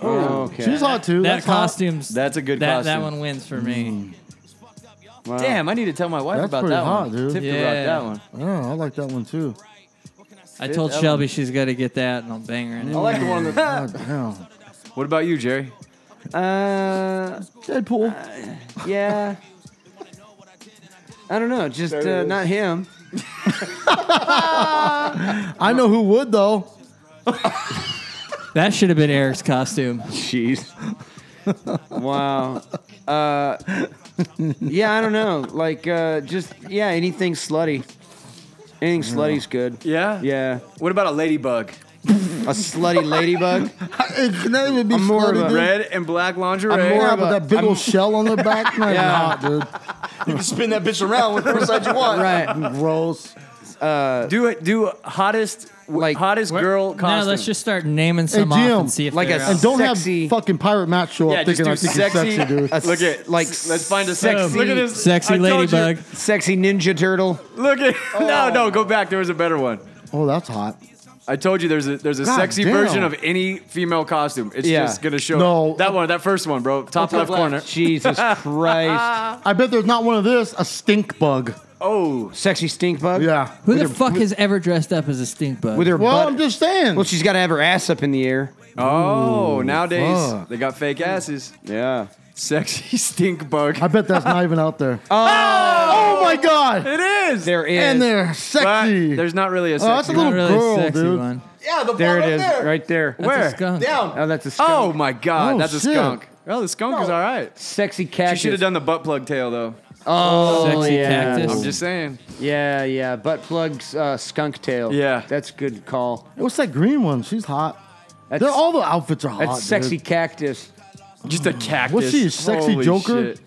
Speaker 3: Oh, okay.
Speaker 4: She's hot too.
Speaker 6: That
Speaker 4: That's hot.
Speaker 6: costume's
Speaker 5: That's a good
Speaker 6: that,
Speaker 5: costume. Mm.
Speaker 6: That one wins for me.
Speaker 5: Damn, I need to tell my wife
Speaker 4: That's
Speaker 5: about
Speaker 4: pretty
Speaker 5: that
Speaker 4: hot,
Speaker 5: one.
Speaker 4: dude.
Speaker 5: Tiff could
Speaker 6: Yeah.
Speaker 5: rock that one.
Speaker 4: Yeah, Oh, I like that one too.
Speaker 6: I told
Speaker 5: Fifth
Speaker 6: Shelby she's got to get that, and I'll bang her in it.
Speaker 7: I like the one that.
Speaker 4: God damn.
Speaker 5: What about you, Jerry?
Speaker 3: <laughs> Uh,
Speaker 4: Deadpool.
Speaker 3: yeah. I don't know, just
Speaker 7: There it
Speaker 3: uh,
Speaker 7: is.
Speaker 3: not him.
Speaker 4: I know who would though.
Speaker 6: That should have been Eric's costume.
Speaker 3: Jeez. <laughs> wow. Uh, yeah, I don't know. Like, uh, just yeah, anything slutty. Anything slutty's good.
Speaker 5: Yeah?
Speaker 3: Yeah,
Speaker 5: What about a ladybug?
Speaker 3: a slutty ladybug.
Speaker 4: It can not even be
Speaker 3: I'm more of
Speaker 4: slutty,
Speaker 3: a
Speaker 4: dude.
Speaker 5: Red and black lingerie.
Speaker 3: I'm more
Speaker 4: Yeah,
Speaker 3: of
Speaker 4: but
Speaker 3: a-
Speaker 4: that big
Speaker 3: I'm-
Speaker 4: old shell on their <laughs> back, man.
Speaker 3: Yeah.
Speaker 4: Hot, dude.
Speaker 7: You can spin that bitch around whatever side you want.
Speaker 3: right.
Speaker 4: Gross.
Speaker 5: do it. Do hottest
Speaker 3: Like-
Speaker 5: like hottest girl costume.
Speaker 6: Now let's just start naming some off
Speaker 4: Jim,
Speaker 6: and see if
Speaker 3: like
Speaker 6: they're
Speaker 3: a
Speaker 6: out.
Speaker 4: And don't
Speaker 3: Sexy.
Speaker 4: have fucking pirate Matt show up
Speaker 5: yeah, just
Speaker 4: thinking
Speaker 5: do
Speaker 4: I think he's sexy, dude.
Speaker 5: Look at
Speaker 3: like
Speaker 5: like. Let's find a
Speaker 6: Boom.
Speaker 5: sexy. Look at this.
Speaker 6: sexy
Speaker 5: I told you.
Speaker 6: ladybug.
Speaker 3: sexy ninja turtle.
Speaker 5: <laughs> Look at. No, no, go back. There was a better one.
Speaker 4: Oh, that's hot.
Speaker 5: I told you there's a there's a
Speaker 4: God
Speaker 5: sexy
Speaker 4: damn.
Speaker 5: version of any female costume. It's
Speaker 3: Yeah.
Speaker 5: just gonna show
Speaker 4: No.
Speaker 5: that one, that first one, bro. Top left, corner.
Speaker 3: Jesus Christ.
Speaker 4: I bet there's not one of this. A stink bug.
Speaker 5: Oh,
Speaker 3: Sexy stink bug?
Speaker 4: Yeah.
Speaker 6: Who the fuck has ever dressed up as a stink bug?
Speaker 3: With her
Speaker 4: Well,
Speaker 3: butt.
Speaker 4: I'm just saying.
Speaker 3: well, she's got to have her ass up in the air.
Speaker 5: oh! Nowadays
Speaker 4: fuck.
Speaker 5: they got fake asses.
Speaker 3: Yeah.
Speaker 5: Sexy <laughs> stink bug.
Speaker 4: I bet that's not even out
Speaker 5: <laughs>
Speaker 4: there. Oh, my god!
Speaker 5: It is.
Speaker 3: There is.
Speaker 4: And they're
Speaker 5: But
Speaker 4: sexy.
Speaker 5: there's not really a
Speaker 4: Oh, that's
Speaker 5: sexy.
Speaker 4: a
Speaker 5: one.
Speaker 6: Not
Speaker 4: little
Speaker 6: really
Speaker 4: girl,
Speaker 6: sexy
Speaker 4: dude.
Speaker 6: one.
Speaker 7: Yeah, the
Speaker 3: <laughs> there
Speaker 7: ball
Speaker 3: it
Speaker 7: right
Speaker 3: is,
Speaker 7: there.
Speaker 3: right there.
Speaker 6: That's a
Speaker 5: Where?
Speaker 6: skunk.
Speaker 7: Down.
Speaker 3: Oh, that's a skunk.
Speaker 5: Oh my god,
Speaker 4: Oh,
Speaker 5: that's a
Speaker 4: shit.
Speaker 5: skunk. Oh, the skunk is all right.
Speaker 3: Sexy
Speaker 5: She
Speaker 3: cactus.
Speaker 5: should have done the butt plug tail though.
Speaker 3: Oh,
Speaker 6: Sexy
Speaker 3: yeah.
Speaker 6: cactus.
Speaker 5: I'm just saying.
Speaker 3: Yeah, yeah. Butt plugs, uh, skunk tail.
Speaker 5: Yeah.
Speaker 3: That's good call.
Speaker 4: Hey, What's that green one? She's hot.
Speaker 3: That's,
Speaker 4: They're, all the outfits are hot.
Speaker 3: that's sexy
Speaker 4: dude.
Speaker 3: cactus.
Speaker 5: Just a cactus.
Speaker 4: What's she, a sexy
Speaker 5: Holy
Speaker 4: Joker?
Speaker 5: shit.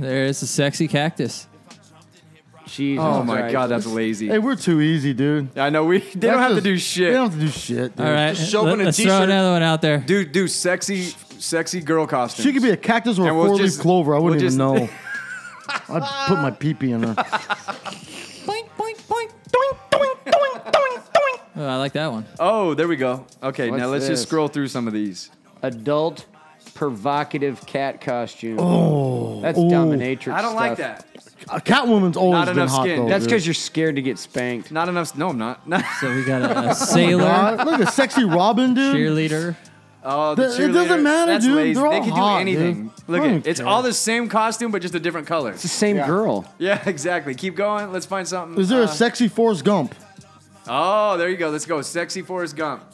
Speaker 6: There is a sexy cactus.
Speaker 3: Jesus
Speaker 5: Oh my
Speaker 3: Christ.
Speaker 5: god, that's lazy.
Speaker 4: Hey, we're too easy, dude.
Speaker 5: I know we. <laughs> They don't
Speaker 4: That's
Speaker 5: have to
Speaker 4: just-
Speaker 5: do
Speaker 4: They
Speaker 5: shit.
Speaker 4: don't have to do shit. Dude.
Speaker 6: All right,
Speaker 1: just shove in a
Speaker 6: let's throw
Speaker 1: t-shirt.
Speaker 6: another one out there.
Speaker 5: Dude, do sexy, sexy girl costume.
Speaker 4: She could be a cactus or a
Speaker 5: And we'll
Speaker 4: four-leaf
Speaker 5: just-
Speaker 4: clover. I wouldn't
Speaker 5: we'll
Speaker 4: even know.
Speaker 5: <laughs> just-
Speaker 4: I'd put my pee-pee in her. Uh,
Speaker 6: Oh, I like that one.
Speaker 5: Oh, there we go. Okay, now
Speaker 3: What's
Speaker 5: let's
Speaker 3: this?
Speaker 5: just scroll through some of these.
Speaker 3: Adult provocative cat costume. Oh. That's dominatrix.
Speaker 5: I don't like
Speaker 3: stuff.
Speaker 5: that.
Speaker 4: Uh, Catwoman's always
Speaker 5: Not
Speaker 4: been
Speaker 5: enough
Speaker 4: hot,
Speaker 5: skin.
Speaker 4: though.
Speaker 3: That's
Speaker 4: Oh, dude.
Speaker 3: because you're scared to get spanked.
Speaker 5: Not enough. No, I'm not. <laughs>
Speaker 6: So we got a, a
Speaker 4: Oh
Speaker 6: sailor,
Speaker 4: my God, Look at sexy Robin, dude.
Speaker 6: cheerleader.
Speaker 5: oh, the
Speaker 4: Th- it
Speaker 5: cheerleader.
Speaker 4: doesn't matter,
Speaker 5: That's
Speaker 4: dude.
Speaker 5: Lazy.
Speaker 4: They're
Speaker 5: they
Speaker 4: all
Speaker 5: could
Speaker 4: hot,
Speaker 5: do anything.
Speaker 4: dude.
Speaker 5: Look
Speaker 4: I
Speaker 5: at
Speaker 4: don't
Speaker 5: it. It's
Speaker 4: care.
Speaker 5: all the same costume, but just a different
Speaker 4: <laughs>
Speaker 5: color.
Speaker 3: It's the same girl.
Speaker 5: Yeah, exactly. Keep going. Let's find something.
Speaker 4: Is there
Speaker 5: Uh,
Speaker 4: a sexy Forrest Gump?
Speaker 5: oh, there you go. Let's go. Sexy Forrest Gump.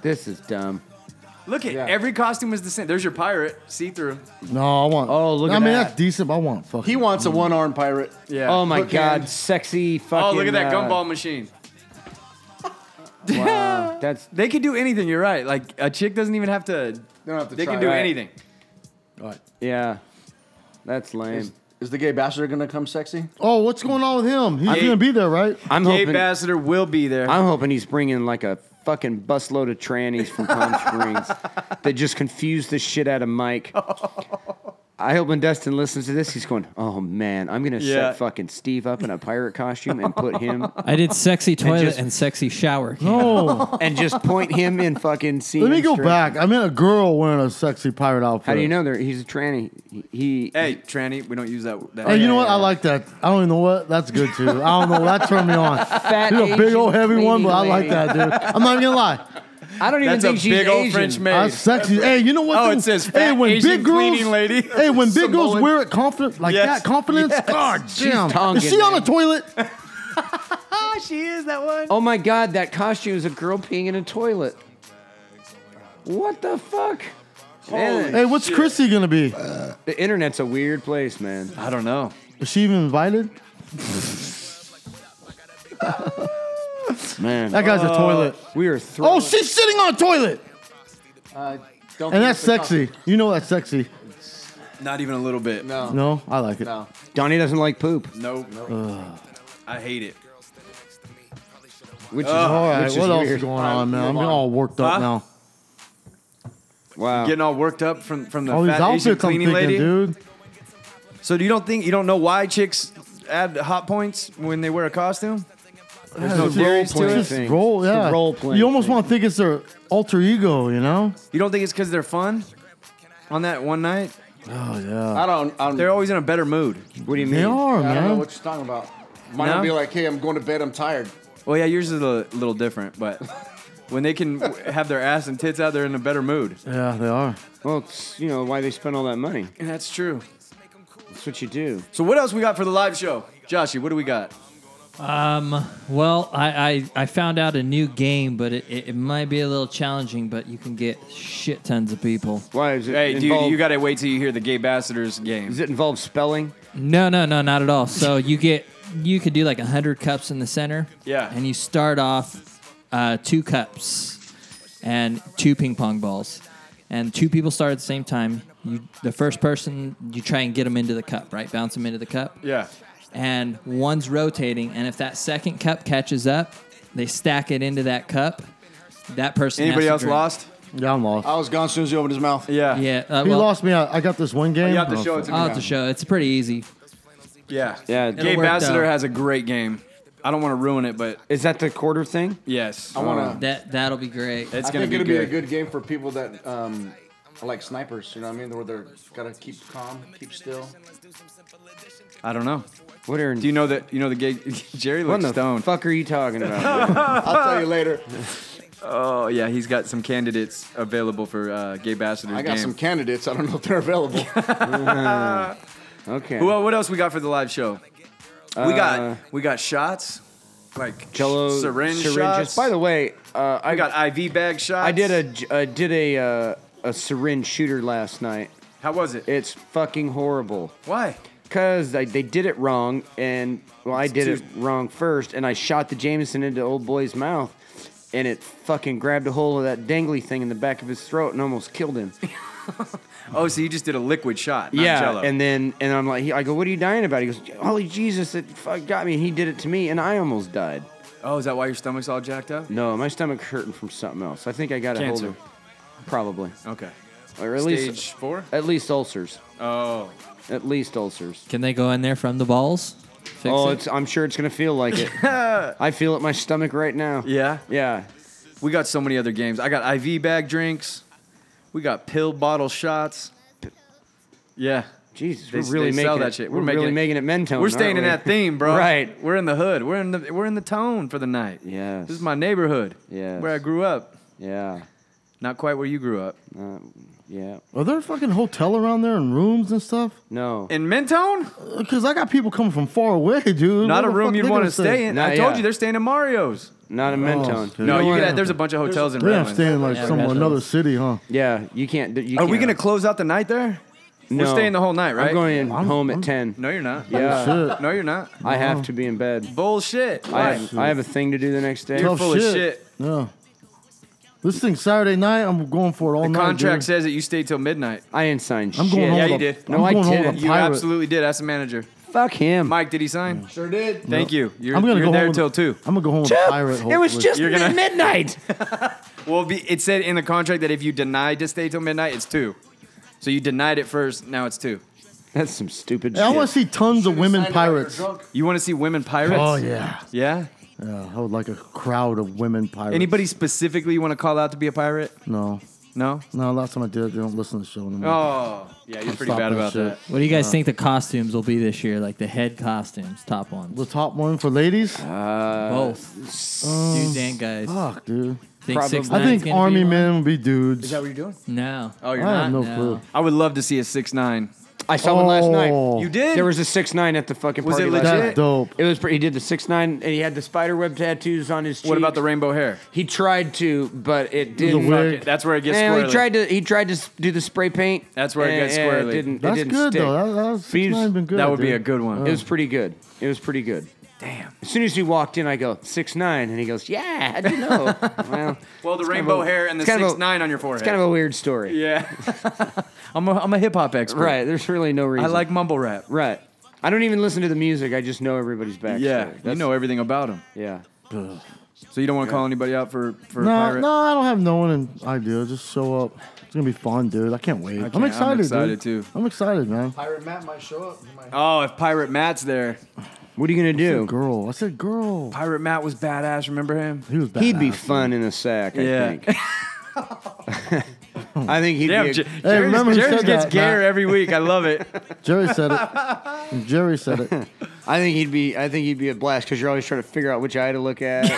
Speaker 3: This is dumb.
Speaker 5: Look at every costume is the same. There's your pirate, see through.
Speaker 4: No, I want.
Speaker 3: Oh, look
Speaker 4: I
Speaker 3: at
Speaker 4: mean,
Speaker 3: that.
Speaker 4: that's decent. But I want fucking.
Speaker 7: He wants a one armed pirate.
Speaker 5: Yeah.
Speaker 3: Oh my
Speaker 7: Hook
Speaker 3: god,
Speaker 7: hand.
Speaker 3: sexy fucking.
Speaker 5: Oh, look at that
Speaker 3: uh,
Speaker 5: gumball machine.
Speaker 3: Wow, uh, that's
Speaker 5: They could do anything. You're right. Like a chick doesn't even have to.
Speaker 7: They don't have to
Speaker 5: They
Speaker 7: try.
Speaker 5: can do
Speaker 3: Right.
Speaker 5: anything.
Speaker 3: yeah, that's lame.
Speaker 7: Is the gay bachelor gonna come sexy?
Speaker 4: Oh, what's going on with him? He's
Speaker 5: I-
Speaker 4: gonna be there, right?
Speaker 3: I'm
Speaker 5: Gay
Speaker 3: hoping.
Speaker 5: Ambassador will be there.
Speaker 3: I'm hoping he's bringing like a fucking busload of trannies
Speaker 4: <laughs>
Speaker 3: from Palm Springs that just confuse the shit out of Mike. I hope when Dustin listens to this, he's going, "Oh man, I'm gonna
Speaker 5: Yeah.
Speaker 3: set fucking Steve up in a pirate costume and put
Speaker 4: <laughs>
Speaker 3: him
Speaker 6: I did sexy toilet and,
Speaker 3: just-
Speaker 6: sexy shower.
Speaker 4: Oh,
Speaker 3: and just point him in fucking scene."
Speaker 4: let me go back. I meant a girl wearing a sexy pirate outfit.
Speaker 3: How do you know there? He's a tranny. He, he
Speaker 5: hey, tranny, we don't use that. that
Speaker 4: Hey, Oh, you know what?
Speaker 3: yeah,
Speaker 4: I
Speaker 3: yeah.
Speaker 4: like that. I don't even know what. That's good too. I don't know. That turned me on.
Speaker 3: fat,
Speaker 4: She's a big
Speaker 3: Asian
Speaker 4: old heavy one,
Speaker 3: cleaning
Speaker 4: but I like
Speaker 3: lady.
Speaker 4: that, dude. I'm not even gonna lie.
Speaker 3: I don't even
Speaker 5: That's a
Speaker 3: think
Speaker 5: big
Speaker 3: she's
Speaker 5: old
Speaker 3: Asian.
Speaker 5: French maid.
Speaker 4: That's sexy. Hey, you know what?
Speaker 5: Oh,
Speaker 4: dude?
Speaker 5: it says
Speaker 4: hey,
Speaker 5: fat Asian cleaning lady.
Speaker 4: <laughs> Hey, when big girls
Speaker 5: Samoan.
Speaker 4: wear it confident like
Speaker 5: Yes.
Speaker 4: that, confidence. God damn.
Speaker 3: Tongan,
Speaker 4: Is she on a
Speaker 3: man.
Speaker 4: toilet?
Speaker 3: Oh my god, that costume is a girl peeing in a toilet. What the fuck? Man,
Speaker 4: Hey, what's Chrissy gonna be?
Speaker 3: the internet's a weird place, man.
Speaker 5: I don't know.
Speaker 4: Is she even invited?
Speaker 3: Man,
Speaker 4: That guy's a toilet.
Speaker 3: we are throwing.
Speaker 4: Oh, she's sitting on a toilet,
Speaker 7: Uh, don't
Speaker 4: and
Speaker 7: give
Speaker 4: that's
Speaker 7: us the con-
Speaker 4: sexy. You know that's sexy.
Speaker 5: Not even a little bit.
Speaker 7: No.
Speaker 4: No, I like it.
Speaker 7: No.
Speaker 3: Donnie doesn't like poop,
Speaker 5: Nope. I hate it.
Speaker 3: which is
Speaker 4: Oh, All right,
Speaker 3: which is
Speaker 4: what else
Speaker 3: weird.
Speaker 4: is going on, man? I'm
Speaker 5: move on.
Speaker 4: all worked up
Speaker 5: Huh?
Speaker 4: now.
Speaker 3: Wow.
Speaker 5: Getting all worked up from from the
Speaker 4: All these
Speaker 5: fat Asian
Speaker 4: outfits I'm
Speaker 5: cleaning
Speaker 4: thinking,
Speaker 5: lady.
Speaker 4: dude.
Speaker 5: So you don't think you don't know why chicks add hot points when they wear a costume? There's no
Speaker 4: It's just-
Speaker 5: theories to
Speaker 3: playing
Speaker 5: it.
Speaker 4: Just
Speaker 3: thing.
Speaker 4: roll,
Speaker 3: It's a
Speaker 4: yeah.
Speaker 3: role playing
Speaker 4: you almost
Speaker 3: thing.
Speaker 4: want to think it's their alter ego, you know?
Speaker 5: You don't think it's because they're fun on that one night?
Speaker 4: Oh yeah,
Speaker 7: I don't. I don't,
Speaker 5: They're always in a better mood.
Speaker 3: What do you mean?
Speaker 4: they are,
Speaker 7: I don't know
Speaker 4: man.
Speaker 7: what you're talking about. Mine
Speaker 5: No?
Speaker 7: will be like, hey, I'm going to bed. I'm tired.
Speaker 5: Well, yeah, yours is a little different, but when they can have their ass and tits out, they're in a better mood.
Speaker 4: Yeah, they are.
Speaker 3: Well, it's, you know why they spend all that money.
Speaker 5: That's true.
Speaker 3: That's what you do.
Speaker 5: So what else we got for the live show, Joshy? What do we got?
Speaker 6: Um, well, I, I, I found out a new game, but it, it, it might be a little challenging, but you can get shit tons of people.
Speaker 3: Why is it?
Speaker 5: Hey, dude,
Speaker 3: involve,
Speaker 5: you gotta wait till you hear the Gay Bastards game.
Speaker 3: Does it involve spelling?
Speaker 6: No, no, no, not at all. So you get you could do like hundred cups in the center.
Speaker 5: Yeah.
Speaker 6: And you start off uh, two cups and two ping pong balls, and two people start at the same time. You the first person you try and get them into the cup, right? Bounce them into the cup.
Speaker 5: Yeah.
Speaker 6: And one's rotating, and if that second cup catches up, they stack it into that cup. That person. has
Speaker 5: Anybody
Speaker 6: to
Speaker 5: else
Speaker 6: drink.
Speaker 5: lost?
Speaker 4: Yeah, I'm lost.
Speaker 7: I was gone as soon as he opened his mouth.
Speaker 5: Yeah.
Speaker 6: Yeah. Uh,
Speaker 4: He
Speaker 6: well,
Speaker 4: lost me. I, I got this one game.
Speaker 5: You have to
Speaker 4: Oh,
Speaker 7: Uh,
Speaker 5: show it to me.
Speaker 6: I'll have to show. It's pretty easy.
Speaker 5: Yeah.
Speaker 3: Yeah.
Speaker 5: Gay
Speaker 6: work
Speaker 5: Bassler
Speaker 6: out.
Speaker 5: has a great game. I don't want to ruin it, but
Speaker 3: Is that the quarter thing?
Speaker 5: yes,
Speaker 7: I want to.
Speaker 6: That that'll be great.
Speaker 5: it's
Speaker 7: I
Speaker 5: gonna
Speaker 7: think
Speaker 5: be
Speaker 7: it'll
Speaker 5: good.
Speaker 7: be a good game for people that um, are like snipers. You know what I mean? Where they're gotta keep calm, keep still.
Speaker 5: I don't know.
Speaker 3: What are
Speaker 5: Do you know that you know the gay <laughs> Jerry
Speaker 3: what
Speaker 5: looks
Speaker 3: in the
Speaker 5: stoned?
Speaker 3: fuck are you
Speaker 5: <laughs>
Speaker 3: talking about?
Speaker 7: I'll tell you later.
Speaker 5: Oh yeah, he's got some candidates available for uh, gay ambassadors.
Speaker 7: I got
Speaker 5: game.
Speaker 7: some candidates. I don't know if they're available.
Speaker 3: okay.
Speaker 5: Who, what else we got for the live show? we
Speaker 3: Uh,
Speaker 5: got we got shots, like
Speaker 3: Jello
Speaker 5: syringe
Speaker 3: syringes.
Speaker 5: shots.
Speaker 3: By the way, uh, I
Speaker 5: I got IV bag shots.
Speaker 3: I did a j- I did a uh, a syringe shooter last night.
Speaker 5: How was it?
Speaker 3: It's fucking horrible.
Speaker 5: Why?
Speaker 3: Cause I, they did it wrong, and well, I did it
Speaker 5: Dude.
Speaker 3: wrong first, and I shot the Jameson into old boy's mouth, and it fucking grabbed a hold of that dangly thing in the back of his throat and almost
Speaker 5: <laughs>
Speaker 3: killed him.
Speaker 5: Oh, so you just did a liquid shot, not
Speaker 3: yeah,
Speaker 5: Jello.
Speaker 3: and then and I'm like, he, I go, what are you dying about? He goes, holy Jesus, it fuck got me. And he did it to me, and I almost died.
Speaker 5: oh, is that why your stomach's all jacked up?
Speaker 3: No, my stomach hurting from something else. I think I got a hold
Speaker 5: Cancer.
Speaker 3: of probably,
Speaker 5: Okay.
Speaker 3: or at
Speaker 5: Stage
Speaker 3: least
Speaker 5: four.
Speaker 3: at least ulcers,
Speaker 5: Oh,
Speaker 3: at least ulcers.
Speaker 6: Can they go in there from the balls? Fix
Speaker 3: oh,
Speaker 6: it?
Speaker 3: it's I'm sure it's gonna feel like
Speaker 5: <laughs>
Speaker 3: it. I feel it in my stomach right now.
Speaker 5: yeah.
Speaker 3: Yeah,
Speaker 5: We got so many other games. I got IV bag drinks. We got pill bottle shots. Yeah.
Speaker 3: Jesus,
Speaker 5: They-
Speaker 3: we're really
Speaker 5: they
Speaker 3: making
Speaker 5: sell
Speaker 3: it,
Speaker 5: that shit.
Speaker 3: We're,
Speaker 5: We're making
Speaker 3: really
Speaker 5: it-
Speaker 3: making it men tone.
Speaker 5: We're staying in
Speaker 3: aren't we?
Speaker 5: that theme, bro.
Speaker 3: <laughs> Right.
Speaker 5: We're in the hood. We're in the we're in the tone for the night.
Speaker 3: Yes.
Speaker 5: This is my neighborhood.
Speaker 3: Yes.
Speaker 5: Where I grew up.
Speaker 3: Yeah.
Speaker 5: Not quite where you grew up.
Speaker 3: Uh, yeah.
Speaker 4: Are there a fucking hotel around there and rooms and stuff?
Speaker 3: No.
Speaker 5: In Mentone?
Speaker 4: Because I got people coming from far away, dude.
Speaker 5: Not a
Speaker 4: Where the
Speaker 5: room
Speaker 4: fuck
Speaker 5: you'd
Speaker 4: they
Speaker 5: want to
Speaker 4: gonna
Speaker 5: stay in.
Speaker 3: Nah,
Speaker 5: I told
Speaker 3: yeah.
Speaker 5: you they're staying in Mario's.
Speaker 3: Not in men tone.
Speaker 4: dude.
Speaker 5: Oh. No,
Speaker 4: You know
Speaker 5: you
Speaker 4: what?
Speaker 5: can, there's a bunch of hotels in
Speaker 4: They have
Speaker 5: Redlands.
Speaker 4: staying in like
Speaker 6: Yeah,
Speaker 4: some
Speaker 6: Redlands.
Speaker 4: another city, huh?
Speaker 3: Yeah. You can't. do- You
Speaker 5: Are we
Speaker 3: can't.
Speaker 5: gonna close out the night there?
Speaker 3: No.
Speaker 5: We're staying the whole night, right?
Speaker 3: I'm going in
Speaker 4: I'm-
Speaker 3: home
Speaker 4: I'm-
Speaker 3: at ten.
Speaker 5: No, you're not.
Speaker 3: Yeah.
Speaker 4: Shit.
Speaker 5: No, you're not.
Speaker 3: I have to be in bed.
Speaker 5: Bullshit.
Speaker 3: I
Speaker 5: Like,
Speaker 3: have, I have a thing to do the next day.
Speaker 5: You're
Speaker 4: Tough
Speaker 5: full of shit.
Speaker 4: Yeah. This thing Saturday night, I'm going for it all
Speaker 5: The
Speaker 4: night.
Speaker 5: contract
Speaker 4: dude.
Speaker 5: says that you stay till midnight.
Speaker 3: I ain't signed
Speaker 4: I'm
Speaker 3: shit.
Speaker 4: going home.
Speaker 5: Yeah,
Speaker 4: with
Speaker 5: you
Speaker 4: a-
Speaker 5: did.
Speaker 4: I'm
Speaker 3: No, I
Speaker 4: going home with
Speaker 3: didn't.
Speaker 4: a
Speaker 5: You
Speaker 4: pirate.
Speaker 5: absolutely did. Ask the manager.
Speaker 3: Fuck him.
Speaker 5: Mike, did he sign? Sure did. Thank you. You're,
Speaker 4: I'm gonna
Speaker 5: you're
Speaker 4: go
Speaker 5: there
Speaker 4: home
Speaker 5: till
Speaker 4: with,
Speaker 5: two.
Speaker 4: I'm gonna go home with
Speaker 3: Two?
Speaker 4: a pirate.
Speaker 3: It was
Speaker 4: hopefully.
Speaker 3: just
Speaker 5: You're gonna-
Speaker 3: midnight.
Speaker 5: Well, be, it said in the contract that if you denied to stay till midnight, it's two. So you denied it first. Now it's two.
Speaker 3: That's some stupid
Speaker 4: Yeah, I want
Speaker 3: shit.
Speaker 4: to see tons of women pirates.
Speaker 5: You want to see women pirates?
Speaker 4: Oh yeah.
Speaker 5: Yeah.
Speaker 4: yeah, I would like a crowd of women pirates.
Speaker 5: Anybody specifically you want to call out to be a pirate?
Speaker 4: No,
Speaker 5: No.
Speaker 4: no. Last time I did, they don't listen to the show anymore.
Speaker 5: Oh, yeah. You're pretty
Speaker 4: Stop
Speaker 5: bad about
Speaker 4: shit.
Speaker 5: that.
Speaker 6: What do you guys think the costumes will be this year? Like the head costumes, top ones,
Speaker 4: The top one for ladies.
Speaker 3: Uh,
Speaker 6: both
Speaker 4: Um,
Speaker 6: dudes and guys.
Speaker 4: Fuck, dude.
Speaker 6: think
Speaker 3: probably-
Speaker 6: 6ix9ine's
Speaker 4: I think
Speaker 6: gonna
Speaker 4: army
Speaker 6: be one?
Speaker 4: men would be dudes.
Speaker 5: what you're doing?
Speaker 6: No,
Speaker 5: Oh, you're
Speaker 4: I
Speaker 5: not.
Speaker 4: have no
Speaker 6: no.
Speaker 4: clue.
Speaker 5: I would love to see a six nine.
Speaker 3: I saw one last night.
Speaker 4: Oh,
Speaker 5: You did?
Speaker 3: There was a six nine at the fucking
Speaker 5: Was
Speaker 3: party.
Speaker 5: it
Speaker 3: last
Speaker 5: legit?
Speaker 3: night.
Speaker 4: That's dope.
Speaker 3: It was. Pretty, he did the six nine, and he had the spider web tattoos on his. Cheeks.
Speaker 5: What about the rainbow hair?
Speaker 3: He tried to, but it didn't.
Speaker 4: wig.
Speaker 3: fucking-
Speaker 5: That's where it gets
Speaker 3: And
Speaker 5: squirrely.
Speaker 3: he tried to. He tried to s- do the spray paint.
Speaker 5: That's where it
Speaker 3: and-
Speaker 5: gets
Speaker 3: and
Speaker 5: squirrely.
Speaker 3: It didn't. it
Speaker 4: That's
Speaker 3: didn't
Speaker 4: good
Speaker 3: stick.
Speaker 4: though. That, that was,
Speaker 3: But he was-
Speaker 4: been good.
Speaker 5: that would be
Speaker 4: dude.
Speaker 5: a good one.
Speaker 3: It was pretty good. It was pretty good. Damn. As soon as he walked in, I go six nine, and he goes, "Yeah, I
Speaker 5: <laughs>
Speaker 3: do know." well,
Speaker 5: well, the
Speaker 3: it's kind of
Speaker 5: rainbow
Speaker 3: a-
Speaker 5: hair and the
Speaker 3: it's kind of a-
Speaker 5: six nine on your forehead.
Speaker 3: it's kind of a weird story.
Speaker 5: yeah. <laughs> I'm a, I'm a hip hop expert.
Speaker 3: Right. There's really no reason.
Speaker 5: I like mumble rap.
Speaker 3: Right. I don't even listen to the music. I just know everybody's backstory.
Speaker 5: Yeah, you
Speaker 3: That's-
Speaker 5: know everything about him.
Speaker 3: Yeah.
Speaker 5: So you don't want to call anybody out for for
Speaker 4: No,
Speaker 5: pirate.
Speaker 4: no, I don't have no one in idea. Just show up. It's gonna be fun, dude. I can't wait. I
Speaker 5: can't- I'm
Speaker 4: am excited.
Speaker 5: excited,
Speaker 4: dude.
Speaker 5: too.
Speaker 4: I'm excited, man.
Speaker 7: Pirate Matt might show up. He might-
Speaker 5: Oh, if Pirate Matt's there,
Speaker 3: What are you gonna do?
Speaker 4: Girl, I said girl.
Speaker 5: Pirate Matt was badass. Remember him?
Speaker 4: He was badass.
Speaker 3: He'd be fun in a sack. I
Speaker 5: Yeah.
Speaker 3: think. <laughs> I think he'd
Speaker 5: Damn,
Speaker 3: be.
Speaker 5: J-
Speaker 3: A,
Speaker 5: Jerry,
Speaker 4: remember who
Speaker 5: Jerry
Speaker 4: said
Speaker 5: gets
Speaker 4: that,
Speaker 5: gayer
Speaker 4: Matt?
Speaker 5: every week. I love it.
Speaker 4: Jerry said it.
Speaker 5: <laughs>
Speaker 4: Jerry said it.
Speaker 3: I think he'd be. I think he'd be a blast because you're always trying to figure out which eye to look at.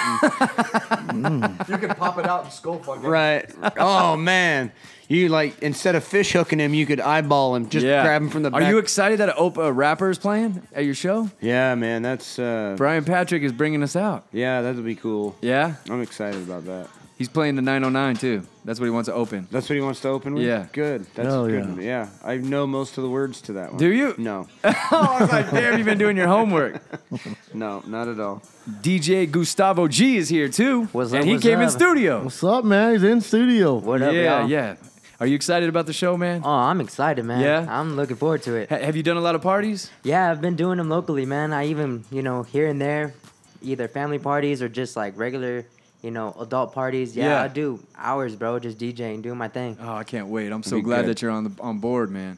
Speaker 5: <laughs>
Speaker 3: and-
Speaker 7: You can pop it out and skull fuck it.
Speaker 3: right. Oh man. You like instead of fish hooking him, you could eyeball him. Just
Speaker 5: yeah,
Speaker 3: grab him from the. Back.
Speaker 5: Are you excited that Opa rapper is playing at your show?
Speaker 3: yeah, man. That's. uh
Speaker 5: Brian Patrick is bringing us out.
Speaker 3: Yeah, that'd be cool.
Speaker 5: Yeah,
Speaker 3: I'm excited about that.
Speaker 5: he's playing the 909 too. That's what he wants to open.
Speaker 3: That's what he wants to open with.
Speaker 5: Yeah.
Speaker 3: Good. That's
Speaker 4: Hell
Speaker 3: good.
Speaker 4: yeah.
Speaker 3: one. Yeah. I know most of the words to that one.
Speaker 5: Do you? <laughs>
Speaker 3: No.
Speaker 5: <laughs> Oh, I was like, damn, you've been doing your <laughs> homework.
Speaker 3: No. Not at all.
Speaker 5: DJ Gustavo G is here too,
Speaker 9: What's
Speaker 5: and
Speaker 9: up,
Speaker 5: he
Speaker 9: what's
Speaker 5: came in
Speaker 9: up?
Speaker 5: studio.
Speaker 4: What's up, man? He's in studio.
Speaker 9: What up,
Speaker 5: yeah,
Speaker 9: y'all?
Speaker 5: yeah. Are you excited about the show, man?
Speaker 9: Oh, I'm excited, man.
Speaker 5: Yeah?
Speaker 9: I'm looking forward to it.
Speaker 5: Ha- have you done a lot of parties?
Speaker 9: Yeah, I've been doing them locally, man. I even, you know, here and there, either family parties or just like regular, you know, adult parties. Yeah,
Speaker 5: Yeah.
Speaker 9: I do hours, bro, just DJing, doing my thing.
Speaker 5: Oh, I can't wait. I'm so
Speaker 3: be
Speaker 5: glad
Speaker 3: good.
Speaker 5: that you're on the on board, man.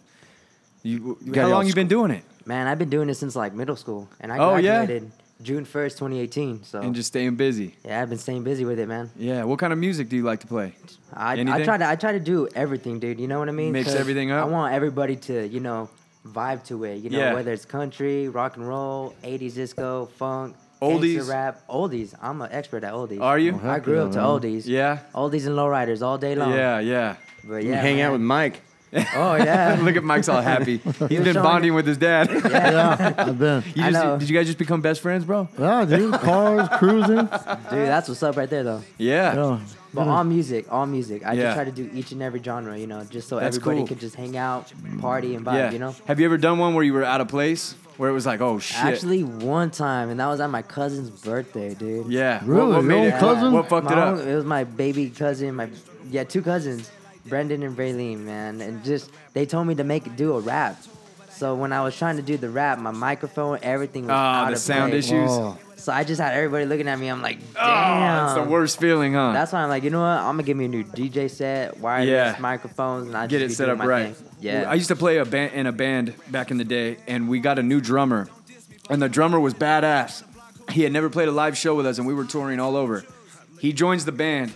Speaker 5: You,
Speaker 3: got
Speaker 5: how
Speaker 3: it
Speaker 5: long
Speaker 3: all
Speaker 5: you been doing it?
Speaker 9: Man, I've been doing it since like middle school, and I
Speaker 5: Oh, yeah?
Speaker 9: graduated June 1st, 2018. So
Speaker 5: and just staying busy.
Speaker 9: Oh. yeah, I've been staying busy with it, man.
Speaker 5: Yeah. What kind of music do you like to play?
Speaker 9: I, I
Speaker 5: Anything?
Speaker 9: try to I try to do everything, dude. You know what I mean?
Speaker 5: Mix
Speaker 9: 'Cause
Speaker 5: everything up?
Speaker 9: I want everybody to you know vibe to it. You know
Speaker 5: Yeah.
Speaker 9: whether it's country, rock and roll, '80s disco, funk,
Speaker 5: Oldies?
Speaker 9: gangsta rap, oldies. I'm an expert at oldies.
Speaker 5: Are you?
Speaker 9: I grew up to oldies.
Speaker 5: Yeah.
Speaker 9: oldies and lowriders all day long.
Speaker 5: Yeah. Yeah.
Speaker 9: but yeah,
Speaker 3: Hang
Speaker 9: man.
Speaker 3: out with Mike. <laughs>
Speaker 9: Oh yeah.
Speaker 5: <laughs> Look at Mike's all
Speaker 9: <laughs>
Speaker 5: happy. He's been
Speaker 9: showing-
Speaker 5: bonding with his
Speaker 9: <laughs>
Speaker 5: dad.
Speaker 4: yeah, I've been.
Speaker 5: <laughs> You
Speaker 9: I
Speaker 5: just-
Speaker 9: know.
Speaker 5: Did you guys just become best friends, bro?
Speaker 4: Yeah, dude. Cars, cruising.
Speaker 9: Dude, that's what's up right there, though.
Speaker 5: Yeah.
Speaker 4: Yeah.
Speaker 3: Hmm.
Speaker 9: But all music, all music. I
Speaker 5: Yeah.
Speaker 9: just try to do each and every genre, you know, just so
Speaker 5: That's
Speaker 9: everybody
Speaker 5: cool.
Speaker 9: could just hang out, party, and vibe,
Speaker 5: yeah.
Speaker 9: you know?
Speaker 5: Have you ever done one where you were out of place? Where it was like, oh shit.
Speaker 9: Actually, one time, and that was at my cousin's birthday, dude.
Speaker 5: Yeah.
Speaker 4: Really?
Speaker 5: What, what
Speaker 4: Your
Speaker 5: made
Speaker 4: own
Speaker 5: it?
Speaker 4: cousin?
Speaker 5: What fucked it
Speaker 9: My
Speaker 5: up?
Speaker 9: own- it was my baby cousin, my yeah, two cousins, Brendan and Raylene, man, and just they told me to make do a rap. So when I was trying to do the rap, my microphone, everything was
Speaker 5: Ah,
Speaker 9: out
Speaker 5: the
Speaker 9: of
Speaker 5: sound
Speaker 9: place.
Speaker 5: issues.
Speaker 4: Oh.
Speaker 9: So I just had everybody looking at me. I'm like,
Speaker 5: Oh,
Speaker 9: damn,
Speaker 5: it's the worst feeling, huh?
Speaker 9: Um, That's why I'm like, you know what? I'm gonna give me a new DJ set, wireless
Speaker 5: Yeah.
Speaker 9: microphones, and I
Speaker 5: get
Speaker 9: just
Speaker 5: it
Speaker 9: be
Speaker 5: set
Speaker 9: doing
Speaker 5: up
Speaker 9: my
Speaker 5: right.
Speaker 9: thing. Yeah.
Speaker 5: I used to play a band in a band back in the day, and we got a new drummer, and the drummer was badass. He had never played a live show with us, and we were touring all over. He joins the band,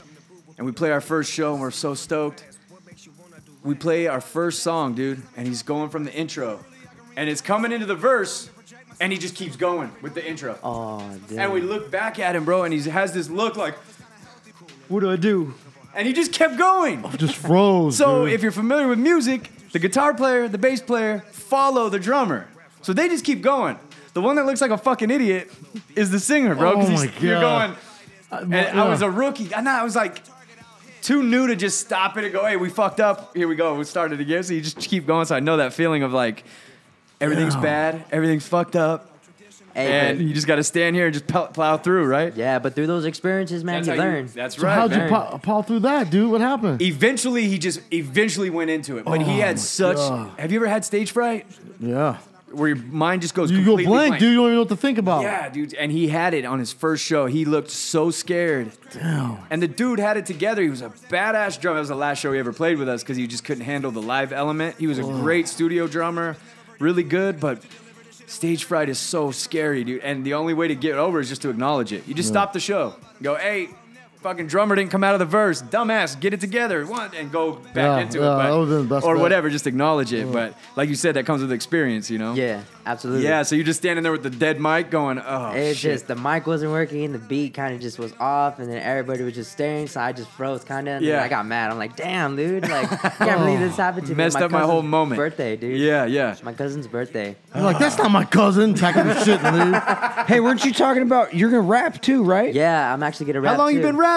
Speaker 5: and we play our first show, and we're so stoked. We play our first song, dude, and he's going from the intro, and it's coming into the verse, and he just keeps going with the intro.
Speaker 9: oh, dude.
Speaker 5: And we look back at him, bro, and he has this look like, "What do I do?" And he just kept going.
Speaker 4: Just froze.
Speaker 5: So
Speaker 4: dude.
Speaker 5: if you're familiar with music, the guitar player, the bass player follow the drummer. So they just keep going. The one that looks like a fucking idiot is the singer, bro. 'cause
Speaker 4: Oh
Speaker 5: he's-
Speaker 4: my
Speaker 5: You're going.
Speaker 4: God.
Speaker 5: And
Speaker 4: yeah.
Speaker 5: I was a rookie. And I was like too new to just stop it and go, hey, we fucked up. Here we go. We started again. So you just keep going. So I know that feeling of like everything's bad, everything's fucked up,
Speaker 9: Hey,
Speaker 5: and
Speaker 9: but,
Speaker 5: you just got to stand here and just plow, plow through, right?
Speaker 9: yeah, but through those experiences, man, you
Speaker 5: how
Speaker 9: learn.
Speaker 5: that's
Speaker 4: So
Speaker 5: right.
Speaker 4: how'd
Speaker 5: man.
Speaker 4: you pop, pop through that, dude? What happened?
Speaker 5: Eventually, he just eventually went into it, but he
Speaker 4: Oh,
Speaker 5: had
Speaker 4: my
Speaker 5: such.
Speaker 4: God.
Speaker 5: Have you ever had stage fright,
Speaker 4: yeah.
Speaker 5: where your mind just goes
Speaker 4: You go
Speaker 5: completely
Speaker 4: blank, dude. You don't even know what to think about.
Speaker 5: Yeah, dude, and he had it on his first show. He looked so scared. Damn. And the dude had it together. He was a badass drummer. That was the last show he ever played with us because he just couldn't handle the live element. He was a great studio drummer, really good, but stage fright is so scary, dude. And the only way to get over is just to acknowledge it. You just stop the show. Go, hey. Fucking drummer didn't come out of the verse. Dumbass, get it together. One and go back
Speaker 4: Yeah,
Speaker 5: into
Speaker 4: yeah,
Speaker 5: it. But,
Speaker 4: that would've been the best
Speaker 5: or
Speaker 4: bet.
Speaker 5: whatever, just acknowledge it. But like you said, that comes with experience, you know?
Speaker 9: Yeah, absolutely.
Speaker 5: Yeah, so you're just standing there with the dead mic going, oh,
Speaker 9: It's
Speaker 5: shit.
Speaker 9: just the mic wasn't working, the beat kind of just was off, and then everybody was just staring. So I just froze, kind of.
Speaker 5: Yeah.
Speaker 9: I got mad. I'm like, damn, dude, like,
Speaker 5: <laughs>
Speaker 9: I can't believe this happened to me.
Speaker 5: Messed up my
Speaker 9: cousin's
Speaker 5: whole moment.
Speaker 9: Birthday, dude.
Speaker 5: Yeah, yeah.
Speaker 9: My cousin's birthday.
Speaker 4: You're like, that's not my cousin. Taking the shit, dude.
Speaker 3: Hey, weren't you talking about you're gonna rap too, right?
Speaker 9: Yeah, I'm actually gonna rap.
Speaker 5: How long you
Speaker 9: too.
Speaker 5: been rapping?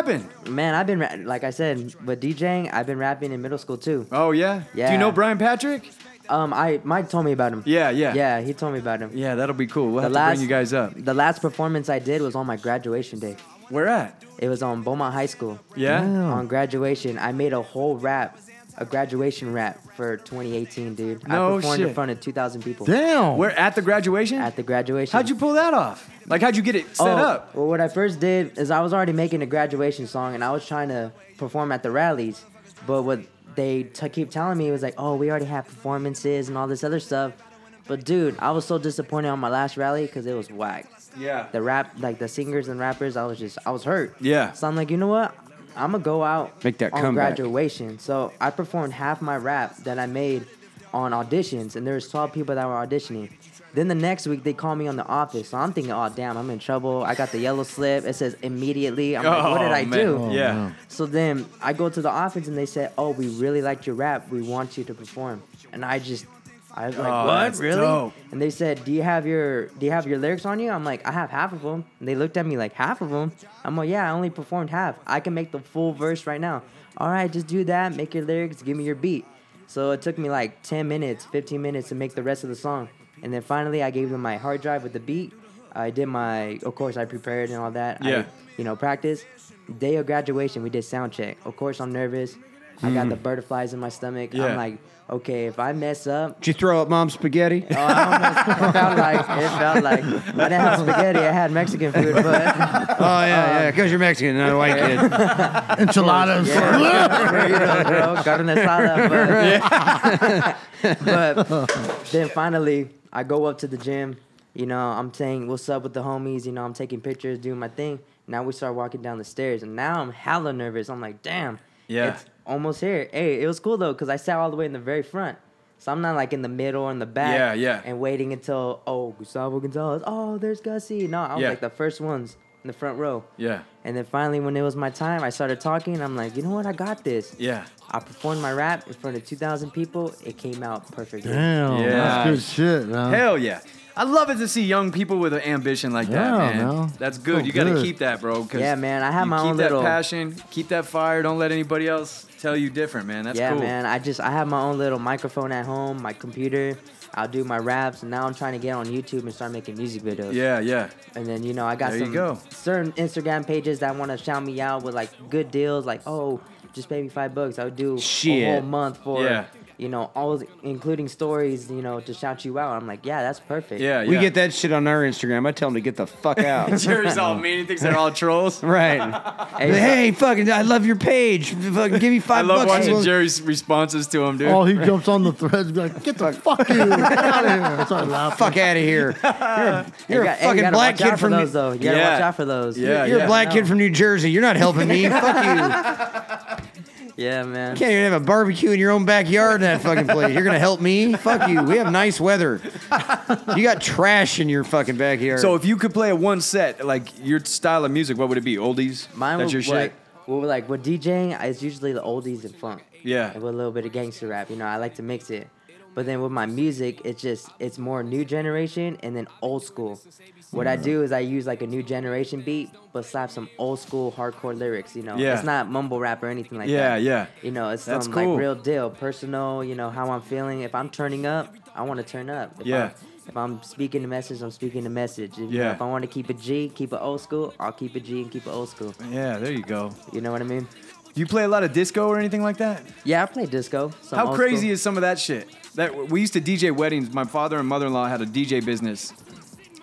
Speaker 9: Man, I've been ra- like I said, but DJing, I've been rapping in middle school too.
Speaker 5: Oh yeah. Do
Speaker 9: Yeah.
Speaker 5: you know Brian Patrick?
Speaker 9: Um, I Mike told me about him.
Speaker 5: Yeah, yeah.
Speaker 9: Yeah, he told me about him.
Speaker 5: Yeah, that'll be cool. We'll have to bring you guys up.
Speaker 9: The last performance I did was on my graduation day.
Speaker 5: Where at?
Speaker 9: It was on Beaumont High School.
Speaker 5: Yeah.
Speaker 9: On graduation, I made a whole rap, a graduation rap for 2018, dude.
Speaker 5: No
Speaker 9: I performed
Speaker 5: shit.
Speaker 9: in front of 2,000 people
Speaker 4: Damn.
Speaker 5: Where at the graduation?
Speaker 9: Oh. at the graduation.
Speaker 5: how'd you pull that off? Like how'd you get it set
Speaker 9: Oh,
Speaker 5: up?
Speaker 9: Well, what I first did is I was already making a graduation song and I was trying to perform at the rallies, but what they t- keep telling me was like, "Oh, we already have performances and all this other stuff." But dude, I was so disappointed on my last rally because it was whack.
Speaker 5: Yeah.
Speaker 9: The rap, like the singers and rappers, I was just, I was hurt.
Speaker 5: Yeah.
Speaker 9: So I'm like, you know what? I'm gonna go out
Speaker 3: Make that
Speaker 9: on
Speaker 3: comeback.
Speaker 9: graduation. So I performed half my rap that I made on auditions, and there was 12 people that were auditioning. Then the next week they call me on the office. So I'm thinking, oh damn, I'm in trouble. I got the yellow slip. It says immediately. I'm like, what did
Speaker 5: Oh,
Speaker 9: I
Speaker 5: man.
Speaker 9: do?
Speaker 5: yeah.
Speaker 9: So then I go to the office and they said, "Oh, we really liked your rap. We want you to perform." And I just, I was like,
Speaker 5: Oh,
Speaker 9: "What?
Speaker 5: that's
Speaker 9: Really?"
Speaker 5: dope.
Speaker 9: And they said, "Do you have your Do you have your lyrics on you?" I'm like, "I have half of them." And they looked at me like, "Half of them?" I'm like, "Yeah, I only performed half. I can make the full verse right now." All right, just do that. Make your lyrics. Give me your beat. So it took me like 10 minutes, 15 minutes to make the rest of the song. And then finally, I gave them my hard drive with the beat. I did my, of course, I prepared and all that. I,
Speaker 5: Yeah.
Speaker 9: you know, practice. Day of graduation, we did sound check. Of course, I'm nervous. I got the butterflies in my stomach.
Speaker 5: Yeah.
Speaker 9: I'm like, okay, if I mess up,
Speaker 3: <laughs> Did you throw up mom's spaghetti?
Speaker 9: oh, I almost, it felt like it felt like I didn't have spaghetti. I had Mexican food, but
Speaker 3: Oh yeah, yeah, because you're Mexican, not a white kid.
Speaker 4: Enchiladas.
Speaker 9: you know, bro, carne asada.
Speaker 5: <laughs>
Speaker 9: <laughs> But, but then finally, I go up to the gym. You know, I'm saying what's up with the homies. You know, I'm taking pictures, doing my thing. Now we start walking down the stairs, and now I'm hella nervous. I'm like, damn.
Speaker 5: Yeah.
Speaker 9: It's almost here. Hey, it was cool though, because I sat all the way in the very front. So I'm not like in the middle or in the back.
Speaker 5: Yeah, yeah.
Speaker 9: And waiting until, oh, Gustavo Gonzalez. Oh, there's Gussie. No, I was
Speaker 5: Yeah.
Speaker 9: like the first ones in the front row.
Speaker 5: Yeah.
Speaker 9: And then finally, when it was my time, I started talking. I'm like, you know what? I got this.
Speaker 5: Yeah.
Speaker 9: I performed my rap in front of 2,000 people. It came out perfectly.
Speaker 4: <laughs> Damn,
Speaker 5: Yeah.
Speaker 4: that's good shit, man.
Speaker 5: Hell yeah. I love it to see young people with an ambition like that,
Speaker 4: Yeah,
Speaker 5: man.
Speaker 4: man.
Speaker 5: That's good.
Speaker 4: So
Speaker 5: you got to
Speaker 4: good.
Speaker 5: keep that, bro. 'cause
Speaker 9: Yeah, man, I have
Speaker 5: you
Speaker 9: my
Speaker 5: keep
Speaker 9: own
Speaker 5: that
Speaker 9: little-
Speaker 5: passion. Keep that fire. Don't let anybody else tell you different, man. That's
Speaker 9: yeah,
Speaker 5: cool.
Speaker 9: man. I just I have my own little microphone at home, my computer. I'll do my raps, and now I'm trying to get on YouTube and start making music videos.
Speaker 5: Yeah, yeah.
Speaker 9: And then you know I got
Speaker 5: There you
Speaker 9: some
Speaker 5: go.
Speaker 9: certain Instagram pages that want to shout me out with like good deals, like oh, just pay me five bucks. I would do
Speaker 5: Shit.
Speaker 9: a whole month for
Speaker 5: Yeah.
Speaker 9: you know all the- including stories, you know, to shout you out. I'm like, yeah, that's perfect.
Speaker 5: Yeah, yeah.
Speaker 3: We
Speaker 9: <laughs>
Speaker 3: get that shit on our Instagram. I tell them to get the fuck
Speaker 5: <laughs>
Speaker 3: out.
Speaker 5: Jerry's all mean. He thinks they're all trolls.
Speaker 3: right.
Speaker 9: Hey,
Speaker 3: Hey, fucking, I love your page. Fucking give me
Speaker 5: I
Speaker 3: five
Speaker 5: love
Speaker 3: bucks.
Speaker 5: watching Jerry's responses to him, dude.
Speaker 4: Oh, he jumps on the threads, be like, "Get the fuck you out of here!" Start laughing.
Speaker 3: fuck out of here. You're a, you're
Speaker 9: you
Speaker 3: a
Speaker 9: got- hey, you
Speaker 3: fucking
Speaker 9: gotta
Speaker 3: black
Speaker 9: watch out
Speaker 3: kid
Speaker 9: for
Speaker 3: from
Speaker 9: those
Speaker 3: New,
Speaker 9: though. You gotta
Speaker 5: Yeah.
Speaker 9: watch out for those.
Speaker 5: Yeah,
Speaker 3: you're
Speaker 5: yeah.
Speaker 3: a black
Speaker 9: No.
Speaker 3: kid from New Jersey. You're not helping me. fuck you. You
Speaker 9: yeah, man.
Speaker 3: can't even have a barbecue in your own backyard in that fucking place. You're gonna help me? Fuck you. We have nice weather. You got trash in your fucking backyard.
Speaker 5: So if you could play a one set, like your style of music, what would it be? Oldies?
Speaker 9: Mine
Speaker 5: That's
Speaker 9: was
Speaker 5: your
Speaker 9: like,
Speaker 5: shit?
Speaker 9: Well, like with DJing, it's usually the oldies and funk.
Speaker 5: Yeah.
Speaker 9: And with a little bit of gangster rap. You know, I like to mix it. But then with my music, it's just it's more new generation and then old school. What I do is I use like a new generation beat, but slap some old school hardcore lyrics. You know,
Speaker 5: Yeah.
Speaker 9: it's not mumble rap or anything like
Speaker 5: Yeah,
Speaker 9: that.
Speaker 5: yeah.
Speaker 9: You know, it's
Speaker 5: That's
Speaker 9: some
Speaker 5: cool.
Speaker 9: like real deal, personal. You know how I'm feeling. If I'm turning up, I want to turn up. If
Speaker 5: Yeah.
Speaker 9: I'm, if I'm speaking the message, I'm speaking the message. You know,
Speaker 5: Yeah.
Speaker 9: if I want to keep it G, keep it old school, I'll keep it G and keep it old school.
Speaker 5: Yeah, there you go.
Speaker 9: You know what I mean?
Speaker 5: You play a lot of disco or anything like that?
Speaker 9: Yeah, I play disco. some
Speaker 5: How
Speaker 9: old
Speaker 5: crazy
Speaker 9: school.
Speaker 5: is some of that shit? That we used to DJ weddings. My father and mother in law had a DJ business,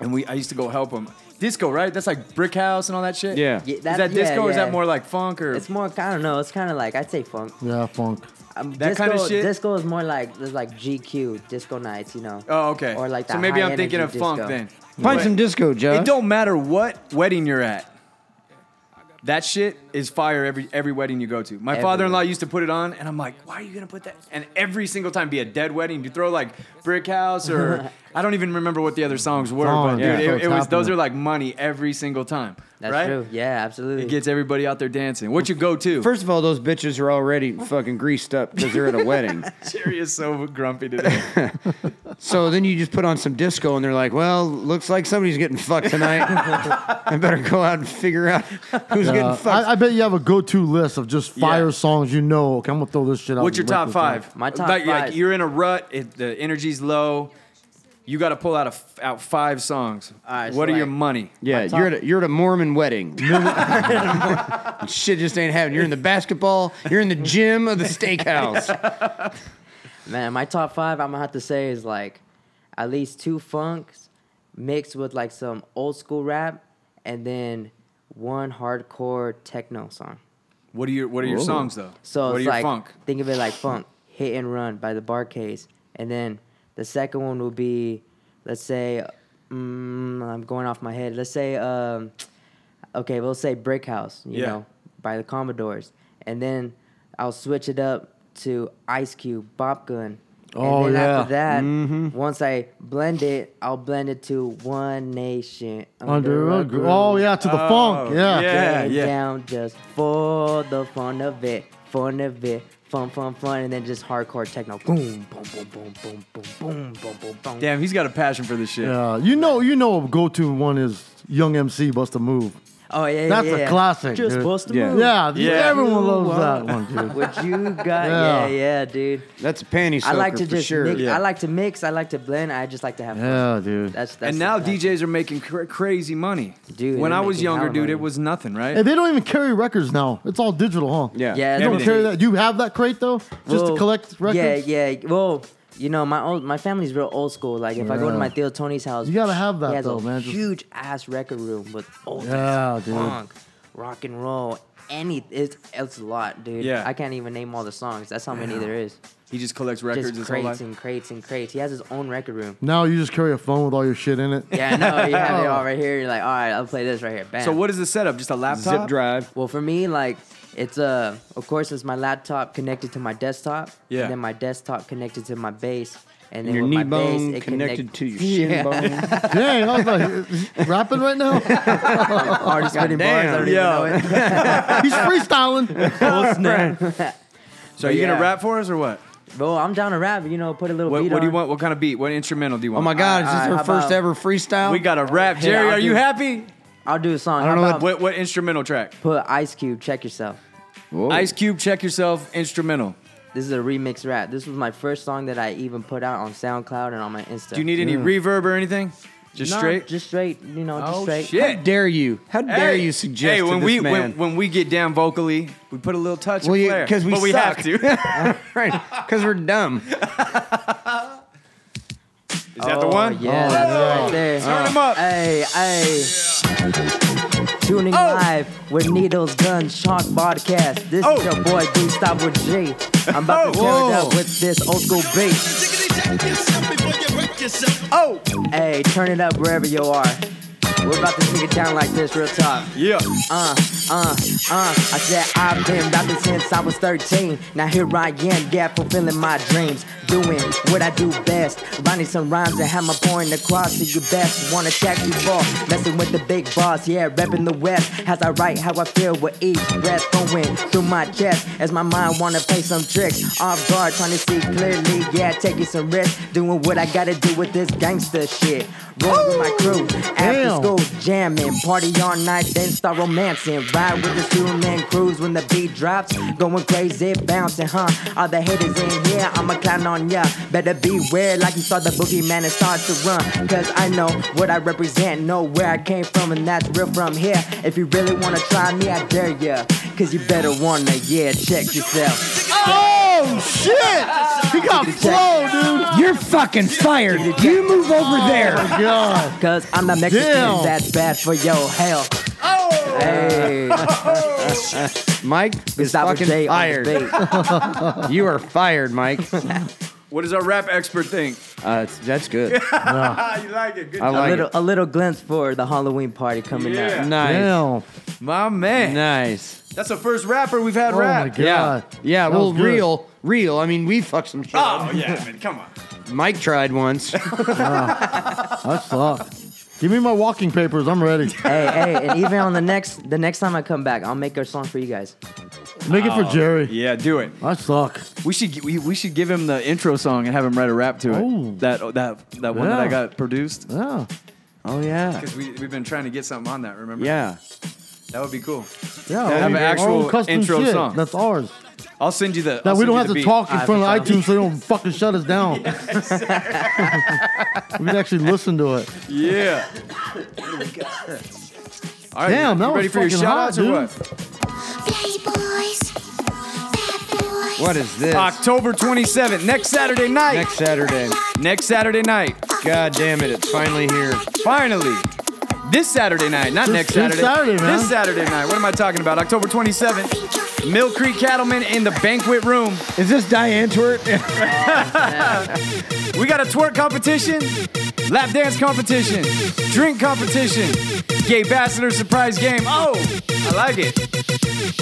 Speaker 5: and we I used to go help them. Disco, right? That's like brick house and all that shit.
Speaker 3: Yeah.
Speaker 9: Yeah,
Speaker 5: Is
Speaker 9: that-
Speaker 5: that disco
Speaker 9: yeah,
Speaker 5: or is that
Speaker 9: yeah.
Speaker 5: more like funk or?
Speaker 9: It's more. I don't know. It's kind of like I'd say funk.
Speaker 4: Yeah, funk.
Speaker 9: Um,
Speaker 5: That
Speaker 9: disco,
Speaker 5: kinda shit?
Speaker 9: Disco is more like there's like GQ disco nights. You know.
Speaker 5: oh, okay.
Speaker 9: Or like the
Speaker 5: so maybe I'm
Speaker 9: high-energy
Speaker 5: thinking of funk
Speaker 9: disco.
Speaker 5: then.
Speaker 3: find
Speaker 5: But
Speaker 3: some disco, Joe.
Speaker 5: It don't matter what wedding you're at. That shit is fire every every wedding you go to. My
Speaker 9: Everywhere.
Speaker 5: father-in-law used to put it on, and I'm like, why are you gonna put that? And every single time, be a dead wedding. You throw like brick house
Speaker 9: <laughs>
Speaker 5: or I don't even remember what the other songs were,
Speaker 4: Oh,
Speaker 5: but dude,
Speaker 4: yeah.
Speaker 5: it-
Speaker 4: So
Speaker 5: it,
Speaker 4: it's
Speaker 5: was those
Speaker 4: happening.
Speaker 5: are like money every single time.
Speaker 9: That's
Speaker 5: right?
Speaker 9: true. Yeah, absolutely.
Speaker 5: It gets everybody out there dancing. What's your go-to?
Speaker 3: First of all, those bitches are already fucking greased up because they're at a wedding.
Speaker 5: <laughs> Jerry is so grumpy
Speaker 9: <laughs>
Speaker 5: today.
Speaker 3: So then you just put on some disco, and they're like, "Well, looks like somebody's getting fucked tonight. I better go out and figure out who's
Speaker 4: Yeah.
Speaker 3: getting
Speaker 4: I,
Speaker 3: fucked."
Speaker 4: Uh, I bet you have a go-to list of just fire
Speaker 5: Yeah.
Speaker 4: songs you know. Okay, I'm gonna throw this shit out.
Speaker 5: What's your
Speaker 4: and rip
Speaker 5: top
Speaker 4: this out.
Speaker 5: five?
Speaker 9: My top
Speaker 5: like, Like
Speaker 9: five.
Speaker 5: you're in a rut. It, the energy's low. You got to pull out a f- out five songs.
Speaker 9: Alright, so
Speaker 5: what are your
Speaker 9: like-
Speaker 5: money?
Speaker 3: yeah, you're at a, you're at a Mormon
Speaker 9: <laughs>
Speaker 3: wedding. <laughs> Shit just ain't happening. You're in the basketball. You're in the gym of the steakhouse.
Speaker 9: Man, my top five, I'm gonna have to say is like at least two funks mixed with like some old school rap, and then one hardcore techno song.
Speaker 5: What are your What are your songs though?
Speaker 9: So
Speaker 5: what are
Speaker 9: it's
Speaker 5: your
Speaker 9: like
Speaker 5: funk?
Speaker 9: think of it like funk, hit and run by the Barcase, and then the second one will be, let's say, mm, I'm going off my head. Let's say, um, okay, we'll say Brick House, you
Speaker 5: Yeah.
Speaker 9: know, by the Commodores, and then I'll switch it up to Ice Cube, Bop Gun.
Speaker 4: Oh,
Speaker 9: and then
Speaker 4: yeah. Mm-hmm.
Speaker 9: after that, once I blend it, I'll blend it to One Nation
Speaker 4: Under a gr- oh yeah, to the funk. Yeah.
Speaker 5: yeah,
Speaker 9: and
Speaker 5: yeah.
Speaker 9: down just for the fun of it, fun of it, fun, fun, fun, and then just hardcore techno. Boom, boom, boom, boom, boom, boom, boom, boom, boom, boom.
Speaker 5: Damn, he's got a passion for this shit.
Speaker 4: Yeah. You know, you know, a go-to one is Young MC Bust a Move.
Speaker 9: Oh yeah, yeah,
Speaker 4: That's
Speaker 9: yeah,
Speaker 4: a
Speaker 9: yeah.
Speaker 4: classic,
Speaker 9: Just
Speaker 4: dude.
Speaker 9: bust a
Speaker 3: Yeah.
Speaker 9: move.
Speaker 4: Yeah,
Speaker 5: Yeah.
Speaker 4: everyone loves
Speaker 9: You
Speaker 4: that one,
Speaker 9: <laughs>
Speaker 4: dude. <laughs>
Speaker 9: What you got?
Speaker 4: Yeah.
Speaker 9: yeah. yeah, dude.
Speaker 3: That's a panty
Speaker 9: I
Speaker 3: soaker
Speaker 9: like to
Speaker 3: for
Speaker 9: just
Speaker 3: sure.
Speaker 9: mix,
Speaker 5: Yeah.
Speaker 9: I like to mix. I like to blend. I just like to have fun.
Speaker 4: Yeah, dude.
Speaker 9: That's, that's
Speaker 5: and now
Speaker 9: that's-
Speaker 5: DJs are making cr- crazy money.
Speaker 9: Dude,
Speaker 5: when
Speaker 9: they're
Speaker 5: I was
Speaker 9: making
Speaker 5: younger,
Speaker 9: hella
Speaker 5: dude,
Speaker 9: money.
Speaker 5: it was nothing, right?
Speaker 4: Hey, they don't even carry records now. It's all digital, huh?
Speaker 3: Yeah.
Speaker 9: Yeah,
Speaker 4: You don't
Speaker 5: Everything.
Speaker 4: carry that. You have that crate though, just
Speaker 9: Well,
Speaker 4: to collect records.
Speaker 9: Yeah, yeah. Well, you know, my old my family's real old school. Like if I go to
Speaker 4: Yeah.
Speaker 9: my Theo Tony's house,
Speaker 4: You gotta have
Speaker 9: he
Speaker 4: that
Speaker 9: has
Speaker 4: though,
Speaker 9: a
Speaker 4: man. Just-
Speaker 9: huge ass record room with old
Speaker 4: Yeah,
Speaker 9: ass
Speaker 4: dude.
Speaker 9: funk rock and roll, any it's it's a lot, dude.
Speaker 5: Yeah.
Speaker 9: I can't even name all the songs. That's how many there is.
Speaker 5: He just collects records
Speaker 9: Just
Speaker 5: his whole
Speaker 9: crates
Speaker 5: life.
Speaker 9: and crates and crates. He has his own record room.
Speaker 4: Now you just carry a phone with all your shit
Speaker 9: <laughs>
Speaker 4: in it.
Speaker 9: Yeah,
Speaker 4: <laughs>
Speaker 9: no, you have it
Speaker 4: Oh.
Speaker 9: all right here. You're like, all right, I'll play this right here. Bam.
Speaker 5: So what is the setup? Just a laptop?
Speaker 3: Zip drive.
Speaker 9: Well, for me, like it's uh, of course, it's my laptop connected to my desktop.
Speaker 5: Yeah.
Speaker 9: And then my desktop connected to my bass. And then
Speaker 3: Your
Speaker 9: with my
Speaker 3: knee
Speaker 9: bass,
Speaker 3: bone
Speaker 9: it
Speaker 3: connected
Speaker 9: connect-
Speaker 3: to your shin
Speaker 9: Yeah.
Speaker 3: bone.
Speaker 4: Dang, I was like, <laughs> rapping right
Speaker 9: <laughs>
Speaker 4: now?
Speaker 9: Already spinning bars. <laughs> I don't
Speaker 5: Damn.
Speaker 9: even know it.
Speaker 4: He's freestyling.
Speaker 5: So are you gonna
Speaker 9: yeah.
Speaker 5: rap for us or what?
Speaker 9: <laughs> Bro, I'm down to rap. You know, put a little
Speaker 5: What,
Speaker 9: beat
Speaker 5: what do you
Speaker 9: on.
Speaker 5: want? What kind of beat? What instrumental do you
Speaker 3: Oh
Speaker 5: want?
Speaker 3: my God! Is
Speaker 9: All
Speaker 3: this
Speaker 9: right,
Speaker 3: her
Speaker 9: how
Speaker 3: first
Speaker 9: about-
Speaker 3: ever freestyle?
Speaker 5: We got a rap, Jerry.
Speaker 9: I'll
Speaker 5: Are you
Speaker 9: do-
Speaker 5: happy?
Speaker 9: I'll do a song.
Speaker 5: I don't
Speaker 9: How
Speaker 5: know
Speaker 9: about
Speaker 5: what, what instrumental track.
Speaker 9: Put Ice Cube. Check yourself.
Speaker 5: Ice Cube, check yourself. Instrumental.
Speaker 9: This is a remix rap. This was my first song that I even put out on SoundCloud and on my Insta.
Speaker 5: Do you need any reverb or anything? Just
Speaker 9: No,
Speaker 5: straight.
Speaker 9: Just straight. You know, just
Speaker 5: oh
Speaker 9: straight.
Speaker 3: How
Speaker 5: shit!
Speaker 3: dare you? How dare
Speaker 5: Hey,
Speaker 3: you suggest
Speaker 5: Hey, when
Speaker 3: to this
Speaker 5: we
Speaker 3: man?
Speaker 5: When, when we get down vocally, we put a little touch
Speaker 3: Well,
Speaker 5: of
Speaker 3: you-
Speaker 5: flair
Speaker 3: 'cause we
Speaker 5: but we
Speaker 3: suck.
Speaker 5: have to. Is <laughs>
Speaker 3: right? Because we're dumb.
Speaker 5: that the one?
Speaker 9: Oh, Yeah, that's right there.
Speaker 5: Turn 'em up.
Speaker 9: Hey, hey. Tuning live with Needles, Guns, Shark Podcast. This
Speaker 5: Oh.
Speaker 9: is your boy D Stop with G. I'm about to
Speaker 5: Oh.
Speaker 9: tear it
Speaker 5: Whoa.
Speaker 9: up with this old school beat.
Speaker 5: Oh,
Speaker 9: Hey, turn it up wherever you are. We're about to take it down like this, real talk.
Speaker 5: yeah.
Speaker 9: Uh, uh, uh. I said I've been rapping since I was 13. Now here I am, yeah, fulfilling my dreams. Doing what I do best. Writing some rhymes and have my point across to you best. Wanna check you for messing with the big boss, yeah, repping the West. As I write how I feel with each breath going through my chest. As my mind wanna play some tricks. Off guard, trying to see clearly, yeah, taking some risks. Doing what I gotta do with this gangster shit. Rolling with my crew after
Speaker 4: Damn.
Speaker 9: school go jamming, party all night, then start romancing. Ride with the student and cruise when the beat drops, going crazy, bouncing, huh? All the haters in here, I'ma clown on ya. Better beware, like you saw the boogeyman and start to run. Cause I know what I represent, know where I came from, and that's real from here. If you really wanna try me, I dare ya. Cause you better wanna, yeah, check yourself.
Speaker 4: Oh,
Speaker 5: <laughs>
Speaker 4: shit. He got flow, dude.
Speaker 3: You're fucking fired. You move over there.
Speaker 4: God.
Speaker 9: Cause I'm not Mexican,
Speaker 4: Damn.
Speaker 9: that's bad for your health. Oh!
Speaker 3: <laughs>
Speaker 9: Hey,
Speaker 3: <laughs> Mike is
Speaker 9: stop with
Speaker 3: fucking
Speaker 9: Jay on the
Speaker 3: fired.
Speaker 9: beat.
Speaker 3: You are fired,
Speaker 9: <laughs>
Speaker 3: Mike.
Speaker 5: What does our rap expert think?
Speaker 3: Uh, it's- that's
Speaker 9: <laughs>
Speaker 3: good.
Speaker 5: Ah, you like it? Good.
Speaker 3: I
Speaker 5: job.
Speaker 9: a
Speaker 3: like
Speaker 9: little
Speaker 3: it.
Speaker 9: a little glimpse for the Halloween party coming
Speaker 5: Yeah.
Speaker 9: up.
Speaker 3: Nice.
Speaker 4: Damn.
Speaker 5: My man.
Speaker 3: Nice.
Speaker 5: That's the first rapper we've had
Speaker 4: Oh my
Speaker 5: rap.
Speaker 4: God.
Speaker 3: Yeah. Yeah.
Speaker 4: That
Speaker 3: Well,
Speaker 4: was good.
Speaker 3: real, real. I mean, we fucked some shit. up.
Speaker 9: Ah.
Speaker 5: Oh yeah, man. Come on.
Speaker 3: Mike tried
Speaker 9: <laughs>
Speaker 3: once.
Speaker 4: That sucked. Give me my walking papers. I'm
Speaker 5: <laughs>
Speaker 4: ready.
Speaker 9: Hey, hey, and even on the next the next time I come back, I'll make a song for you guys.
Speaker 4: Make it for Jerry.
Speaker 5: Oh, Yeah, do it.
Speaker 4: I suck.
Speaker 5: We should gi- we, we should give him the intro song and have him write a rap to it.
Speaker 4: Oh.
Speaker 5: That that that one that I
Speaker 4: Yeah.
Speaker 5: got produced.
Speaker 4: Yeah.
Speaker 3: Oh yeah.
Speaker 5: Because we we've been trying to get something on that. Remember?
Speaker 3: Yeah.
Speaker 5: That would be cool.
Speaker 4: Yeah.
Speaker 5: Have an
Speaker 4: we-
Speaker 5: actual
Speaker 4: our own custom
Speaker 5: intro
Speaker 4: shit.
Speaker 5: song.
Speaker 4: That's ours.
Speaker 5: I'll send you the.
Speaker 4: That
Speaker 5: I'll
Speaker 4: we
Speaker 5: send
Speaker 4: don't
Speaker 5: you
Speaker 4: have
Speaker 5: the
Speaker 4: to
Speaker 5: beat.
Speaker 4: talk in
Speaker 9: I
Speaker 4: front of
Speaker 9: have a
Speaker 4: iTunes so they don't fucking shut us
Speaker 5: <laughs>
Speaker 4: down. <laughs> we can actually listen to it.
Speaker 5: Yeah. All right.
Speaker 4: Damn,
Speaker 5: you
Speaker 4: that was
Speaker 5: ready for your
Speaker 4: fucking
Speaker 5: shout
Speaker 4: hot,
Speaker 5: outs or
Speaker 4: dude.
Speaker 5: what?
Speaker 3: What is this?
Speaker 5: October 27th, next Saturday night.
Speaker 3: Next Saturday.
Speaker 5: Next Saturday night.
Speaker 3: God damn it! It's finally here.
Speaker 5: Finally. This Saturday night, not
Speaker 4: This-
Speaker 5: next
Speaker 4: this
Speaker 5: Saturday.
Speaker 4: Saturday, man.
Speaker 5: This Saturday night. What am I talking about? October 27th. Mill Creek Cattlemen in the banquet room.
Speaker 3: Is this Diane
Speaker 5: <laughs>
Speaker 3: Twerk?
Speaker 5: We got a twerk competition, lap dance competition, drink competition, gay bachelor surprise game. Oh, I like it.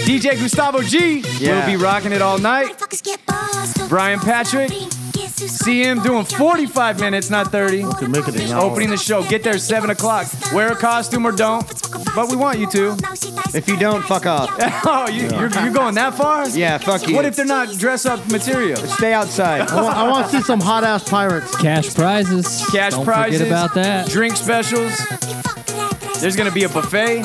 Speaker 5: DJ Gustavo G
Speaker 3: Yeah.
Speaker 5: will be rocking it all night. <laughs>
Speaker 10: Brian Patrick,
Speaker 5: CM doing 45 minutes, not 30.
Speaker 4: Could make it an hour.
Speaker 5: Opening the show. Get there 7 o'clock. Wear a costume or don't, but we want you to.
Speaker 3: If you don't,
Speaker 2: <laughs>
Speaker 3: fuck off.
Speaker 5: Oh, you, you're, you're going that far?
Speaker 3: Yeah, fuck you.
Speaker 5: What if they're not dress up material?
Speaker 3: Stay outside.
Speaker 4: I, want, I want to see some hot ass pirates.
Speaker 6: Cash prizes.
Speaker 5: Cash
Speaker 6: Don't
Speaker 5: prizes.
Speaker 6: Forget
Speaker 2: <laughs>
Speaker 6: about that.
Speaker 5: Drink specials. There's going to be a buffet.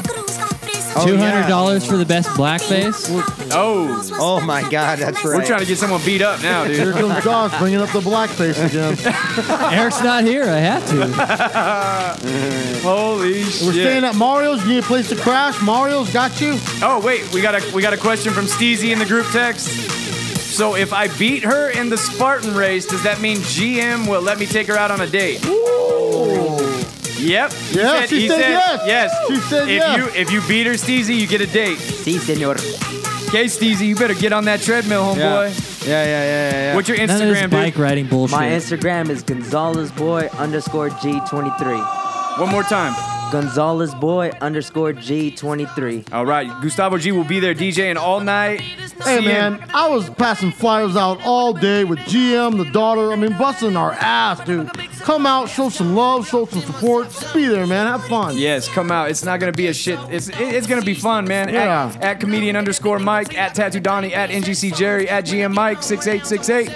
Speaker 3: Oh,
Speaker 6: Two
Speaker 3: yeah.
Speaker 6: hundred dollars for the best blackface.
Speaker 5: Oh,
Speaker 3: Oh my God, that's right.
Speaker 5: we're trying to get someone beat up now, dude.
Speaker 3: <laughs>
Speaker 4: Here comes Josh bringing up the blackface again.
Speaker 6: Eric's not here. I had to.
Speaker 5: Holy shit.
Speaker 4: We're staying at Mario's. You need a place to crash. Mario's got you.
Speaker 5: Oh wait, we got a we got a question from Steezy in the group text. So if I beat her in the Spartan race, does that mean GM will let me take her out on a date? Yep. He
Speaker 4: Yeah, she
Speaker 5: he
Speaker 4: said yes. She said
Speaker 5: if
Speaker 4: yes.
Speaker 5: you if you beat her, Steezy, you get a date.
Speaker 9: Si, senor.
Speaker 5: Okay, Steezy, you better get on that treadmill, homeboy.
Speaker 3: Yeah, yeah, yeah, yeah.
Speaker 5: What's your
Speaker 6: None of this
Speaker 5: Instagram, dude?
Speaker 6: bike riding bullshit.
Speaker 9: My Instagram is GonzalezBoy underscore G23.
Speaker 5: One more time.
Speaker 9: GonzalezBoy underscore G23.
Speaker 5: All right, Gustavo G will be there DJing all night.
Speaker 4: Hey
Speaker 5: See ya.
Speaker 4: man, I was passing flyers out all day with GM, the daughter. I mean, busting our ass, dude. Come out, show some love, show some support. Just be there, man. Have fun.
Speaker 5: Yes, come out. It's not gonna be a shit. It's it- it's gonna be fun, man. At-
Speaker 4: Yeah.
Speaker 5: At, comedian underscore Mike, at Tattoo Donnie, at NGC Jerry, at GM Mike six eight six eight,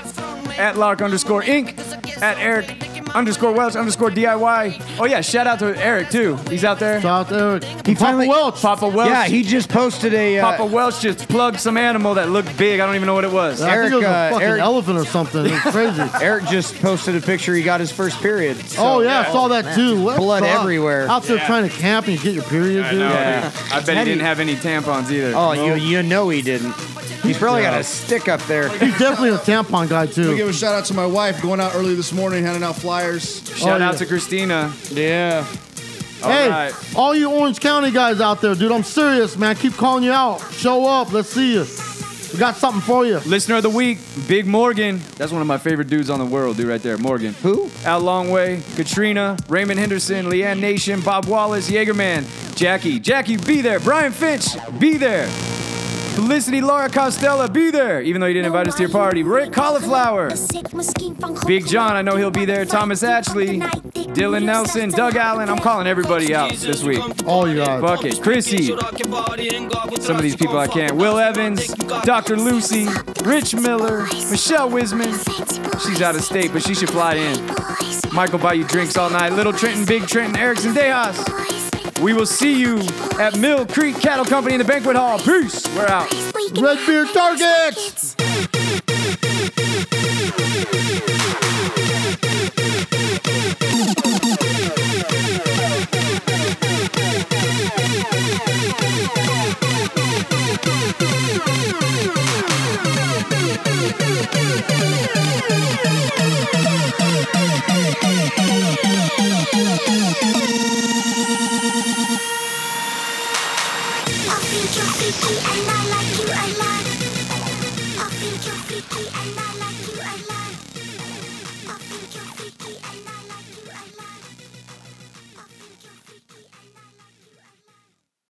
Speaker 5: at Lark underscore Inc, at Eric underscore Welch underscore DIY. Oh yeah, shout out to Eric too. He's out there.
Speaker 4: Shout out to Eric. Papa
Speaker 3: finally-
Speaker 4: Welch.
Speaker 5: Papa Welch.
Speaker 3: Yeah, he just posted a. Uh,
Speaker 5: Papa Welch just plugged some animal that looked big. I don't even know what it was.
Speaker 4: I think it was
Speaker 3: Eric, uh,
Speaker 4: a fucking
Speaker 3: Eric-
Speaker 4: elephant or something. It
Speaker 3: <laughs>
Speaker 4: was crazy.
Speaker 3: Eric just posted a picture. He got his first period.
Speaker 4: oh yeah, I saw that too. What
Speaker 3: Blood
Speaker 4: the fuck?
Speaker 3: everywhere.
Speaker 4: Out there trying to camp and you get your period, dude.
Speaker 3: Yeah.
Speaker 5: I bet he didn't have any tampons either.
Speaker 3: Oh, you you know he didn't. He's probably got a stick up there.
Speaker 4: He's definitely a tampon guy
Speaker 1: Let me
Speaker 4: too.
Speaker 1: give a shout out to my wife going out early this morning, handing out flyers.
Speaker 5: Shout
Speaker 4: oh,
Speaker 5: out
Speaker 4: yeah.
Speaker 5: to Christina.
Speaker 3: Yeah.
Speaker 5: All
Speaker 4: hey,
Speaker 5: right.
Speaker 4: all you Orange County guys out there, dude, I'm serious, man. Keep calling you out. Show up. Let's see you. We got something for you.
Speaker 5: Listener of the week, Big Morgan. That's one of my favorite dudes on the world, dude, right there. Morgan.
Speaker 3: Who?
Speaker 5: Al Longway, Katrina, Raymond Henderson, Leanne Nation, Bob Wallace, Jaegerman, Jackie. Jackie, be there. Brian Finch, be there. Felicity Laura Costella, be there. Even though you didn't invite us to your party. Rick Cauliflower.
Speaker 10: Big John, I know he'll be there. Thomas Ashley,
Speaker 5: Dylan Nelson, Doug Allen. I'm calling everybody out this week.
Speaker 4: All you guys.
Speaker 5: Fuck it. Chrissy. Some of these people I can't. Will Evans, Dr. Lucy, Rich Miller, Michelle Wisman. She's out of state, but she should fly in. Michael buy you drinks all night. Little Trenton, Big Trenton, Erickson, Dejas. We will see you at Mill Creek Cattle Company in the banquet hall. Peace. We're out.
Speaker 4: Red Beard Targets.
Speaker 10: I think you're freaky and I like you a lot. I think you're freaky and I like you a lot.